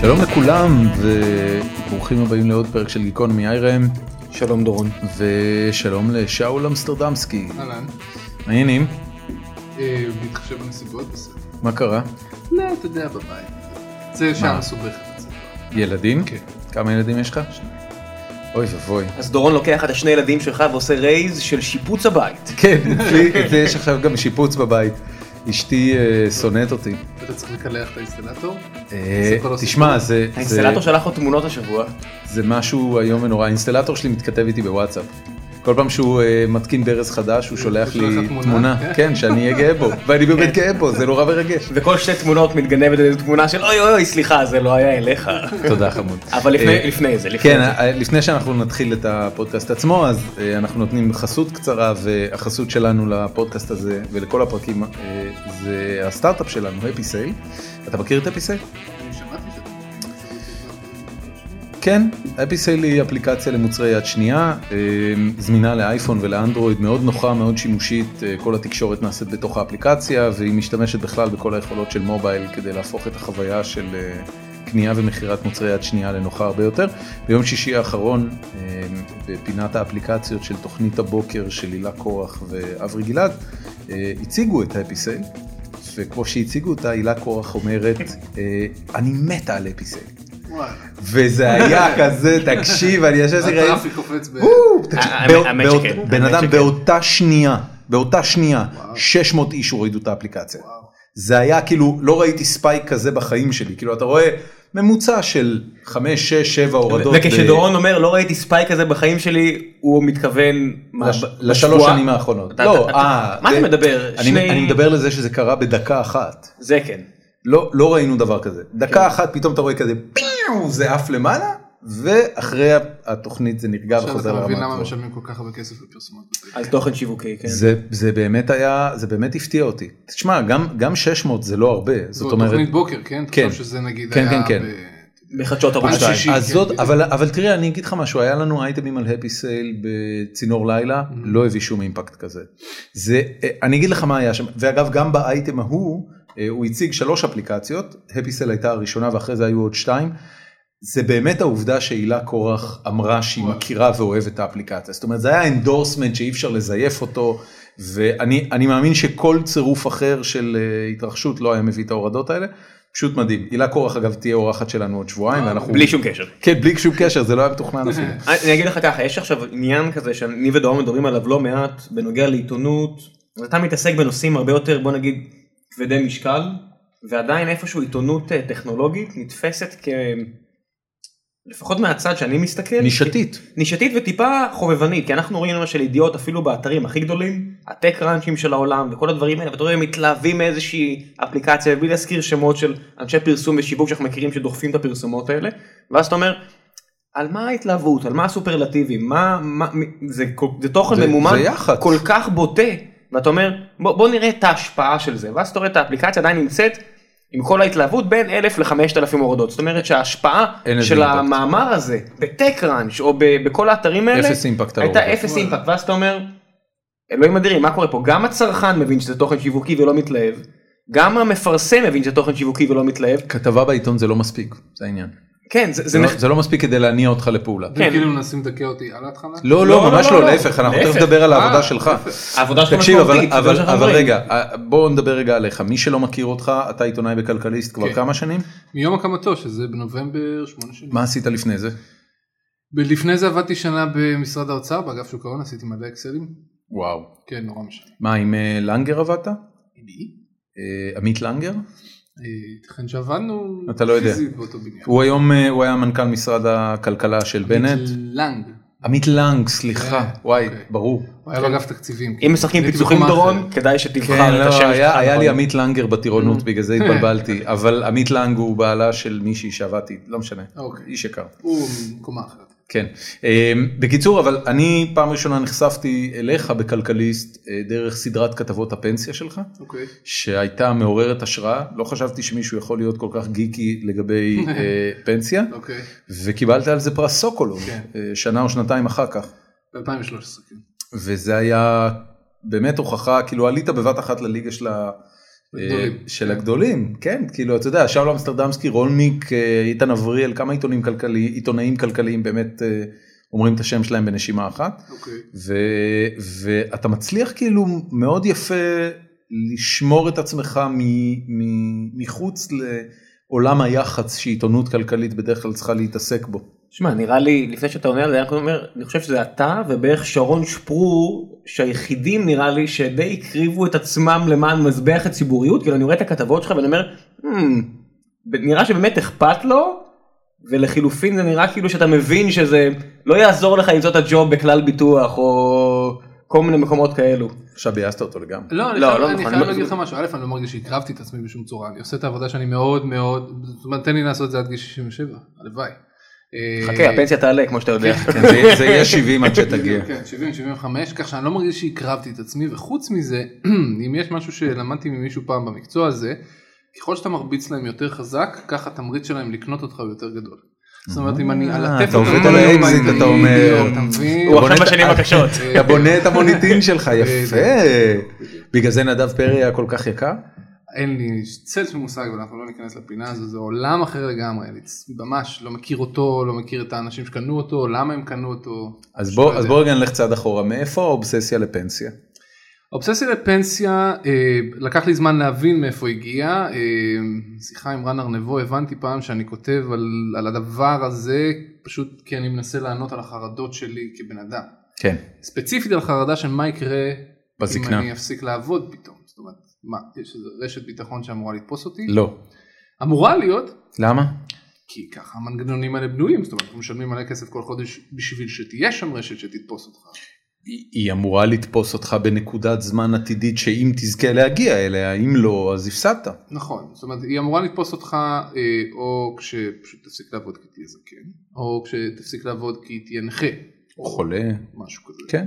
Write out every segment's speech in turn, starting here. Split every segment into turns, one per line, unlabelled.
שלום לכולם וברוכים הבאים לעוד פרק של גיקונומי איירם
שלום דורון.
ושלום לשאול אמסטרדמסקי.
אהלן,
מה העניינים?
אה, בהתחשב בנסיבות בסדר.
מה קרה?
לא, אתה יודע, בבית. זה שעה מסובכת. זה.
ילדים?
כן.
כמה ילדים יש לך? אוי ואבוי.
אז דורון לוקח את השני ילדים שלך ועושה רייז של שיפוץ הבית.
כן, אצלי אצלי יש עכשיו גם שיפוץ בבית. אשתי אה, שונאת אותי.
אתה צריך לקלח את האינסטלטור?
אה,
כל הסיפור.
תשמע, זה- זה-
האינסטלטור שלח לו תמונות השבוע.
זה משהו איום ונורא. האינסטלטור שלי מתכתב איתי בוואטסאפ. כל פעם שהוא אה, מתקין ברז חדש הוא שולח
אה, שולח
לי
לך תמונה,
תמונה,
כן.
כן, שאני אהיה גאה בו, ואני באמת גאה בו, זה נורא מרגש.
וכל שתי תמונות מתגנבת איזו תמונה של אוי אוי אוי סליחה זה לא היה אליך.
תודה חמוד.
אבל לפני
אה,
לפני זה, לפני
כן,
זה.
אה, לפני שאנחנו נתחיל את הפודקאסט עצמו, אז אה, אנחנו נותנים חסות קצרה, והחסות שלנו לפודקאסט הזה ולכל הפרקים אה, זה הסטארט-אפ שלנו, הפי סייל. אתה מכיר את הפי סייל?
אני שמעתי שאתה...
כן, הפי סייל היא אפליקציה למוצרי יד שנייה, אה, זמינה לאייפון ולאנדרואיד, מאוד נוחה, מאוד שימושית, אה, כל התקשורת נעשית בתוך האפליקציה, והיא משתמשת בכלל בכל היכולות של מובייל כדי להפוך את החוויה של אה, קנייה ומכירת מוצרי יד שנייה לנוחה הרבה יותר. ביום שישי האחרון, אה, בפינת האפליקציות של תוכנית הבוקר של הילה קורח ואברי גלעד, אה, הציגו את הפי סייל, וכמו שהציגו אותה, הילה קורח אומרת, אה, אני מתה על הפי סייל.
וואלה.
וזה היה כזה, תקשיב, אני יושב לי ראיתי,
הטראפיק קופץ ב...
וואו, תקשיב,
האמת-
בא-
האמת
באות-
שכן,
בן
האמת
אדם
שכן.
באותה שנייה, באותה שנייה,
וואו.
600 איש הורידו את האפליקציה.
וואו.
זה היה כאילו, לא ראיתי ספייק כזה בחיים שלי, כאילו אתה רואה ממוצע של 5, 6, 7 הורדות. ב- אה,
וכשדורון אומר לא ראיתי ספייק כזה בחיים שלי הוא מתכוון מה-
לש-
בשבוע-
לשלוש שנים האחרונות.
אתה-
לא,
אתה-
אה,
מה
זה-
אתה מדבר?
אני-
שני-
אני מדבר לזה שזה קרה בדקה אחת.
זה כן.
לא, לא ראינו דבר כזה. דקה אחת פתאום אתה רואה כזה פיו, זה עף למעלה, ואחרי התוכנית זה נרגע
עכשיו
וחוזר
אתה
לרמה
מבין למה
הגבוהה.
משלמים כל כך הרבה כסף בפרסומות. בטלוויזיה.
על תוכן שיווקי כן.
זה, זה באמת היה, זה באמת הפתיע אותי. תשמע, גם, גם 600 זה לא הרבה, זאת
ועוד
אומרת...
תוכנית בוקר, כן?
כן.
תחשוב שזה נגיד
כן, כן,
היה...
כן.
ב-
בחדשות ערוץ
על
2.
שישי.
אז
כן,
זאת,
בדיוק.
אבל, אבל תראה, אני אגיד לך משהו, היה לנו אייטמים על הפי סייל בצינור לילה,
Mm-hmm.
לא הביא שום אימפקט כזה. זה, אה, אני אגיד לך מה היה שם, ואגב, גם באייטם ההוא, אה, הוא הציג שלוש אפליקציות, הפי סייל הייתה הראשונה ואחרי זה היו עוד שתיים. זה באמת העובדה שהילה קורח אמרה שהיא
וואו.
מכירה ואוהבת את האפליקציה. זאת אומרת, זה היה אנדורסמנט שאי אפשר לזייף אותו, ואני אני מאמין שכל צירוף אחר של אה, התרחשות לא היה מביא את ההורדות האלה. פשוט מדהים. הילה קורח, אגב, תהיה אורחת שלנו עוד שבועיים, ואנחנו...
אה, בלי שום קשר.
כן, בלי שום קשר, זה לא היה מתוכנן אפילו.
אני אגיד לך ככה יש עכשיו עניין כזה שאני ודורון מדברים עליו לא מעט בנוגע לעיתונות אז אתה מתעסק בנושאים הרבה יותר בוא נגיד כבדי משקל ועדיין איפשהו עיתונות אה, טכנולוגית נתפסת כ... לפחות מהצד שאני מסתכל
נישתית.
נישתית וטיפה חובבנית כי אנחנו רואים למשל ידיעות אפילו באתרים הכי גדולים הטק ראנצ'ים של העולם וכל הדברים האלה ואתה רואה הם מתלהבים מאיזושהי אפליקציה בלי להזכיר שמות של אנשי פרסום ושיווק שאנחנו מכירים שדוחפים את הפרסומות האלה ואז אתה אומר. על מה ההתלהבות על מה הסופרלטיבים מה, מה מ- זה, כל- זה תוכן
זה-
ממומן
זה יח"צ.
כל כך בוטה ואתה אומר בוא, בוא נראה את ההשפעה של זה ואז אתה רואה את האפליקציה עדיין נמצאת עם כל ההתלהבות בין 1,000 ל-5,000 הורדות זאת אומרת שההשפעה
אין לזה
של
אימפקט.
המאמר הזה בטק ראנץ' או ב- בכל האתרים האלה
אפס אימפקט על
הייתה
ההורדות.
אפס אימפקט ואז אתה אומר אלוהים אדירים מה קורה פה גם הצרכן מבין שזה תוכן שיווקי ולא מתלהב גם המפרסם מבין שזה תוכן שיווקי ולא מתלהב
כתבה בעיתון זה לא מספיק, זה העניין.
כן זה, זה
זה לא-
נח-
זה לא מספיק כדי להניע אותך לפעולה.
אתם כאילו מנסים לדכא אותי על ההתחלה?
לא,
לא,
לא,
לא,
ממש
לא,
לא,
לא.
להפך, אנחנו תכף
להפך.
נדבר על
אה,
העבודה שלך.
העבודה שלך
תקשיב, אבל-
משמעותית זה מה
אבל
שאנחנו
אבל
אומרים.
רגע, אה, בואו נדבר רגע עליך. מי שלא מכיר אותך, אתה עיתונאי בכלכליסט כבר
כן.
כמה שנים?
מיום הקמתו, שזה בנובמבר שמונה שנים.
מה עשית לפני זה?
לפני זה עבדתי שנה במשרד האוצר, באגף שוק ההון, עשיתי מלא אקסלים.
וואו.
כן, נורא משנה.
מה, עם אה, לנגר עבדת?
מי?
אה, עמית לנגר?
אה, ייתכן שעבדנו
אתה לא יודע.
פיזית באותו בניין.
הוא היום, אה, הוא היה מנכ"ל משרד הכלכלה של בנט.
לנג.
עמית לנג, סליחה.
כן,
וואי,
אוקיי.
ברור.
הוא היה באגף תקציבים.
כן. אם משחקים
הייתי
פיצוחים
בחומה
דורון
אחרת.
כדאי שתבחר
כן,
את
לא,
השם
היה,
שלך,
היה
נכון?
לי עמית לנגר בטירונות, בגלל זה התבלבלתי, אבל עמית לנג הוא בעלה של מישהי שעבדתי, לא משנה,
אוקיי.
איש יקר.
הוא קומה אחרת.
כן. אה, בקיצור, אבל אני פעם ראשונה נחשפתי אליך בכלכליסט אה, דרך סדרת כתבות הפנסיה שלך,
אוקיי.
שהייתה מעוררת השראה, לא חשבתי שמישהו יכול להיות כל כך גיקי לגבי אה, פנסיה,
אוקיי.
וקיבלת על זה פרס סוקולוב,
כן.
אה, שנה או שנתיים אחר כך.
ב-2013, כן.
וזה היה באמת הוכחה, כאילו עלית בבת אחת לליגה של
גדולים.
אה, של הגדולים, כן, כאילו, אתה יודע, שאול אמסטרדמסקי, רולניק, אה, איתן אבריאל, כמה עיתונים כלכלי, עיתונאים כלכליים באמת אה, אומרים את השם שלהם בנשימה אחת,
אוקיי.
ו, ואתה מצליח כאילו מאוד יפה לשמור את עצמך מ, מ, מחוץ לעולם היח"צ שעיתונות כלכלית בדרך כלל צריכה להתעסק בו.
שמע, נראה לי, לפני שאתה עונה על זה, אני רק אומר, אני חושב שזה אתה ובערך שרון שפרור, שהיחידים נראה לי שדי הקריבו את עצמם למען מזבח הציבוריות, כאילו אני רואה את הכתבות שלך ואני אומר, "Hmm, נראה שבאמת אכפת לו, ולחילופין זה נראה כאילו שאתה מבין שזה לא יעזור לך למצוא את הג'וב בכלל ביטוח, או כל מיני מקומות כאלו.
עכשיו ביאסת אותו לגמרי.
לא, אני
לא,
חייב-
לא
אני
נכון,
חייב
לא-
להגיד לך משהו, א', אני לא מרגיש שהקרבתי את עצמי בשום צורה, אני עושה את העבודה שאני מאוד מאוד, זאת אומרת, תן לי לעשות את זה עד גיל 67, הלוואי. אה,
חכה, הפנסיה תעלה כמו שאתה יודע.
כן, זה- זה יהיה 70 עד שתגיע.
כן, 70, 75, כך שאני לא מרגיש שהקרבתי את עצמי, וחוץ מזה, אם יש משהו שלמדתי ממישהו פעם במקצוע הזה, ככל שאתה מרביץ להם יותר חזק, ככה התמריץ שלהם לקנות אותך הוא יותר גדול. זאת אומרת, אם אני על
אה,
הטפל
אתה עובד על האקזיט,
אני-
אתה אומר.
אתה מבין? אה,
הוא
בוא
עכשיו
נ-
בשנים הקשות.
אתה בונה את המוניטין שלך, יפה.
בדיוק.
בגלל זה נדב פרי היה כל כך יקר?
אין לי צל של מושג ואנחנו לא ניכנס לפינה הזו זה עולם אחר לגמרי אני ממש לא מכיר אותו לא מכיר את האנשים שקנו אותו למה הם קנו אותו.
אז
פשוט
בוא
לא
אז
יודע.
בוא רגע נלך צעד אחורה, מאיפה האובססיה לפנסיה?
אובססיה לפנסיה אה, לקח לי זמן להבין מאיפה הגיעה אה, שיחה עם רן ארנבו הבנתי פעם שאני כותב על, על הדבר הזה פשוט כי אני מנסה לענות על החרדות שלי כבן אדם
כן.
ספציפית על חרדה של מה יקרה אם
בזקנה.
אני אפסיק לעבוד פתאום זאת אומרת מה יש איזו רשת ביטחון שאמורה לתפוס אותי
לא.
אמורה להיות
למה?
כי ככה המנגנונים האלה בנויים, זאת אומרת, אנחנו משלמים מלא כסף כל חודש בשביל שתהיה שם רשת שתתפוס אותך.
היא- היא אמורה לתפוס אותך בנקודת זמן עתידית שאם תזכה להגיע אליה, אם לא, אז הפסדת.
נכון, זאת אומרת, היא אמורה לתפוס אותך אה, או כשפשוט תפסיק לעבוד כי תהיה זקן, או כשתפסיק לעבוד כי תהיה נכה,
או חולה.
משהו כזה.
כן.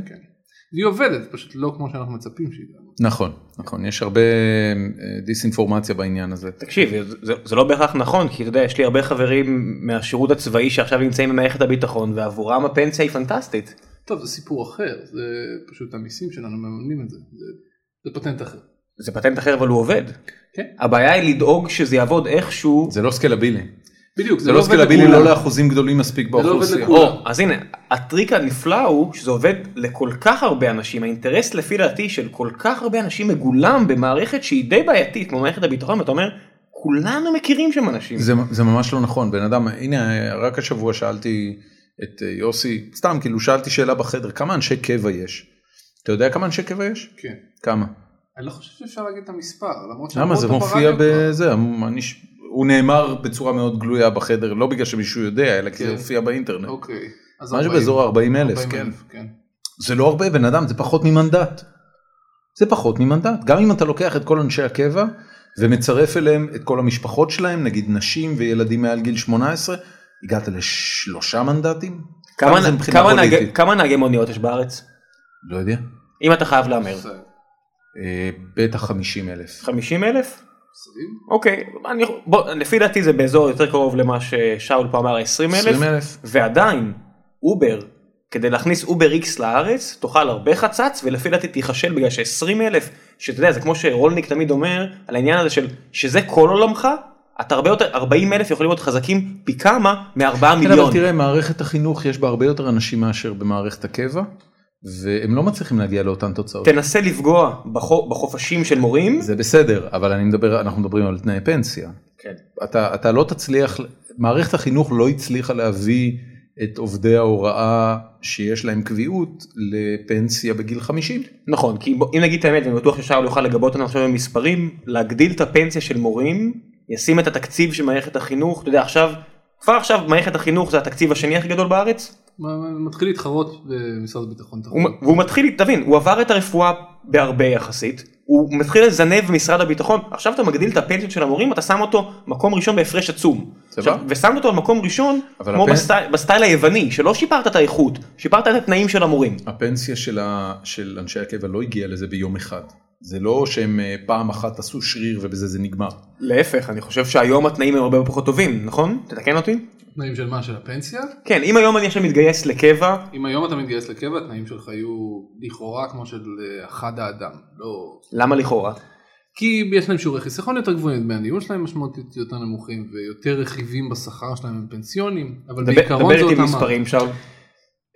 והיא עובדת, פשוט לא כמו שאנחנו מצפים שהיא תעבוד.
נכון, נכון, יש הרבה אה, דיסאינפורמציה בעניין הזה.
תקשיב, זה, זה לא בהכרח נכון, כי אתה יודע, יש לי הרבה חברים מהשירות הצבאי שעכשיו נמצאים במערכת הביטחון, ועבורם הפנסיה היא פנטסטית.
טוב, זה סיפור אחר, זה פשוט המיסים שלנו מממנים את זה, זה, זה פטנט אחר.
זה פטנט אחר, אבל הוא עובד.
כן.
הבעיה היא לדאוג שזה יעבוד איכשהו.
זה לא סקלבילי.
בדיוק,
זה לא
עובד
סקלבילי
לכולם.
לא לאחוזים גדולים מספיק
עובד
באוכלוסייה.
לכולם.
או, אז הנה, הטריק הנפלא הוא שזה עובד לכל כך הרבה אנשים. האינטרס לפי דעתי של כל כך הרבה אנשים מגולם במערכת שהיא די בעייתית, כמו מערכת הביטחון, ואתה אומר, כולנו מכירים שם אנשים.
זה, זה ממש לא נכון בן אדם הנה רק השבוע שאלתי את אה, יוסי סתם כאילו שאלתי שאלה בחדר כמה אנשי קבע יש. אתה יודע כמה אנשי קבע יש?
כן.
כמה?
אני לא חושב שאפשר להגיד את המספר, למרות
למה
שאמרו
זה
אותו
מופיע
ברדיו כבר.
בזה המ- אני ש- הוא נאמר בצורה מאוד גלויה בחדר לא בגלל שמישהו יודע אלא כי זה
כן.
הופיע באינטרנט.
אוקיי. אז
משהו
40.
באזור ה-40 אלף
40,000,
כן.
כן.
זה לא הרבה בן אדם זה פחות ממנדט. זה פחות ממנדט גם אם אתה לוקח את כל אנשי הקבע ומצרף אליהם את כל המשפחות שלהם נגיד נשים וילדים מעל גיל 18 הגעת לשלושה מנדטים.
כמה,
זה מבחינה
כמה, נהגי,
פוליטית?
כמה נהגי מוניות יש בארץ?
לא יודע.
אם אתה חייב להמר.
בסדר.
אה, בטח 50 אלף.
50 אלף?
סביב?
אוקיי, אני, בוא, לפי דעתי זה באזור יותר קרוב למה ששאול פה אמר 20 אלף,
20 אלף.
ועדיין אובר, כדי להכניס אובר איקס לארץ, תאכל הרבה חצץ, ולפי דעתי תיכשל בגלל ש-20 אלף, שאתה יודע, זה כמו שרולניק תמיד אומר, על העניין הזה של שזה כל עולמך, אתה הרבה יותר, 40 אלף יכולים להיות חזקים פי כמה מארבעה
כן, אבל
מיליון.
תראה, מערכת החינוך יש בה הרבה יותר אנשים מאשר במערכת הקבע, והם לא מצליחים להגיע לאותן תוצאות.
תנסה לפגוע בחו- בחופשים של מורים,
זה בסדר, אבל אני מדבר, אנחנו מדברים על תנאי פנסיה.
כן.
אתה, אתה לא תצליח, מערכת החינוך לא הצליחה להביא את עובדי ההוראה שיש להם קביעות לפנסיה בגיל 50.
נכון, כי בוא- אם נגיד את האמת, ואני בטוח ששאול יוכל לגבות אותנו עכשיו במספרים, להגדיל את הפנסיה של מורים, ישים את התקציב של מערכת החינוך, אתה יודע עכשיו, כבר עכשיו מערכת החינוך זה התקציב השני הכי גדול בארץ,
מה- מה- מתחיל להתחרות במשרד הביטחון.
הוא, מ- והוא מתחיל, תבין, הוא עבר את הרפואה בהרבה יחסית, הוא מתחיל לזנב במשרד הביטחון, עכשיו אתה מגדיל את הפנסיות של המורים, אתה שם אותו מקום ראשון בהפרש עצום.
סבבה.
עכשיו, ושמת אותו על מקום ראשון,
אבל
כמו
הפנ-
בסטייל, בסטייל היווני, שלא שיפרת את האיכות, שיפרת את התנאים של המורים.
הפנסיה של, ה, של אנשי הקבע לא הגיעה לזה ביום אחד. זה לא שהם אה, פעם אחת עשו שריר ובזה זה נגמר.
להפך, אני חושב שהיום התנאים הם הרבה פחות טובים, נכון? תתקן אותי.
תנאים של מה? של הפנסיה?
כן, אם היום אני עכשיו מתגייס לקבע,
אם היום אתה מתגייס לקבע, התנאים שלך היו לכאורה כמו של אה, אחד האדם. לא...
למה לכאורה?
כי יש להם שיעורי חיסכון יותר גבוהים, דמי הניהול שלהם משמעותית יותר נמוכים ויותר רכיבים בשכר שלהם הם פנסיונים, אבל
דבר
בעיקרון
דבר
זה
איתי
אותם...
מספרים שם.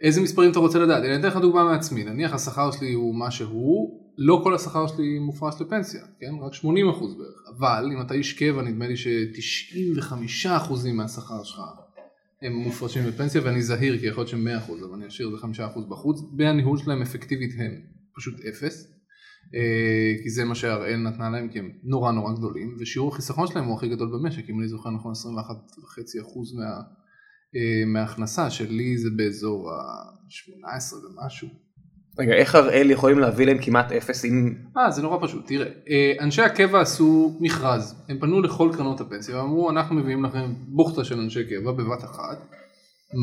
איזה מספרים אתה רוצה לדעת? אני אתן לך דוגמה מעצמי, נניח השכר שלי הוא מה שהוא, לא כל השכר שלי מופרש לפנסיה, כן? רק 80% בערך, אבל אם אתה איש קבע נדמה לי ש-95% מהשכר שלך הם מופרשים לפנסיה ואני זהיר כי יכול להיות ש-100% אבל אני אשאיר את זה 5% בחוץ, והניהול שלהם אפקטיבית הם פשוט אפס. אה, כי זה מה שהראל נתנה להם כי הם נורא נורא גדולים ושיעור החיסכון שלהם הוא הכי גדול במשק אם אני זוכר נכון 21.5% מה, אה, מההכנסה שלי זה באזור ה-18 ומשהו.
רגע, איך הראל יכולים להביא להם כמעט אפס אם...
אה זה נורא פשוט תראה אה, אנשי הקבע עשו מכרז הם פנו לכל קרנות הפנסיה ואמרו אנחנו מביאים לכם בוכטה של אנשי קבע בבת אחת.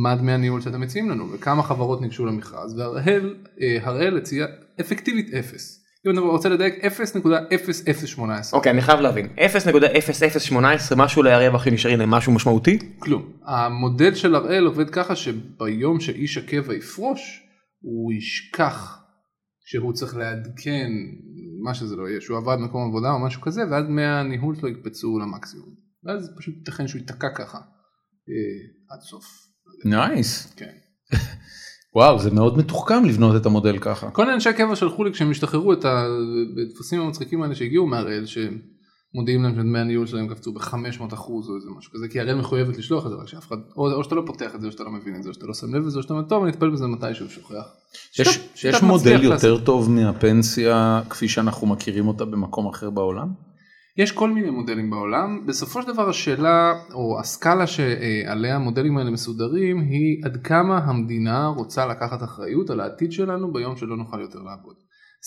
מה דמי הניהול שאתם מציעים לנו וכמה חברות ניגשו למכרז והראל אה, הראל הציע אפקטיבית אפס. אם אתה רוצה לדייק 0.0018
אוקיי, אני חייב להבין. 0.0018 משהו להרווח שנשארים להם משהו משמעותי?
כלום. המודל של הראל עובד ככה שביום שאיש הקבע יפרוש, הוא ישכח שהוא צריך לעדכן מה שזה לא יהיה, שהוא עבד מקום עבודה או משהו כזה, ואז דמי הניהול שלו יקפצו למקסימום. ואז פשוט ייתכן שהוא ייתקע ככה אה, עד סוף.
נייס.
כן.
וואו, זה מאוד מתוחכם לבנות את המודל ככה.
כל אנשי הקבע שלחו לי כשהם השתחררו את הטפסים המצחיקים האלה שהגיעו מהראל שמודיעים להם שדמי הניהול שלהם קפצו ב-500 אחוז או איזה משהו כזה כי הראל מחויבת לשלוח את זה רק שאף אחד או, או שאתה לא פותח את זה או שאתה לא מבין את זה או שאתה לא שם לב לזה או שאתה אומר טוב אני אטפל בזה מתישהו שוכח.
יש,
שיטת-
יש
שיטת
מודל
מצליח
יותר
לעשות.
טוב מהפנסיה כפי שאנחנו מכירים אותה במקום אחר בעולם?
יש כל מיני מודלים בעולם בסופו של דבר השאלה או הסקאלה שעליה המודלים האלה מסודרים היא עד כמה המדינה רוצה לקחת אחריות על העתיד שלנו ביום שלא נוכל יותר לעבוד.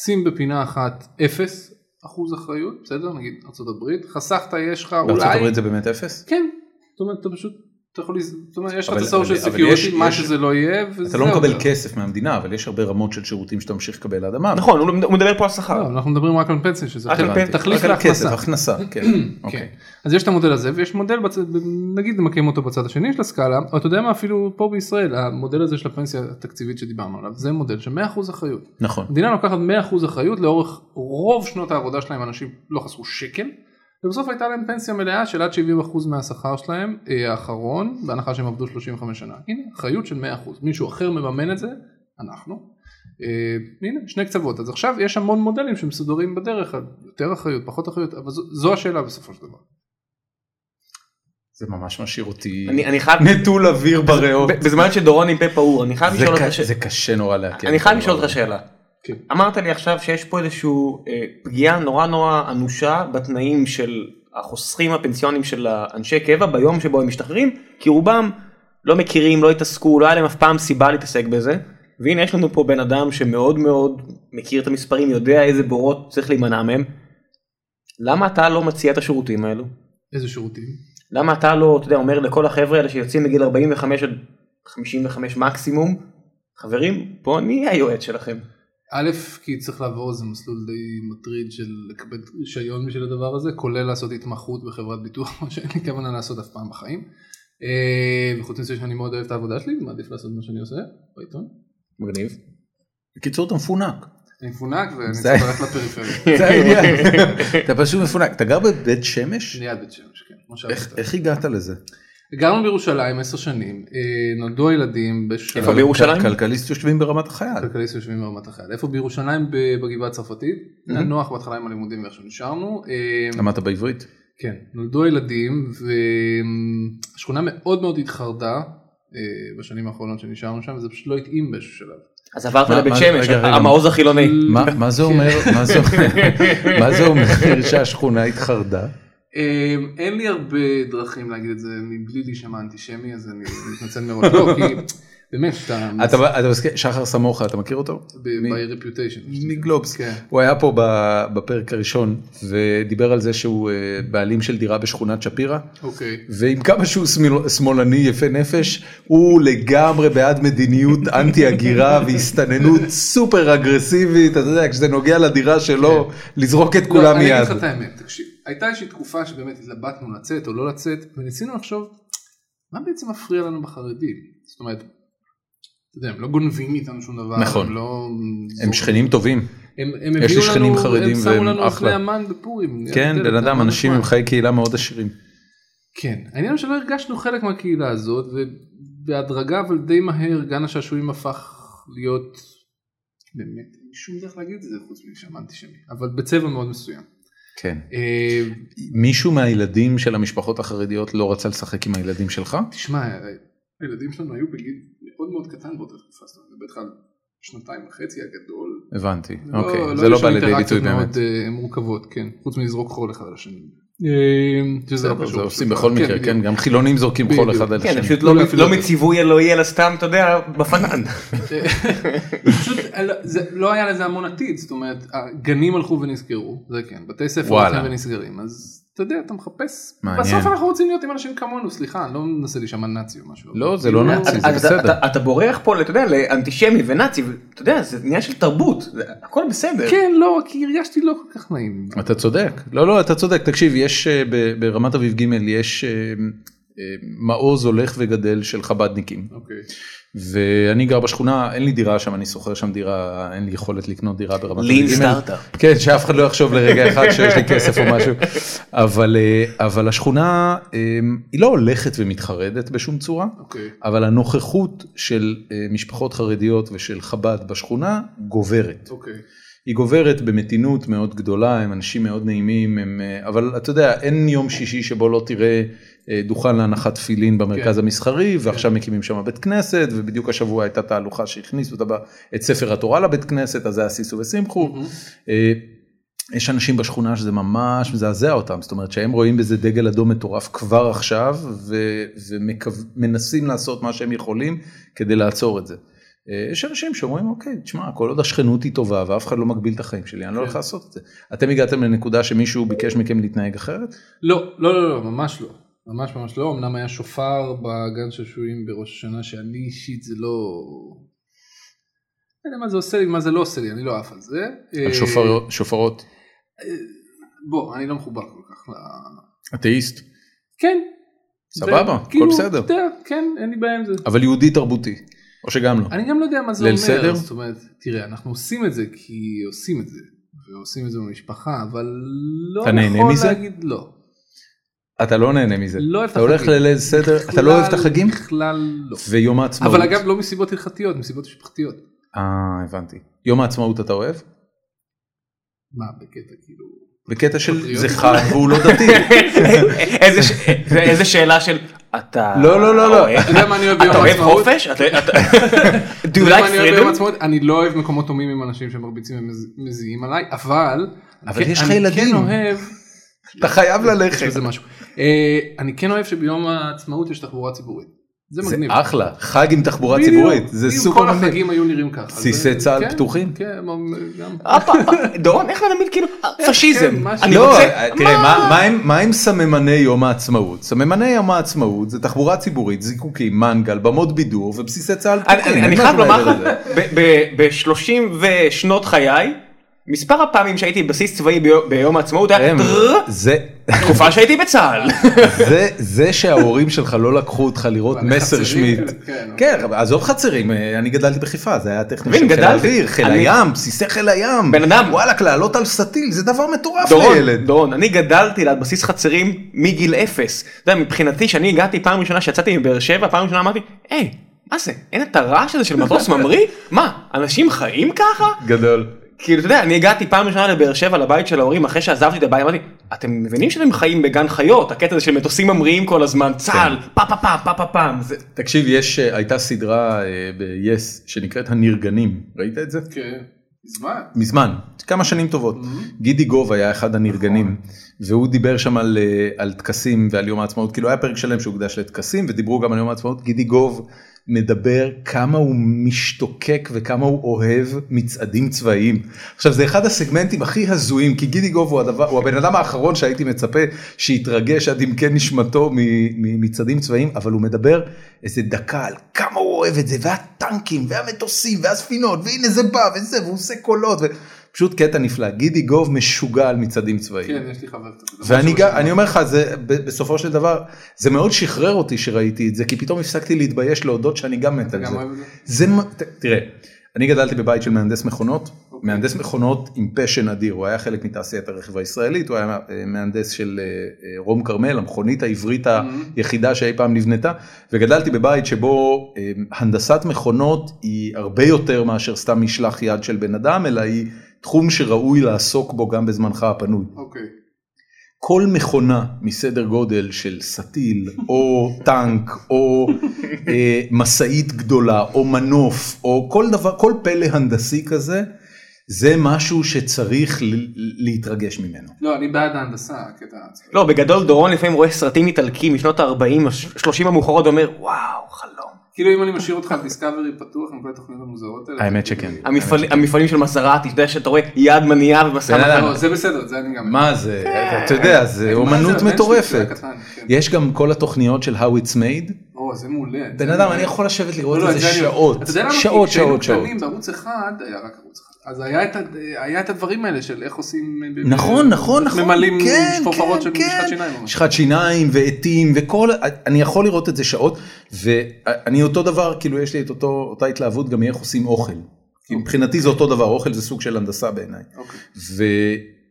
שים בפינה אחת אפס אחוז אחריות בסדר נגיד ארה"ב חסכת יש לך
בארצות
אולי
הברית זה באמת אפס?
כן זאת אומרת אתה פשוט אתה יכול לז... זאת אומרת יש לך את
אבל-
הסור של
אבל- אבל יש-
סקיורטי מה
יש-
שזה לא יהיה
אתה
וזהו.
לא מקבל כסף מהמדינה, אבל יש הרבה רמות של שירותים שאתה ממשיך לקבל עד המוות.
נכון, הוא הוא מדבר פה על שכר.
לא, אנחנו מדברים רק על פנסיה שזה
רק על
חלק-
פנסיה,
תחליף
רק על כסף,
להכנסה.
הכנסה, כן.
כן.
אוקיי.
אז יש את המודל הזה ויש מודל בצד, נגיד נמקם אותו בצד השני של הסקאלה, או אתה יודע מה אפילו פה בישראל המודל הזה של הפנסיה התקציבית שדיברנו עליו זה מודל של 100% אחריות.
נכון.
המדינה לוקחת 100% אחריות לאורך רוב שנות העבודה שלהם אנשים לא חסרו שקל. ובסוף הייתה להם פנסיה מלאה של עד 70% מהשכר שלהם אה, האחרון בהנחה שהם עבדו 35 שנה. הנה אחריות של 100% מישהו אחר מממן את זה אנחנו. אה, הנה שני קצוות אז עכשיו יש המון מודלים שמסודרים בדרך על יותר אחריות פחות אחריות אבל זו, זו השאלה בסופו של דבר.
זה ממש משאיר אותי
לא,
אני אני חייב...
נטול אוויר בריאות.
ב- בזמן שדורון עם פה פעור, אני חייב
זה
לשאול אותך
ק-
ש-
זה קשה נורא להכיר.
אני חייב לשאול אותך שאלה.
כן.
אמרת לי עכשיו שיש פה איזשהו אה, פגיעה נורא נורא אנושה בתנאים של החוסכים הפנסיונים של האנשי קבע ביום שבו הם משתחררים, כי רובם לא מכירים, לא התעסקו, לא היה להם אף פעם סיבה להתעסק בזה. והנה יש לנו פה בן אדם שמאוד מאוד מכיר את המספרים, יודע איזה בורות צריך להימנע מהם. למה אתה לא מציע את השירותים האלו?
איזה שירותים?
למה אתה לא, אתה יודע, אומר לכל החבר'ה האלה שיוצאים מגיל 45 עד 55 מקסימום, חברים, פה אני היועץ שלכם.
א', כי צריך לעבור איזה מסלול די מטריד של לקבל רישיון בשביל הדבר הזה, כולל לעשות התמחות בחברת ביטוח, מה שאין לי כוונה לעשות אף פעם בחיים. אה, וחוץ מזה שאני מאוד אוהב את העבודה שלי, מעדיף לעשות מה שאני עושה בעיתון.
מגניב.
בקיצור אתה מפונק.
אני מפונק ואני
זה-
צריך ללכת לפריפריה.
זה העניין. אתה פשוט מפונק. אתה גר בבית שמש?
ליד בית שמש, כן, כמו
איך-
שאמרת.
איך הגעת לזה?
גרנו בירושלים עשר שנים, אה, נולדו הילדים בשלב...
איפה בירושלים?
כלכליסט יושבים ברמת החייל.
כלכליסט יושבים ברמת החייל. איפה בירושלים? ב- בגבעה הצרפתית.
Mm-hmm.
היה נוח בהתחלה עם הלימודים ואיך שנשארנו. אה,
למדת בעברית?
כן, נולדו ילדים והשכונה מאוד מאוד התחרדה אה, בשנים האחרונות שנשארנו שם וזה פשוט לא התאים באיזשהו שלב.
אז עברת
מה-
לבית
מה-
שמש,
רגע, רגע.
המעוז החילוני.
מה- מה זה אומר
כן.
מה זה אומר- מה זה אומר שהשכונה התחרדה?
אה, אין לי הרבה דרכים להגיד את זה מבלי להישמע אנטישמי אז אני מתנצל מראש. לא, כי באמת אתה
אתה אתה מסכים? שחר סמוכה אתה מכיר אותו? מי?
by reputation.
מגלובס.
כן.
הוא היה פה ב- בפרק הראשון ודיבר על זה שהוא אה, בעלים של דירה בשכונת שפירא
אוקיי.
ועם כמה שהוא שמאל- שמאלני יפה נפש הוא לגמרי בעד מדיניות אנטי הגירה והסתננות סופר אגרסיבית אתה יודע כשזה נוגע לדירה שלו לזרוק את
לא,
כולם
אני אגיד
מיד.
לך את האמת, תקשיב. הייתה איזושהי תקופה שבאמת התלבטנו לצאת או לא לצאת, וניסינו לחשוב, מה בעצם מפריע לנו בחרדים? זאת אומרת, אתה יודע, הם לא גונבים מאיתנו שום דבר,
נכון.
הם לא...
הם שכנים טובים.
הם, הם
יש
הביאו
לי שכנים
לנו,
חרדים
הם שמו
והם
לנו
אחלה.
אחלה המן בפורים.
כן,
אתה נכון.
בן
יודע,
אדם,
המן
אנשים עם
נחמד.
חיי קהילה מאוד עשירים.
כן, העניין הוא שלא הרגשנו חלק מהקהילה הזאת, ובהדרגה אבל די מהר גן השעשועים הפך להיות, באמת, אין שום דרך להגיד את זה חוץ משם אנטישמי, אבל בצבע מאוד מסוים.
כן.
אה,
מישהו מהילדים של המשפחות החרדיות לא רצה לשחק עם הילדים שלך?
תשמע, הילדים שלנו היו בגיל מאוד מאוד קטן באותה תקופה, זאת אומרת, זה בטח שנתיים וחצי הגדול.
הבנתי,
לא-
אוקיי, זה לא
היו
בא
שם
לידי ביטוי
אינטראקציות
באמת.
מאוד, אה, מורכבות, כן, חוץ מלזרוק חול אחד על השני. אה, שזה לא
בסדר, זה
קשור.
עושים בכל מקרה,
בדיוק.
כן, גם חילונים זורקים חול
בדיוק.
אחד על
כן, זה
השני.
פשוט לא-
לא לפילוג.
לא מציווי אלוהי אלא סתם, אתה יודע, בפנן.
פשוט אה, זה- לא היה לזה המון עתיד, זאת אומרת, הגנים הלכו ונסגרו, זה כן, בתי ספר
וואלה.
הולכים ונסגרים, אז אתה יודע, אתה מחפש,
מעניין.
בסוף אנחנו רוצים להיות עם אנשים כמונו, סליחה, אני לא מנסה להישמע נאצי או משהו.
לא, זה לא
כאילו,
נאצי, זה
אתה-
בסדר.
אתה- אתה בורח פה, אתה יודע, לאנטישמי ונאצי, ואתה יודע, זה עניין של תרבות, זה- הכל בסדר.
כן, לא, כי הרגשתי לא כל כך נעים.
אתה צודק, לא לא אתה צודק, תקשיב יש אה, ב- ברמת אביב ג' יש אה, אה, מעוז הולך וגדל של חבדניקים
אוקיי.
ואני גר בשכונה אין לי דירה שם אני שוכר שם דירה אין לי יכולת לקנות דירה ברמת
לין
אביב ג'.
סטארט-אפ.
כן שאף אחד לא יחשוב לרגע אחד שיש לי כסף או משהו אבל אה, אבל השכונה אה, היא לא הולכת ומתחרדת בשום צורה
אוקיי.
אבל הנוכחות של אה, משפחות חרדיות ושל חב"ד בשכונה גוברת.
אוקיי.
היא גוברת במתינות מאוד גדולה, הם אנשים מאוד נעימים, הם, אה, אבל אתה יודע, אין יום שישי שבו לא תראה אה, דוכן להנחת תפילין במרכז
כן.
כן. המסחרי, ועכשיו כן. מקימים שם בית כנסת, ובדיוק השבוע הייתה תהלוכה שהכניסו אותה ב- את ספר התורה לבית כנסת, אז זה היה סיסו ושמחו.
Mm-hmm.
אה, יש אנשים בשכונה שזה ממש מזעזע אותם, זאת אומרת שהם רואים בזה דגל אדום מטורף כבר עכשיו, ו- ומנסים לעשות מה שהם יכולים כדי לעצור את זה. אה, יש אנשים שאומרים, אוקיי, תשמע, כל עוד השכנות היא טובה ואף אחד לא מגביל את החיים שלי, אני לא
כן.
הולך לעשות את זה. אתם הגעתם לנקודה שמישהו ביקש מכם להתנהג אחרת?
לא, לא, לא, לא, ממש לא. ממש ממש לא. אמנם היה שופר בגן שעשועים בראש השנה, שאני אישית זה לא... אני יודע מה זה עושה לי, מה זה לא עושה לי, אני לא עף על זה.
על
אה,
שופרות- שופרות?
בוא, אני לא מחובר כל כך ל...
אתאיסט?
כן.
סבבה,
זה-
הכל בסדר.
אתה יודע, כן, אין לי בעיה עם זה.
אבל יהודי תרבותי, או שגם לא.
אני גם לא יודע מה זה
ליל
אומר.
סדר?
זאת אומרת, תראה, אנחנו עושים את זה כי עושים את זה, ועושים את זה במשפחה, אבל לא
אתה נהנה
יכול
מזה?
להגיד לא.
אתה לא נהנה מזה.
לא אוהב את
אתה הולך
החגים.
לליל סדר, אתה לא אוהב את
בכלל-
החגים?
בכלל לא.
ויום העצמאות.
אבל אגב, לא מסיבות הלכתיות, מסיבות משפחתיות.
אה, הבנתי. יום העצמאות אתה אוהב?
מה, בקטע כאילו...
בקטע של
פטריוט.
זה חג והוא לא דתי.
איזה ש- זה- איזה שאלה של, אתה...
לא, לא, לא, לא.
אוהב-
אתה יודע מה אני אוהב ביום
אתה אוהב
העצמאות?
חופש? אתה- אתה- Do
אתה
you
יודע מה
like
לא, אני אוהב ביום
freedom?
העצמאות? אני לא אוהב מקומות דומים עם אנשים שמרביצים ומזיעים עליי, אבל...
אבל
כן-
יש לך
אני
ילדים.
כן אוהב...
אתה חייב
יש בזה
ללכת.
משהו. אה, אני כן אוהב שביום העצמאות יש תחבורה ציבורית. זה
זה
מגניב.
אחלה, חג עם תחבורה
בדיוק.
ציבורית, זה
אם
סופר
כל
מגניב.
החגים היו נראים ככה.
בסיסי
זה-
צה"ל
כן,
פתוחים?
כן, גם.
הופה, דורון, איך אתה תמיד כאילו, פשיזם,
משהו.
אני
לא,
רוצה,
תראה, מה- מה הם- מה עם סממני יום העצמאות? סממני יום העצמאות זה תחבורה ציבורית, זיקוקים, מנגל, במות בידור ובסיסי צה"ל
אני-
פתוחים.
אני
אין
אני
משהו
חייב לומר
מעבר
לך,
לזה.
ב-30 ושנות חיי, מספר הפעמים שהייתי בסיס צבאי ביו- ביום העצמאות היה
הם-
טררר,
זה-
תקופה שהייתי בצה"ל.
זה- זה שההורים שלך לא לקחו אותך לראות
אבל
מסר שמיט.
חצרים, כן.
כן, אבל עזוב חצרים, אה, אני גדלתי בחיפה, זה היה טכני
מבין,
של חיל
גדלתי.
האוויר, חיל
אני-
הים, בסיסי חיל הים.
בן אדם.
וואלכ, לעלות על סטיל, זה דבר מטורף
דורון,
לילד.
דורון, אני גדלתי על בסיס חצרים מגיל אפס. אתה יודע, מבחינתי, כשאני הגעתי פעם ראשונה שיצאתי מבאר שבע, פעם ראשונה אמרתי, היי, מה זה? אין את הרעש הזה של מטוס ממריא? מה, אנשים חיים ככה?
גדול.
כאילו, אתה יודע, אני הגעתי פעם ראשונה לבאר שבע לבית של ההורים, אחרי שעזבתי את הבית, אמרתי, אתם מבינים שאתם חיים בגן חיות, הקטע הזה של מטוסים ממריאים כל הזמן, צה"ל, פה פה פה פה פה פעם, זה...
תקשיב, יש, אה, הייתה סדרה אה, ב-yes שנקראת הנרגנים, ראית את זה?
כן. מזמן.
מזמן, כמה שנים טובות. גידי גוב היה אחד הנרגנים, והוא דיבר שם על, אה, על טקסים ועל יום העצמאות, כאילו היה פרק שלם שהוקדש לטקסים ודיברו גם על יום העצמאות, גידי גוב מדבר כמה הוא משתוקק וכמה הוא אוהב מצעדים צבאיים. עכשיו זה אחד הסגמנטים הכי הזויים, כי גידי גוב הוא, הדבר, הוא הבן אדם האחרון שהייתי מצפה שיתרגש עד עמקי נשמתו מ- ממצעדים צבאיים, אבל הוא מדבר איזה דקה על כמה הוא אוהב את זה, והטנקים, והמטוסים, והספינות, והנה זה בא, וזה, והוא עושה קולות, ו... פשוט קטע נפלא, גידי גוב משוגע על מצעדים צבאיים.
כן, יש לי חבר כזה.
ואני
משהו
גם,
שם.
אני אומר לך, זה ב- בסופו של דבר, זה מאוד שחרר אותי שראיתי את זה, כי פתאום הפסקתי להתבייש להודות שאני גם מת
אתה
על
גם
זה.
אוהב את זה?
זה, מ- ת- תראה, אני גדלתי בבית של מהנדס מכונות,
אוקיי.
מהנדס מכונות עם פשן אדיר, הוא היה חלק מתעשיית הרכב הישראלית, הוא היה אה, מהנדס של אה, אה, רום כרמל, המכונית העברית
Mm-hmm.
היחידה שאי פעם נבנתה, וגדלתי בבית שבו אה, הנדסת מכונות היא הרבה יותר מאשר סתם משלח יד של בן אדם, אלא היא תחום שראוי לעסוק בו גם בזמנך הפנוי.
אוקיי.
כל מכונה מסדר גודל של סטיל או טנק או אה, משאית גדולה או מנוף או כל דבר כל פלא הנדסי כזה זה משהו שצריך ל- להתרגש ממנו.
לא, אני בעד ההנדסה, הקטע העצבני.
לא, בגדול דורון לפעמים רואה סרטים איטלקים משנות ה-40, 30 המאוחרות, ואומר, וואו, חלום.
כאילו אם אני משאיר אותך על דיסקאברי פתוח עם כל התוכניות המוזרות האלה.
האמת
אתה
שכן.
כאילו-
המפעל-
כן.
המפעלים של מזרעתי, אתה יודע שאתה רואה יד מניעה ומסע
אתה יודע,
מניעה.
לא, זה בסדר, זה אני גם...
מה זה אתה יודע זה
כן. מה זה, הבן
אומנות
שלי
מטורפת.
הקטן, כן.
יש גם כל התוכניות של How It's Made.
או, זה מעולה.
בן
זה
אדם
מעולה.
אני יכול לשבת
לא,
לראות
לא,
את זה
אני-
שעות
אתה יודע למה? כי
שעות שעות שעות.
כשהיינו קטנים בערוץ אחד, היה רק ערוץ אחד. אז היה את ה- היה את הדברים האלה של איך עושים...
נכון נכון נכון
ממלאים
כן,
שפופרות של
כן,
משחת
כן.
שיניים. ממש.
משחת שיניים ועטים וכל אני יכול לראות את זה שעות ואני אותו דבר כאילו יש לי את אותו אותה התלהבות גם מאיך עושים אוכל. כי מבחינתי זה אותו דבר אוכל זה סוג של הנדסה בעיניי.
אוקיי.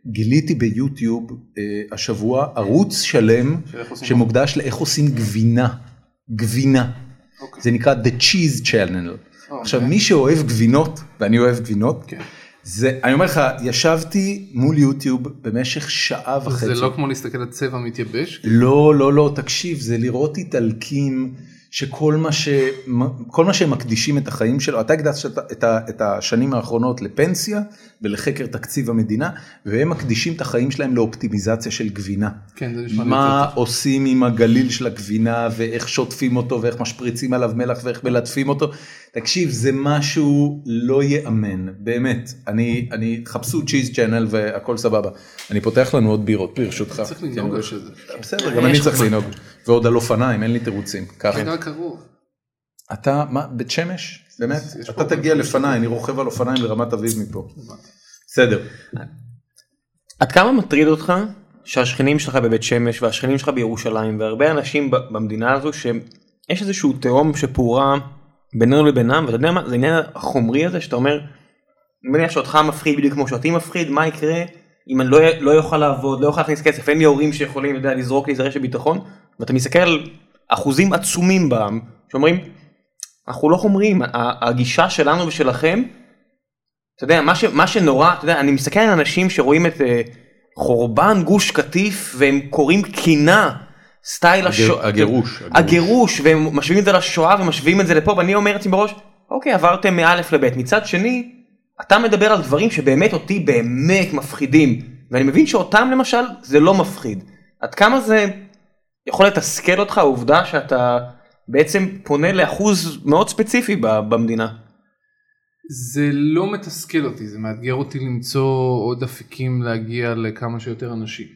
וגיליתי ביוטיוב אה, השבוע ערוץ שלם
של איך עושים
שמוקדש לאיך עושים גבינה. גבינה.
אוקיי.
זה נקרא The Cheese Channel.
אוקיי.
עכשיו מי שאוהב גבינות ואני אוהב גבינות.
כן.
זה אני אומר לך ישבתי מול יוטיוב במשך שעה וחצי.
זה לא כמו להסתכל על צבע מתייבש?
לא, לא, לא, תקשיב, זה לראות איטלקים שכל מה, ש... כל מה שהם מקדישים את החיים שלו, אתה הקדשת את ה- את, ה- את השנים האחרונות לפנסיה ולחקר תקציב המדינה, והם מקדישים את החיים שלהם לאופטימיזציה של גבינה.
כן, זה נשמע לי יותר
מה עושים עם הגליל של הגבינה ואיך שוטפים אותו ואיך משפריצים עליו מלח ואיך מלטפים אותו. תקשיב, זה משהו לא ייאמן, באמת. אני, אני, חפשו צ'יז צ'אנל והכל סבבה. אני פותח לנו עוד בירות ברשותך.
צריך
כי אני
לנהוג
רואה
על
ש-
זה.
בסדר, גם אני צריך לנהוג. ועוד על אופניים, אין לי תירוצים. ככה.
זה רק קרוב.
אתה, מה, בית שמש? באמת?
כן. יש פה-
אתה תגיע לפניי, אני רוכב על אופניים לרמת אביב מפה. בסדר.
עד כמה מטריד אותך שהשכנים שלך בבית שמש והשכנים שלך בירושלים והרבה אנשים ב- במדינה הזו שיש איזשהו תהום שפעורה בינינו לבינם ואתה יודע מה זה העניין החומרי הזה שאתה אומר אני מניח שאותך מפחיד בדיוק כמו שאותי מפחיד מה יקרה אם אני לא, י- לא יוכל לעבוד לא יוכל להכניס כסף אין לי הורים שיכולים אתה יודע, לזרוק לי איזה רשת ביטחון ואתה מסתכל על אחוזים עצומים בעם שאומרים אנחנו לא חומריים ה- הגישה שלנו ושלכם אתה יודע, מה, ש, מה שנורא, אתה יודע, אני מסתכל על אנשים שרואים את אה, חורבן גוש קטיף והם קוראים קינה, סטייל
הגר-
השו-
הגירוש,
לא, הגירוש, והם משווים את זה לשואה ומשווים את זה לפה, ואני אומר לעצמי בראש, אוקיי, עברתם מאלף לבית. מצד שני, אתה מדבר על דברים שבאמת אותי באמת מפחידים, ואני מבין שאותם למשל זה לא מפחיד. עד כמה זה יכול לתסכל אותך העובדה שאתה בעצם פונה לאחוז מאוד ספציפי ב- במדינה?
זה לא מתסכל אותי, זה מאתגר אותי למצוא עוד אפיקים להגיע לכמה שיותר אנשים.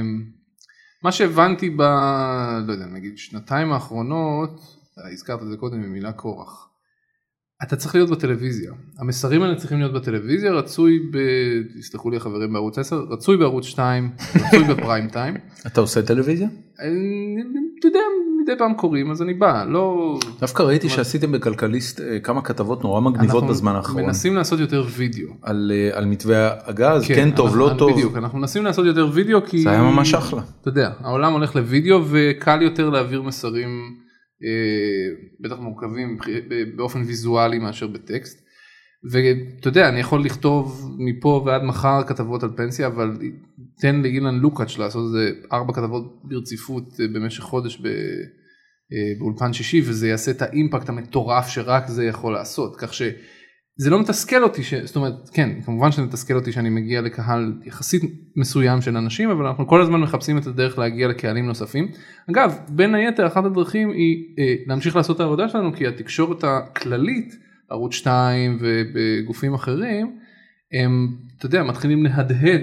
אמ, מה שהבנתי ב... לא יודע, נגיד שנתיים האחרונות, אתה הזכרת את זה קודם במילה קורח. אתה צריך להיות בטלוויזיה. המסרים האלה צריכים להיות בטלוויזיה, רצוי ב... תסלחו לי החברים בערוץ 10, רצוי בערוץ 2, רצוי בפריים טיים.
אתה עושה טלוויזיה?
אני- אתה יודע, מדי פעם קוראים אז אני בא, לא...
דווקא ראיתי שעשיתם בכלכליסט אה, כמה כתבות נורא מגניבות
אנחנו
בזמן האחרון.
מנסים לעשות יותר וידאו.
על, אה, על מתווה הגז, כן,
אנחנו-
טוב, לא
אנחנו-
טוב.
בדיוק, אנחנו מנסים לעשות יותר וידאו כי...
זה היה ממש אחלה.
אתה יודע, העולם הולך לוידאו וקל יותר להעביר מסרים אה, בטח מורכבים מבח- ב- באופן ויזואלי מאשר בטקסט. ואתה יודע, אני יכול לכתוב מפה ועד מחר כתבות על פנסיה, אבל תן לאילן לוקאץ' לעשות איזה ארבע כתבות ברציפות אה, במשך חודש ב... אה, באולפן שישי וזה יעשה את האימפקט המטורף שרק זה יכול לעשות כך שזה לא מתסכל אותי ש... זאת אומרת כן כמובן שזה מתסכל אותי שאני מגיע לקהל יחסית מסוים של אנשים אבל אנחנו כל הזמן מחפשים את הדרך להגיע לקהלים נוספים. אגב בין היתר אחת הדרכים היא אה, להמשיך לעשות את העבודה שלנו כי התקשורת הכללית ערוץ 2 ובגופים אחרים הם אתה יודע מתחילים להדהד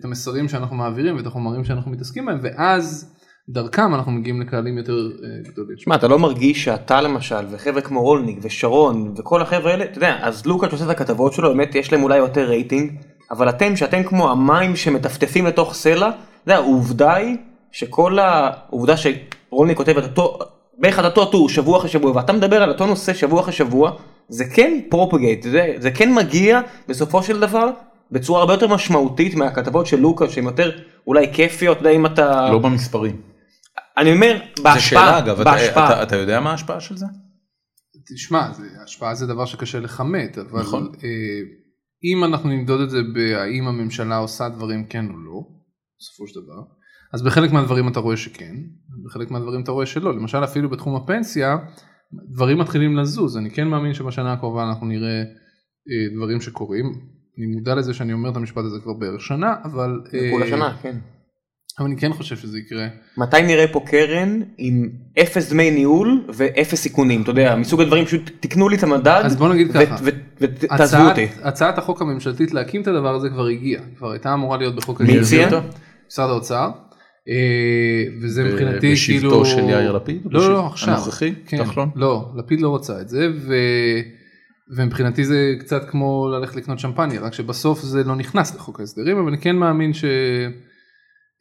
את המסרים שאנחנו מעבירים ואת החומרים שאנחנו מתעסקים בהם ואז דרכם אנחנו מגיעים לקהלים יותר אה, גדולים.
שמע, אתה לא מרגיש שאתה למשל, וחבר'ה כמו רולניק ושרון וכל החבר'ה האלה, אתה יודע, אז לוקאץ' עושה את הכתבות שלו, באמת יש להם אולי יותר רייטינג, אבל אתם, שאתם כמו המים שמטפטפים לתוך סלע, אתה יודע, העובדה היא שכל העובדה שרולניק כותב את אותו, בערך עד אותו טור שבוע אחרי שבוע, ואתה מדבר על אותו נושא שבוע אחרי שבוע, זה כן פרופגייט, זה, זה כן מגיע בסופו של דבר בצורה הרבה יותר משמעותית מהכתבות של לוקה שהן יותר אולי כיפיות, אתה יודע, אם
אה,
אתה...
לא במספרים.
אני אומר, בהשפעה,
זו שאלה אגב, אתה-
בהשפעה.
אתה- אתה יודע מה ההשפעה של זה?
תשמע, זה, השפעה זה דבר שקשה לכמת, אבל
נכון.
אה, אם אנחנו נמדוד את זה בהאם הממשלה עושה דברים כן או לא, בסופו של דבר, אז בחלק מהדברים אתה רואה שכן, בחלק מהדברים אתה רואה שלא, למשל אפילו בתחום הפנסיה, דברים מתחילים לזוז, אני כן מאמין שבשנה הקרובה אנחנו נראה אה, דברים שקורים, אני מודע לזה שאני אומר את המשפט הזה כבר בערך שנה, אבל,
זה
אה,
כל השנה, כן.
אבל אני כן חושב שזה יקרה.
מתי נראה פה קרן עם אפס דמי ניהול ואפס סיכונים, אתה יודע, מסוג הדברים פשוט תקנו לי את המדד,
אז בוא נגיד
ו-
ככה.
ו- ו- ותעזבו
הצעת,
אותי.
הצעת החוק הממשלתית להקים את הדבר הזה כבר הגיעה, כבר הייתה אמורה להיות בחוק
מי הציע?
משרד האוצר, אה, וזה
ב-
מבחינתי
בשבתו
כאילו...
של יאיר לפיד? נכון?
לא, לא,
בשב-
לא, עכשיו.
הנוכחי?
כן,
כחלון?
לא, לפיד לא רצה את זה, ו... ומבחינתי זה קצת כמו ללכת לקנות שמפניה, רק שבסוף זה לא נכנס לחוק ההסדרים, אבל אני כן מאמין ש...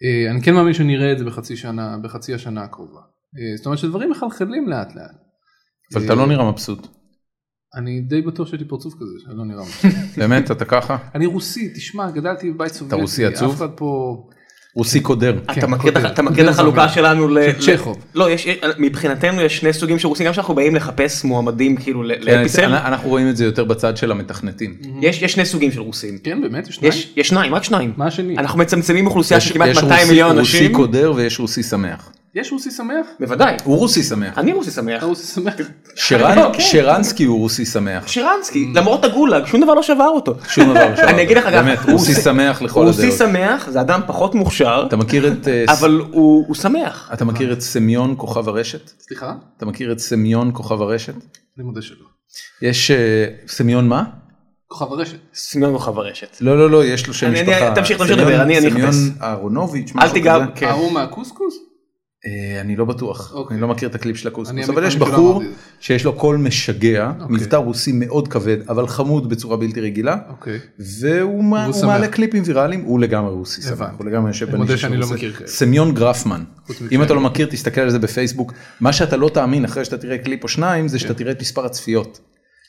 אה, אני כן מאמין שנראה את זה בחצי שנה, בחצי השנה הקרובה. אה, זאת אומרת שדברים מחלחלים לאט לאט.
אבל אתה
אה,
לא נראה מבסוט.
אני די בטוח שיש לי פרצוף כזה, שלא נראה משהו.
באמת, אתה ככה?
אני רוסי, תשמע, גדלתי בבית סובייטי.
רוסי עצוב?
אף אחד פה...
רוסי קודר.
אתה
כן,
מכיר את
קודם.
הח- אתה מכיר את
זה
החלוקה
זמין.
שלנו ל...
של צ'כוב.
לא, יש, מבחינתנו יש שני סוגים של רוסים, גם כשאנחנו באים לחפש מועמדים כאילו
כן,
ל- לאפיסל,
אנ- אנחנו רואים את זה יותר בצד של המתכנתים.
יש יש שני סוגים של רוסים.
כן, באמת? יש שניים?
יש יש שניים, רק שניים.
מה השני?
אנחנו מצמצמים אוכלוסייה של כמעט
יש
200
רוסי-
מיליון
רוסי
אנשים.
קודר ויש רוסי שמח.
יש רוסי שמח?
בוודאי,
הוא רוסי
אה,
שמח.
אני רוסי שמח.
אתה רוסי שמח?
שרן-
אה,
לא, כן.
שרנסקי הוא רוסי שמח.
שרנסקי,
Mm.
למרות הגולאג, שום דבר לא שבר אותו.
שום דבר לא שווה.
אני אגיד לך גם,
באמת, רוסי שמח לכל
רוסי
הדעות.
שמח זה אדם פחות מוכשר,
אתה מכיר את... אה, ס-
אבל הוא הוא שמח.
אתה מכיר את סמיון כוכב הרשת?
סליחה?
אתה מכיר את סמיון כוכב הרשת?
אני מודה שלא.
יש אה, סמיון מה?
כוכב הרשת.
סמיון כוכב הרשת.
לא לא לא יש לו שם
אני- אני-
משפחה.
תמשיך, תמשיך
סמיון-
לדבר, אני- אני
סמיון
אחפש.
אהרונוביץ',
אל
משהו כזה.
תיגע, כן.
ההוא מהקוסקוס?
אה, אני לא בטוח,
אוקיי.
אני לא מכיר את הקליפ של הקוסקוס,
אני-
אבל
אני
יש
שלא
בחור
אמרתי את זה.
שיש לו קול משגע,
אוקיי.
מבטא רוסי מאוד כבד, אבל חמוד בצורה בלתי רגילה,
אוקיי.
והוא מה- הוא
שמח.
מעלה קליפים ויראליים, הוא לגמרי רוסי שמח,
הבנתי.
הוא לגמרי יושב
אני
בנישה
מודה
של
שאני לא
רוסי.
מכיר כאלה.
סמיון גרפמן,
חוץ
אם
מכאלה.
אתה לא מכיר תסתכל על זה בפייסבוק, מה שאתה לא תאמין אחרי שאתה תראה קליפ או שניים זה שאתה
כן.
תראה את מספר הצפיות.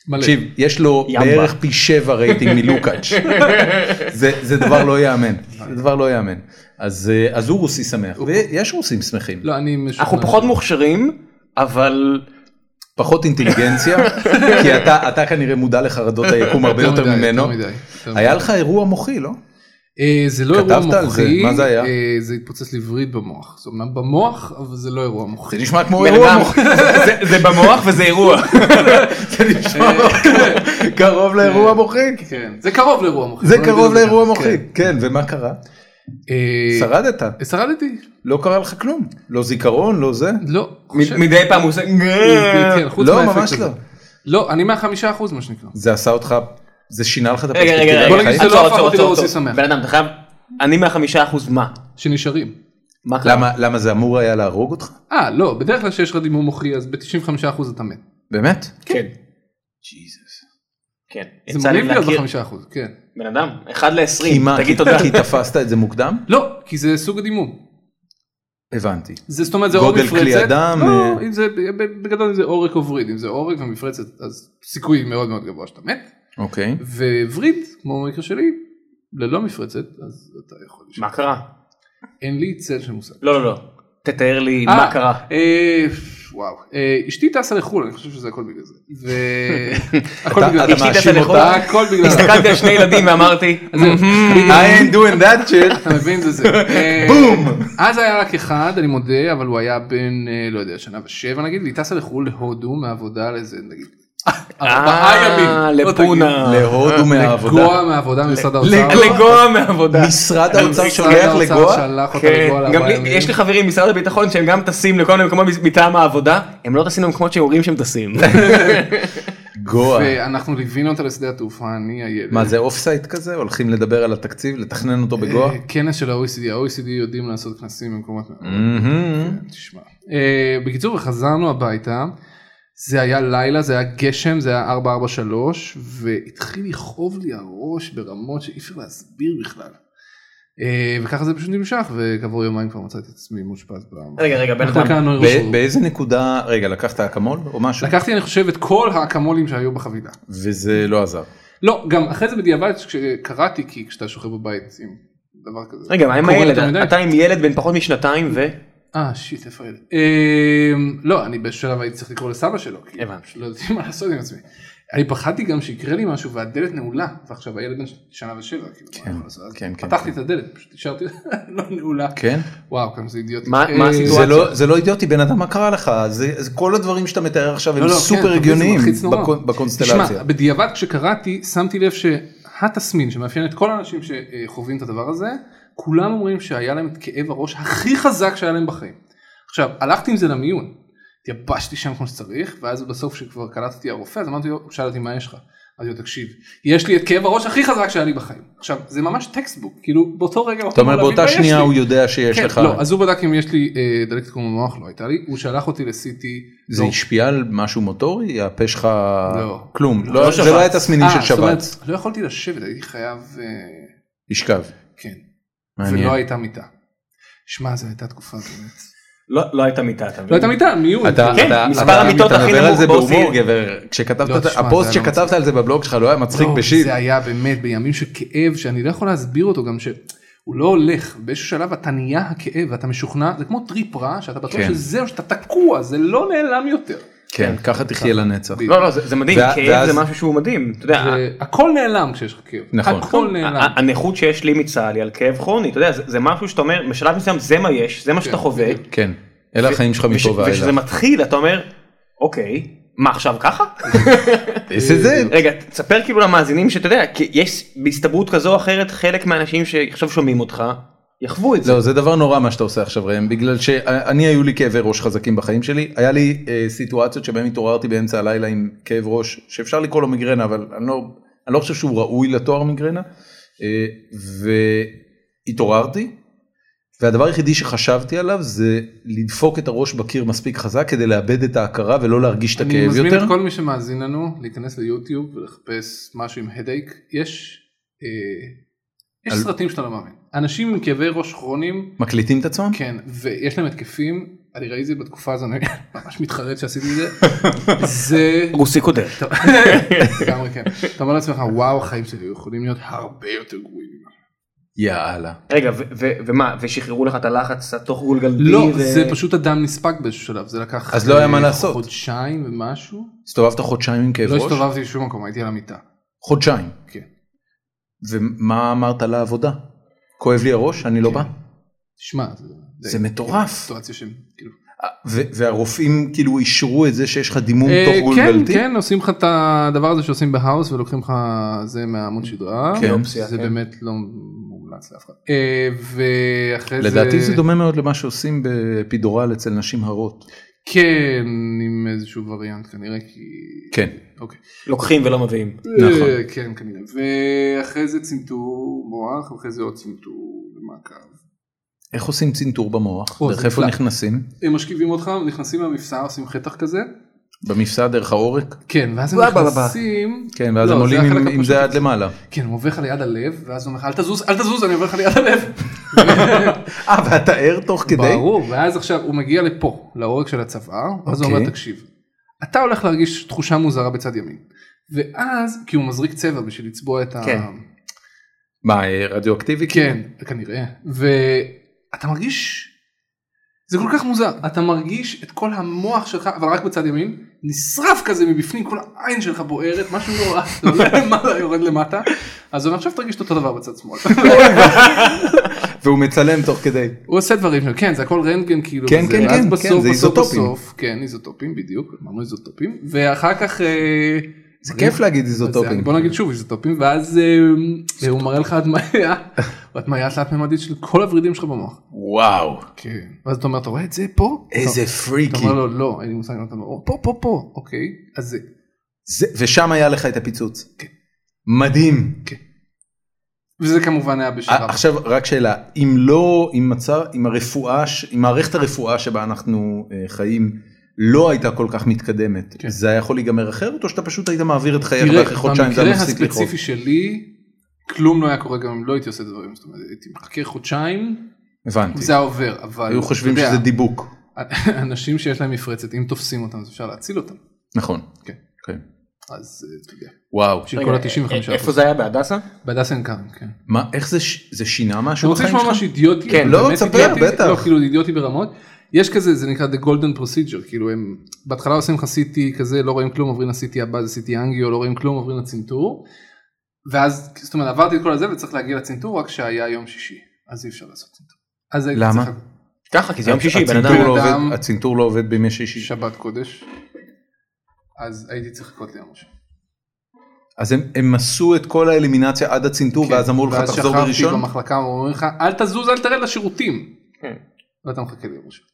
מלא.
תקשיב, יש לו
ימבה.
בערך פי שבע רייטינג מלוקאץ', זה, זה דבר לא ייאמן, זה דבר לא ייאמן, אז, אה, אז הוא רוסי שמח, ויש רוסים שמחים.
לא, אני משוכנע.
אנחנו פחות מוכשרים, אבל
פחות אינטליגנציה, כי אתה, אתה כנראה מודע לחרדות היקום הרבה
יותר
יותר
מדי,
ממנו.
יותר מדי, יותר מדי.
היה לך אירוע מוחי, לא?
אה, זה לא אירוע
כתבת על זה,
מוחי.
מה זה היה?
אה, זה התפוצץ לי וריד במוח. זה אמנם במוח, אבל זה לא אירוע מוחי.
זה נשמע כמו
בן
אירוע
אדם-
מוחי.
זה- זה במוח וזה אירוע.
זה נשמע קרוב לאירוע מוחי.
כן. זה קרוב לאירוע מוחי.
זה
בוא נגיד
קרוב
את זה
לאירוע
ככה.
מוחי.
כן.
כן, ומה קרה?
אה,
שרדת.
שרדתי.
לא קרה לך כלום. לא זיכרון, לא זה.
לא. חושב-
מ- מדי פעם הוא עושה...
כן, חוץ
לא,
מהאפקט
ממש
הזה.
לא.
לא, אני מהחמישה אחוז מה שנקרא.
זה עשה אותך, זה שינה לך את
רגע, רגע,
הפרספקטיבה.
רגע,
בוא
רגע,
נגיד שזה
עצור,
לא הפך
עצור,
אותי
עצור,
לרוסי
עצור.
שמח.
בן אדם, אתה חייב... אני מהחמישה אחוז מה?
שנשארים.
מה קרה?
למה- למה זה אמור היה להרוג אותך?
אה, לא, בדרך כלל כשיש לך דימום מוחי, אז ב-95% אתה מת.
באמת?
כן.
ג'יזוס.
כן.
זה
יצא לי
מגניב להיות
להכיר
ב-5%, כן.
בן אדם, אחד
כי
ל-20,
מה,
תגיד
כי-
תודה.
כי תפסת את זה מוקדם?
לא, כי זה סוג הדימום.
הבנתי.
זה זאת אומרת זה או
גודל
מפרצת,
כלי הדם,
לא,
אה.
אם זה, בגדול אם זה עורק או וריד, אם זה עורק ומפרצת אז סיכוי מאוד מאוד גבוה שאתה מת,
אוקיי.
ווריד כמו במקרה שלי, ללא מפרצת אז אתה יכול, לשאול.
מה קרה?
אין לי צל של מושג.
לא, לא, לא. תתאר לי
אה,
מה קרה.
אה, וואו, אה, אשתי טסה לחו"ל, אני חושב שזה הכל בגלל זה, והכל
אתה-
בגלל
אתה
זה,
אשתי טסה
מאשים
לחו"ל?
אותה?
הכל בגלל זה,
הסתכלתי על שני ילדים ואמרתי,
I ain't doing that shit.
אתה מבין זה זה, אה,
בום!
אז היה רק אחד, אני מודה, אבל הוא היה בן, אה, לא יודע, שנה ושבע נגיד, והיא טסה לחו"ל להודו מהעבודה לאיזה נגיד. ארבעה
אה,
ימים. לא תגיד.
לפונה.
להודו
לגועה
מהעבודה.
מהעבודה ממשרד האוצר.
לגוע מעבודה.
משרד האוצר
משרד
שולח
האוצר
לגואה?
שלח אותה
כן,
לגועה
גם
לארבעה
לי-
ימים.
יש לי חברים במשרד הביטחון שהם גם טסים לכל מיני מקומות מטעם העבודה, הם לא טסים למקומות שהם אומרים שהם טסים.
גואה.
ואנחנו ליווינו אותה לשדה התעופה, אני הילד.
אה. מה זה אוף סייט כזה? הולכים לדבר על התקציב, לתכנן אותו בגואה?
אה, כנס של ה-OECD, ה-OECD יודעים לעשות כנסים במקומות מאוד.
מהמם.
תשמע. אה, בקיצור, וחזרנו הביתה, זה היה לילה, זה היה גשם, זה היה 443, והתחיל לכאוב לי הראש ברמות שאי אפשר להסביר בכלל. אה, וככה זה פשוט נמשך וכעבור יומיים כבר מצאתי את עצמי מאושפז במחלקה
רגע רגע בן אדם
ב-
הנוירוכירורגית.
באיזה נקודה, רגע, לקחת אקמול או משהו?
לקחתי אני חושב את כל האקמולים שהיו בחבילה.
וזה לא עזר.
לא, גם אחרי זה בדיעבד כשקראתי כי כשאתה שוכב בבית עם דבר כזה.
רגע מה עם
קורה
הילד
יותר מדי.
אתה עם ילד בן פחות משנתיים ו...
אה שיט איפה הילד? אמ, לא אני באיזשהו שלב הייתי צריך לקרוא לסבא שלו. כי
הבנתי.
פשוט לא ידעתי מה לעשות עם עצמי. אני פחדתי גם שיקרה לי משהו והדלת נעולה ועכשיו הילד בן שנה ושבע. כאילו, מה
כן,
אני יכול לעשות? אז
כן, כן,
פתחתי
כן.
את הדלת פשוט השארתי לא נעולה.
כן?
וואו כמה זה אידיוטי.
מה- מה
אה,
זה
הסיטואציה?
לא, זה לא אידיוטי, בן אדם, מה קרה לך? זה, זה, כל הדברים שאתה מתאר עכשיו הם
לא, לא, כן,
סופר
אתה מבין, זה
הגיוניים
מלחיץ נורא.
בקו- בקונסטלציה.
תשמע, בדיעבד כשקראתי שמתי לב שהתסמין שמאפיין את כל האנשים שחווים את הדבר הזה, כולם אומרים שהיה להם את כאב הראש הכי חזק שהיה להם בחיים. עכשיו הלכתי עם זה למיון, התייבשתי שם כמו שצריך, ואז בסוף כשכבר קלטתי הרופא אז אמרתי לו, הוא שאל אותי מה יש לך? אמרתי לו תקשיב, יש לי את כאב הראש הכי חזק שהיה לי בחיים. עכשיו זה ממש טקסטבוק, כאילו באותו רגע, הוא
אתה אומר
אמר,
באותה
"ויש לי".
שנייה הוא יודע שיש
כן,
לך,
לא, אז הוא בדק אם יש לי אה, דלקת קרום במוח, לא הייתה לי, הוא שלח אותי ל-CT,
זה
לא,
השפיע על משהו מוטורי? הפה שלך...
לא.
כלום.
לא,
לא-
לא
זה
שבץ.
לא היה תסמינים
אה,
של
זאת אומרת,
שבץ.
לא יכולתי לשבת, הייתי חייב, אה,
ישכב.
כן,
מעניין.
ולא הייתה מיטה. שמע, זו הייתה תקופה באמת.
לא לא הייתה מיטה אתה
לא
מבין?
הייתה מיטה, מיון.
אתה,
כן,
אתה,
מספר
אתה-
המיטות
אתה
הכי
מדבר על
נמוך
זה
באוסיר.
בהומור גבר, כשכתבת,
לא,
את-
תשמע,
הפוסט
זה היה לא
שכתבת על זה בבלוג שלך לא היה מצחיק
לא,
בשיט,
זה היה באמת בימים של כאב שאני לא יכול להסביר אותו גם שהוא לא הולך באיזשהו שלב אתה נהיה הכאב ואתה משוכנע זה כמו טריפ רע שאתה בטוח
כן.
שזהו שאתה תקוע זה לא נעלם יותר.
כן, ככה תחיה לנצח.
לא לא זה זה מדהים
וה-
כאב
ואז-
זה משהו שהוא מדהים אתה יודע
זה- הכל נעלם כשיש לך כאב.
אה, נכון.
הכל נעלם.
ה- הנכות שיש לי מצה"ל היא על כאב כרוני אתה יודע זה זה משהו שאתה אומר בשלב מסוים זה מה יש זה מה שאתה חווה
כן, אלה החיים שלך
וש-
מפה
וכשזה
ואילך.
מתחיל אתה אומר אוקיי מה עכשיו ככה
איזה זה?
רגע תספר כאילו למאזינים שאתה יודע כי יש בהסתברות כזו או אחרת חלק מהאנשים שעכשיו שומעים אותך יחוו את זה.
לא, זה דבר נורא מה שאתה עושה עכשיו ראם, בגלל שאני היו לי כאבי ראש חזקים בחיים שלי, היה לי אה, סיטואציות שבהם התעוררתי באמצע הלילה עם כאב ראש, שאפשר לקרוא לו מיגרנה, אבל אני לא, אני לא חושב שהוא ראוי לתואר מיגרנה, אה, והתעוררתי, והדבר היחידי שחשבתי עליו זה לדפוק את הראש בקיר מספיק חזק כדי לאבד את ההכרה ולא להרגיש את
אני
הכאב
מזמין
יותר.
את כל מי שמאזין לנו להיכנס ליוטיוב ולחפש משהו עם הדייק יש אה, יש
על-
סרטים שאתה לא מאמין אנשים עם כאבי ראש כרוניים
מקליטים את עצמם?
כן ויש להם התקפים אני ראיתי את זה בתקופה הזו אני ממש מתחרט שעשיתי את זה זה
רוסי קודר.
לגמרי כן אתה אומר לעצמך וואו החיים שלי היו יכולים להיות הרבה יותר גרועים.
יאללה.
רגע ו- ו- ומה ושחררו לך את הלחץ התוך גולגלתי.
לא
ו-
זה פשוט אדם נספג באיזשהו שלב זה לקח
אז לא היה מה
אה,
לעשות.
חודשיים ומשהו
הסתובבת חודשיים עם כאב
לא
ראש?
הסתובבתי בשום מקום הייתי על המיטה.
חודשיים.
כן.
ומה אמרת לעבודה? כואב לי הראש, אני לא בא?
תשמע כן, זה-
זה מטורף.
סיטואציה שהם כאילו
ו- והרופאים כאילו אישרו את זה שיש לך דימום
אה,
תוך
כן
גולגלתי?
כן עושים לך את הדבר הזה שעושים בהאוס ולוקחים לך זה מהעמוד שדרה
כן.
זה
כן.
באמת לא מומלץ לאף אחד אה, ואחרי זה
לדעתי זה דומה מאוד למה שעושים בפידורל אצל נשים הרות.
כן עם איזשהו וריאנט כנראה כי
כן.
אוקיי
לוקחים ולא מביאים.
נכון.
אה, כן כנראה ואחרי זה צנתור מוח ואחרי זה עוד צנתור במעקב
איך עושים צנתור במוח?
או,
דרך
זה
איפה
נפלא.
נכנסים?
הם משכיבים אותך נכנסים מהמפסע עושים חתך כזה
במפסע דרך העורק?
כן ואז הם
וואה, וואה, וואה.
נכנסים
כן, ואז
לא,
הם
זה
עולים
החלק
עם- עם
הפשוט.
זה עד למעלה.
כן הוא עובר לך ליד הלב ואז הוא אומר לך אל תזוז אל תזוז אני עובר לך ליד הלב.
אה, ואתה ער תוך כדי?
ברור, ואז עכשיו הוא מגיע לפה, לעורק של הצוואר, ואז הוא
אוקיי.
אומר תקשיב, אתה הולך להרגיש תחושה מוזרה בצד ימין. ואז, כי הוא מזריק צבע בשביל לצבוע את ה...
כן.
מה, אה, רדיואקטיבי?
כן, כנראה. ואתה מרגיש, זה כל כך מוזר, אתה מרגיש את כל המוח שלך, אבל רק בצד ימין, נשרף כזה מבפנים, כל העין שלך בוערת, משהו לא נורא, זה עולה למעלה, יורד למטה, אז הוא אומר, עכשיו תרגיש את אותו דבר בצד שמאל. כן.
והוא מצלם תוך כדי.
הוא עושה דברים שם, כן זה הכל רנטגן כאילו,
כן,
וזה,
כן,
ואז
כן,
בסוף,
כן, זה
בסוף,
איזוטופים.
בסוף, כן איזוטופים בדיוק, אמרנו איזוטופים, ואחר כך, אה,
זה כיף להגיד איזוטופים.
אז אה, בוא נגיד שוב איזוטופים, ואז אה, הוא מראה לך הדמיה, הדמיה תלת ממדית של כל הוורידים שלך במוח,
וואו,
כן, ואז אתה אומר אתה רואה את זה פה,
איזה
אתה
פריקי.
אומר לו לא אין לי מושג, אתה אומר "או, פה פה פה, אוקיי, אז זה,
זה, ושם היה לך את הפיצוץ.
כן.
מדהים.
וזה כמובן היה
ע-
בשלב,
עכשיו רק שאלה, אם לא, אם מצב, אם הרפואה, ש- אם מערכת הרפואה שבה אנחנו אה, חיים לא הייתה כל כך מתקדמת,
כן.
זה היה יכול להיגמר אחרת או שאתה פשוט היית מעביר את חייך ואחרי
תראה
חודשיים זה
במקרה
היה מפסיק לקרות?
הספציפי שלי, כלום לא היה קורה גם אם לא הייתי עושה דברים, זאת אומרת הייתי מחכה חודשיים,
הבנתי.
זה היה עובר, אבל
היו חושבים
אתה יודע,
שזה דיבוק.
אנשים שיש להם מפרצת, אם תופסים אותם אז אפשר להציל אותם,
נכון.
כן.
כן.
אז אה, אתה יודע,
וואו.
בשביל
רגע,
כל
אה, איפה
ה-95%.
זה היה בהדסה?
בהדסה עין כרם, כן.
מה, איך זה, ש- זה שינה
אתה
משהו
רוצה
בחיים
לשמוע
שלך?
משהו אידיוטי?
כן,
אבל
לא,
באמת
תספר,
אידיוטי?
בטח.
לא, כאילו אידיוטי ברמות. יש כזה, זה נקרא The Golden Procedure, כאילו הם בהתחלה עושים לך CT כזה, לא רואים כלום, עוברים ל-CT הבא, זה CT אנגיו, לא רואים כלום, עוברים לצנתור. ואז, זאת אומרת, עברתי את כל הזה וצריך להגיע לצנתור, רק שהיה יום שישי, אז אי אפשר לעשות צנתור. אז הייתי
למה?
צריך
ככה, כי זה
אה,
יום שישי, בן
הצנתור
אדם.
לא עובד-
אדם-
הצנתור לא עובד בימי
לחכות
שישי.
שבת קודש, אז הייתי צריך לחכות ליום ראשון.
אז הם- הם עשו את כל האלימינציה עד הצנתור
כן,
ואז אמרו לך תחזור
ואז שכבתי
בראשון?
במחלקה, אומרים לך, אל תזוז, אל תרד לשירותים.
כן.
ואתה מחכה ליום ראשון.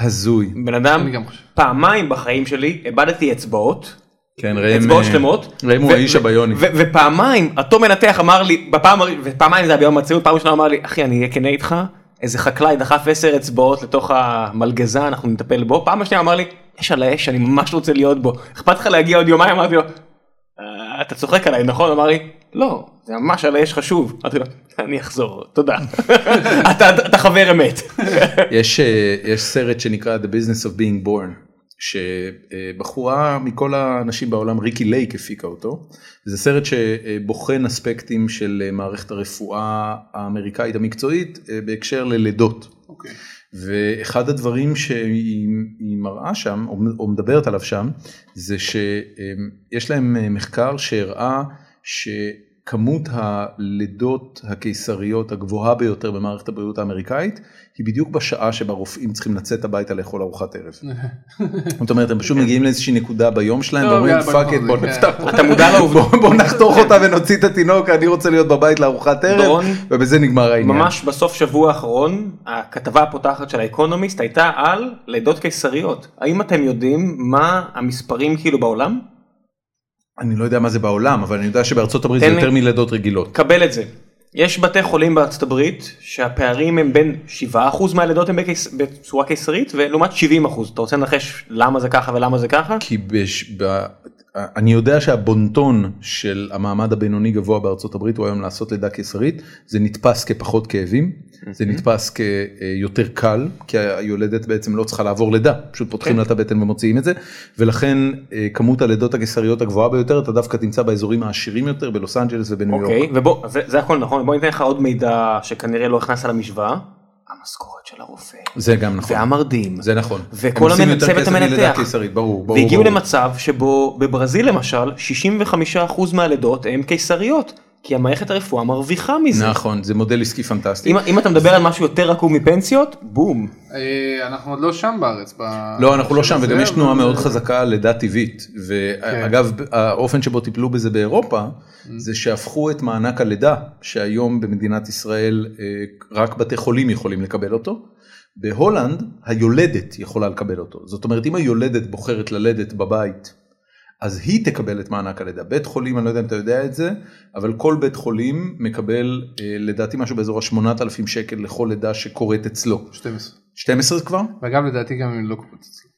הזוי.
בן אדם
לא- אני גם חושב.
פעמיים בחיים שלי איבדתי אצבעות,
כן,
אה,
אצבעות שלמות.
ראם הוא
ו-
האיש
ו-
הביוני.
ו- ומפעמיים אותו מנתח אמר לי בפעם הר- ופעמיים זה היה ביום הציון פעם ראשונה הוא אמר לי אחי אני אהיה כנה איתך איזה חקלאי דחף 10 אצבעות לתוך המלגזה אנחנו נטפל בו פעם השנייה הוא אמר לי יש על האש אני ממש רוצה להיות בו אכפת לך להגיע עוד יומיים אמרתי לו "אה, אתה צוחק עליי נכון הוא אמר לי לא זה ממש על האש חשוב אמרתי לו אני אחזור תודה אתה אתה חבר אמת
יש אה, יש סרט שנקרא The Business of Being Born. שבחורה מכל האנשים בעולם ריקי לייק הפיקה אותו. זה סרט שבוחן אספקטים של אה, מערכת הרפואה האמריקאית המקצועית אה, בהקשר ללידות.
אוקיי.
ואחד הדברים שהיא היא מראה שם, או או מדברת עליו שם, זה שיש להם אה, מחקר שהראה שכמות הלידות הקיסריות הגבוהה ביותר במערכת הבריאות האמריקאית, היא בדיוק בשעה שבה רופאים צריכים לצאת הביתה לאכול ארוחת ערב. זאת אומרת, הם
כן.
פשוט מגיעים לאיזושהי נקודה ביום שלהם,
טוב,
ואומרים
יאללה, בוא
פאק
נגמור
את,
את
בוא
לא, זה,
נפתח.
כן.
אתה מודע לעובדות כן.
בוא- בוא נחתוך אותה ונוציא את התינוק, אני רוצה להיות בבית לארוחת ערב,
דורון
ובזה נגמר העניין.
ממש בסוף שבוע האחרון הכתבה הפותחת של האקונומיסט הייתה על לידות קיסריות האם אתם יודעים מה המספרים כאילו בעולם?
אני לא יודע מה זה בעולם, אבל אני יודע שבארצות הברית זה
תן לי-
יותר מלידות רגילות.
קבל את זה. יש בתי חולים בארצות הברית שהפערים הם בין 7% מהלידות הם בקיס... בצורה קיסרית ולעומת 70%. אתה רוצה לנחש למה זה ככה ולמה זה ככה?
כי בש... ב... אני יודע שהבונטון של המעמד הבינוני גבוה בארצות הברית הוא היום לעשות לידה קיסרית, זה נתפס כפחות כאבים,
אוקיי.
זה נתפס כיותר קל, כי היולדת בעצם לא צריכה לעבור לידה, פשוט פותחים
כן.
לה את הבטן ומוציאים את זה, ולכן אה, כמות הלידות הקיסריות הגבוהה ביותר אתה דווקא תמצא באזורים העשירים יותר, בלוס אנג'לס ובניו
אוקיי,
יורק.
ובוא, זה, זה הכל נכון, בוא ניתן לך עוד מידע שכנראה לא הכנס על המשוואה. המשכורת של הרופא.
זה גם נכון,
והמרדים.
זה נכון.
וכל
הם עושים
המנ-
יותר
צוות
כסף מלידה
המנתח.
קיסרית, ברור, ברור.
והגיעו
ברור.
למצב שבו בברזיל למשל 65% מהלידות הם קיסריות כי המערכת הרפואה מרוויחה מזה.
נכון, זה מודל עסקי פנטסטי.
אם, אם אתה מדבר על משהו יותר עקום מפנסיות בום.
אה, אנחנו עוד לא שם בארץ. ב...
לא, אנחנו לא שם,
זה, כן.
וגם יש תנועה
אבל-
מאוד חזקה על לידה טבעית. ואגב, האופן שבו טיפלו בזה באירופה,
Mm.
זה שהפכו את מענק הלידה, שהיום במדינת ישראל אה, רק בתי חולים יכולים לקבל אותו. בהולנד היולדת יכולה לקבל אותו. זאת אומרת, אם היולדת בוחרת ללדת בבית, אז היא תקבל את מענק הלידה. בית חולים, אני לא יודע אם אתה יודע את זה, אבל כל בית חולים מקבל, אה, לדעתי, משהו באזור ה-8,000 שקל לכל לידה שקורית אצלו.
12.
12 כבר?
ואגב לדעתי גם אם לא קופץ אצלי.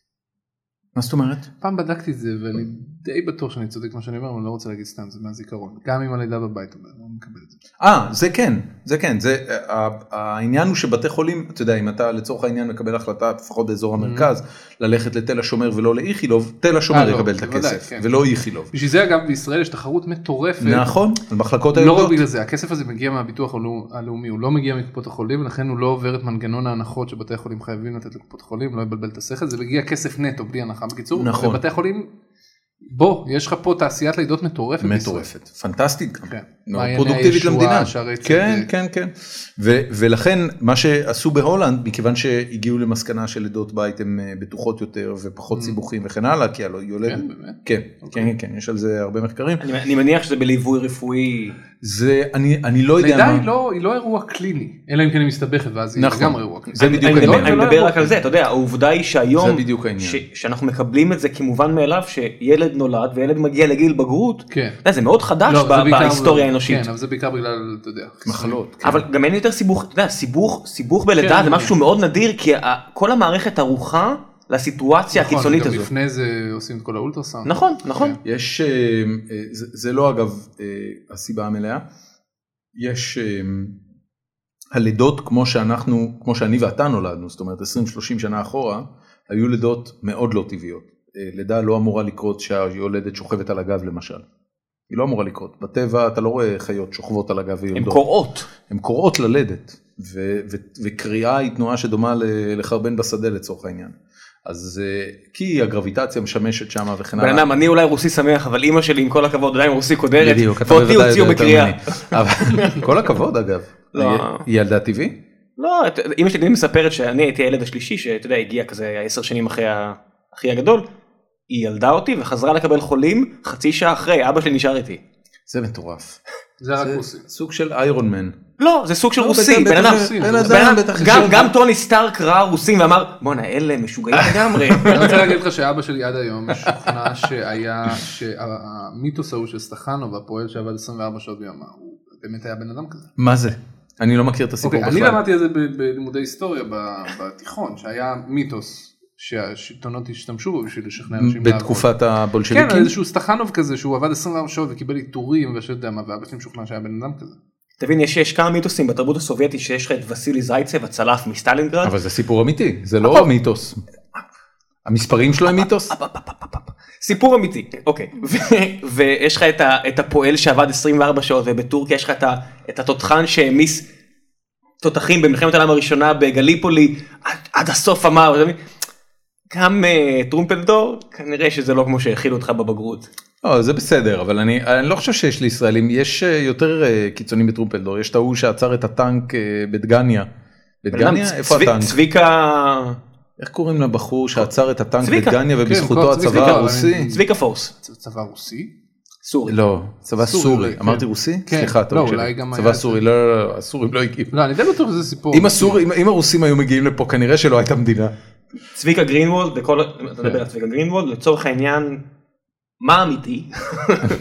מה זאת אומרת?
פעם בדקתי את זה ואני די בטוח שאני צודק מה שאני אומר, אבל אני לא רוצה להגיד סתם, זה מהזיכרון. גם אם הלידה בבית, אבל אני לא מקבל את זה.
אה, זה כן, זה כן, זה, ה- העניין הוא שבתי חולים, אתה יודע, אם אתה לצורך העניין מקבל החלטה, לפחות באזור
Mm-hmm.
המרכז, ללכת לתל השומר ולא לאיכילוב, תל השומר
לא,
יקבל את
בוודאי,
הכסף,
כן.
ולא איכילוב.
בשביל זה אגב בישראל יש תחרות מטורפת.
נכון, על מחלקות
לא
היולדות.
רק בגלל זה, הכסף הזה מגיע מהביטוח הלאומ- הלאומי, הוא לא מגיע מקופות החולים, ולכן הוא לא עובר את מנגנון ההנחות שבתי החולים חייבים לתת לקופות החולים, לא יבלבל את השכל, זה מגיע כסף נטו בלי הנחה. בקיצור,
נכון.
ובתי החולים, בוא, יש לך פה תעשיית לידות מטורפת. בישראל.
מטורפת, פנטסטית גם.
כן.
מאוד
מעייני
פרודוקטיבית
הישועה,
למדינה.
שערי צדק.
כן, כן, כן. ו- ולכן מה שעשו בהולנד, מכיוון שהגיעו למסקנה שלידות בית הן אה, בטוחות יותר ופחות סיבוכים וכן הלאה, כי הלא יולדת.
Mm-hmm. כן, באמת?
כן, כן, כן, יש על זה הרבה מחקרים.
אני, אני מניח שזה בליווי רפואי
זה, אני אני לא יודע
לידה
מה.
היא לא, היא לא אירוע קליני, אלא אם כן היא מסתבכת ואז היא
נכון.
לגמרי אירוע קליני.
זה בדיוק
אני מדבר,
העניין.
אני
לא
מדבר
יבוא.
רק על זה, אתה יודע, העובדה היא שהיום,
זה בדיוק העניין.
ש, שאנחנו מקבלים את זה כמובן מאליו שילד נולד וילד מגיע לגיל בגרות,
כן.
אתה יודע, זה מאוד חדש
לא,
ב-
זה בעיקר-
בהיסטוריה האנושית.
כן, אבל זה בעיקר בגלל, אתה יודע, חיסונים.
מחלות. כן.
אבל גם אין יותר סיבוך, אתה יודע, סיבוך, סיבוך בלידה
כן,
זה
כן.
אוקיי.
משהו מאוד נדיר כי ה- כל המערכת ערוכה לסיטואציה
נכון,
הקיצונית
גם
הזו.
לפני זה עושים את כל האולטרסאונד.
נכון, נכון.
כן.
יש, אה, אה, זה זה לא אגב אה, הסיבה המלאה, יש אמ, הלידות כמו שאנחנו, כמו שאני ואתה נולדנו, זאת אומרת 20-30 שנה אחורה, היו לידות מאוד לא טבעיות. אה, לידה לא אמורה לקרות שהיולדת שוכבת על הגב למשל. היא לא אמורה לקרות. בטבע אתה לא רואה חיות שוכבות על הגב
הן
ויולדות.
קוראות.
הן קוראות ללדת, ו- ו- וקריאה היא תנועה שדומה ל- לחרבן בשדה לצורך העניין. אז אה, כי הגרביטציה משמשת שמה וכן
בן
הלאה.
אדם, אני אולי רוסי שמח, אבל אימא שלי, עם כל הכבוד, עדיין רוסי קודרת,
בדיוק, אתה
ואותי
בוודאי
הוציאו
יודע יותר
בקריאה.
ממני. אבל- כל הכבוד אגב.
לא.
היא ילדה טבעי?
לא, את- אימא שלי תמיד מספרת שאני הייתי הילד השלישי, שאתה יודע, הגיע כזה עשר שנים אחרי האחי הגדול. היא ילדה אותי וחזרה לקבל חולים חצי שעה אחרי, אבא שלי נשאר איתי.
זה מטורף.
זה רק רוסי.
זה סוג של איירון מן.
לא, זה סוג של
לא,
רוסי,
בטח-
בן
בטח
אדם.
רוסי,
בן
זה-
בן אדם- גם- גם טוני סטארק ראה רוסים ואמר, בואנה, אלה משוגעים לגמרי.
אני רוצה להגיד לך שאבא שלי עד היום משוכנע שהיה, שהמיתוס ההוא של סטחנוב, הפועל שעבד 24 שעות ביממה, הוא באמת היה בן אדם כזה.
מה זה? אני לא מכיר את הסיפור
אוקיי, אני
בכלל.
למדתי את זה ב- בלימודי היסטוריה ב- בתיכון, שהיה מיתוס שהשלטונות השתמשו בו בשביל לשכנע אנשים לעבוד.
בתקופת
כן,
הבולשביקים?
איזשהו סטחנוב כזה שהוא עבד 24 שעות וקיבל עיטורים ושאתה יודע מה, ואבא שלי משוכנע שהיה בן אדם כזה.
תבין, יש יש כמה מיתוסים בתרבות הסובייטית שיש לך את וסילי זייצב, הצלף מסטלינגרד.
אבל זה סיפור אמיתי, זה לא מיתוס. המספרים שלו הם מיתוס?
סיפור אמיתי, אוקיי. ו- ויש לך את ה- את הפועל שעבד 24 שעות, ובטורקיה יש לך את ה- את התותחן שהעמיס תותחים במלחמת העולם הראשונה בגליפולי, עד- עד הסוף אמר, אתה מבין? גם אה, טרומפלדור, כנראה שזה לא כמו שהכילו אותך בבגרות.
לא, זה בסדר, אבל אני, אני לא חושב שיש לישראלים, יש אה, יותר אה, קיצונים בטרומפלדור, יש את ההוא שעצר את הטנק אה, בדגניה.
בן אדם,
בדגניה? איפה
צבי-
הטנק?
צביקה...
איך קוראים לבחור שעצר את הטנק
צביקה.
בדגניה ובזכותו
כן, צביקה,
הצבא
אבל
הרוסי?
אני-
צביקה פורס,
צ- צבא רוסי?
סורי.
לא, צבא
סורי,
סורי,
אולי, כן.
אמרתי רוסי?
כן,
סליחה,
לא,
טעות
אולי
שלי.
גם היה
צבא
את זה.
סורי, לא, לא, לא, הסורים לא הגיעו.
לא, אני די בטוח שזה סיפור.
אם הסורים- אם- אם הרוסים היו מגיעים לפה כנראה שלא הייתה מדינה.
צביקה גרינוולד, בכל... אתה
כן.
מדבר על צביקה גרינוולד, לצורך העניין, מה אמיתי?